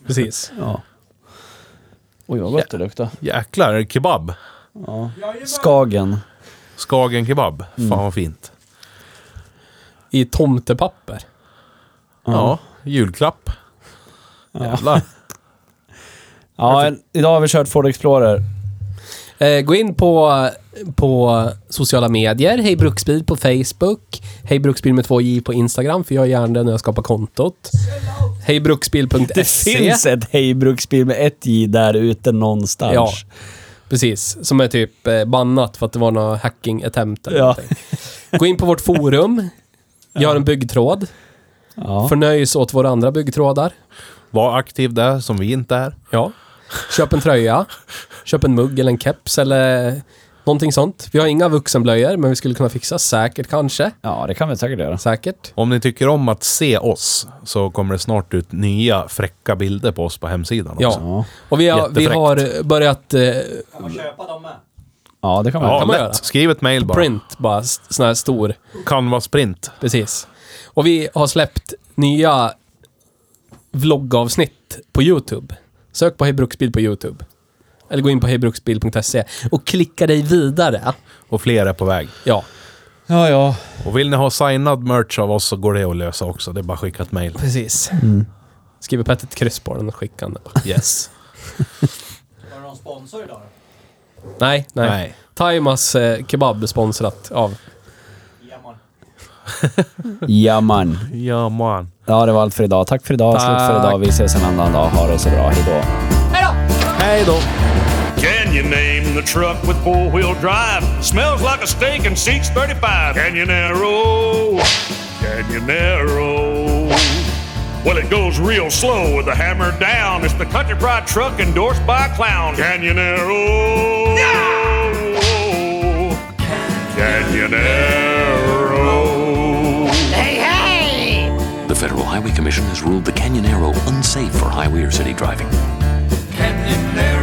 A: Precis.
B: nu. Ja. Oj, vad gott det luktar.
C: Jäklar, kebab.
B: Skagen.
C: Skagen kebab. Fan vad fint.
A: I tomtepapper.
C: Ja, julklapp. Jävlar.
B: Ja, en, idag har vi kört Ford Explorer.
A: Eh, gå in på, på sociala medier. Hej Bruksbil på Facebook. Hej Bruksbil med två J på Instagram, för jag är gärna det när jag skapar kontot. Hej Bruksbil.se.
B: Det finns ett hejbruksbil E med ett J där ute någonstans.
A: Ja, precis. Som är typ eh, bannat för att det var något hacking attempt eller
B: Ja.
A: någonting. Gå in på vårt forum. Gör en byggtråd.
B: Ja.
A: Förnöjs åt våra andra byggtrådar.
C: Var aktiv där, som vi inte är.
A: Ja. Köp en tröja. Köp en mugg eller en keps eller någonting sånt. Vi har inga vuxenblöjor, men vi skulle kunna fixa säkert kanske.
B: ja, det kan vi säkert göra.
A: Säkert.
C: Om ni tycker om att se oss så kommer det snart ut nya fräcka bilder på oss på hemsidan också.
A: Ja.
B: Ja,
A: Och vi har, vi
C: Jättefräckt.
A: har börjat eh,
D: Kan man köpa dem med?
B: ja det kan man
C: Ja,
B: göra.
A: kan man
C: lätt.
A: göra.
C: Skriv ett mejl bara.
A: print, bara s- sån här stor.
C: Canvas print.
A: Precis. Och vi har släppt nya vloggavsnitt på YouTube. Sök på Hej Bruksbil på YouTube. Eller gå in på hejbruksbil.se och klicka dig vidare.
C: Och fler är på väg.
A: Ja,
B: Ja, ja.
C: Och vill ni ha signad merch av oss så går det att lösa också. Det är bara att skicka ett mejl.
A: precis. Skriver Petter ett kryss på den och skickar den.
C: Yes.
D: Har du någon sponsor idag då?
A: Nej, nej.
C: Nej.
A: Taimas eh, kebab är sponsrat av...
D: Jamon.
B: ja man.
C: Ja, man.
B: Ja, det var allt för idag. Tack för idag. Slut för
A: Tack.
B: idag. Vi ses en annan dag. Ha det så bra. Hej då.
C: Hej då!
E: Can you name the truck with four wheel drive? Smells like a steak and seats 35. Canyonero, Canyonero. Well, it goes real slow with the hammer down. It's the country pride truck endorsed by Clown. Canyonero. Canyonero.
F: The Federal Highway Commission has ruled the Canyon Arrow unsafe for highway or city driving.
E: Canyonero.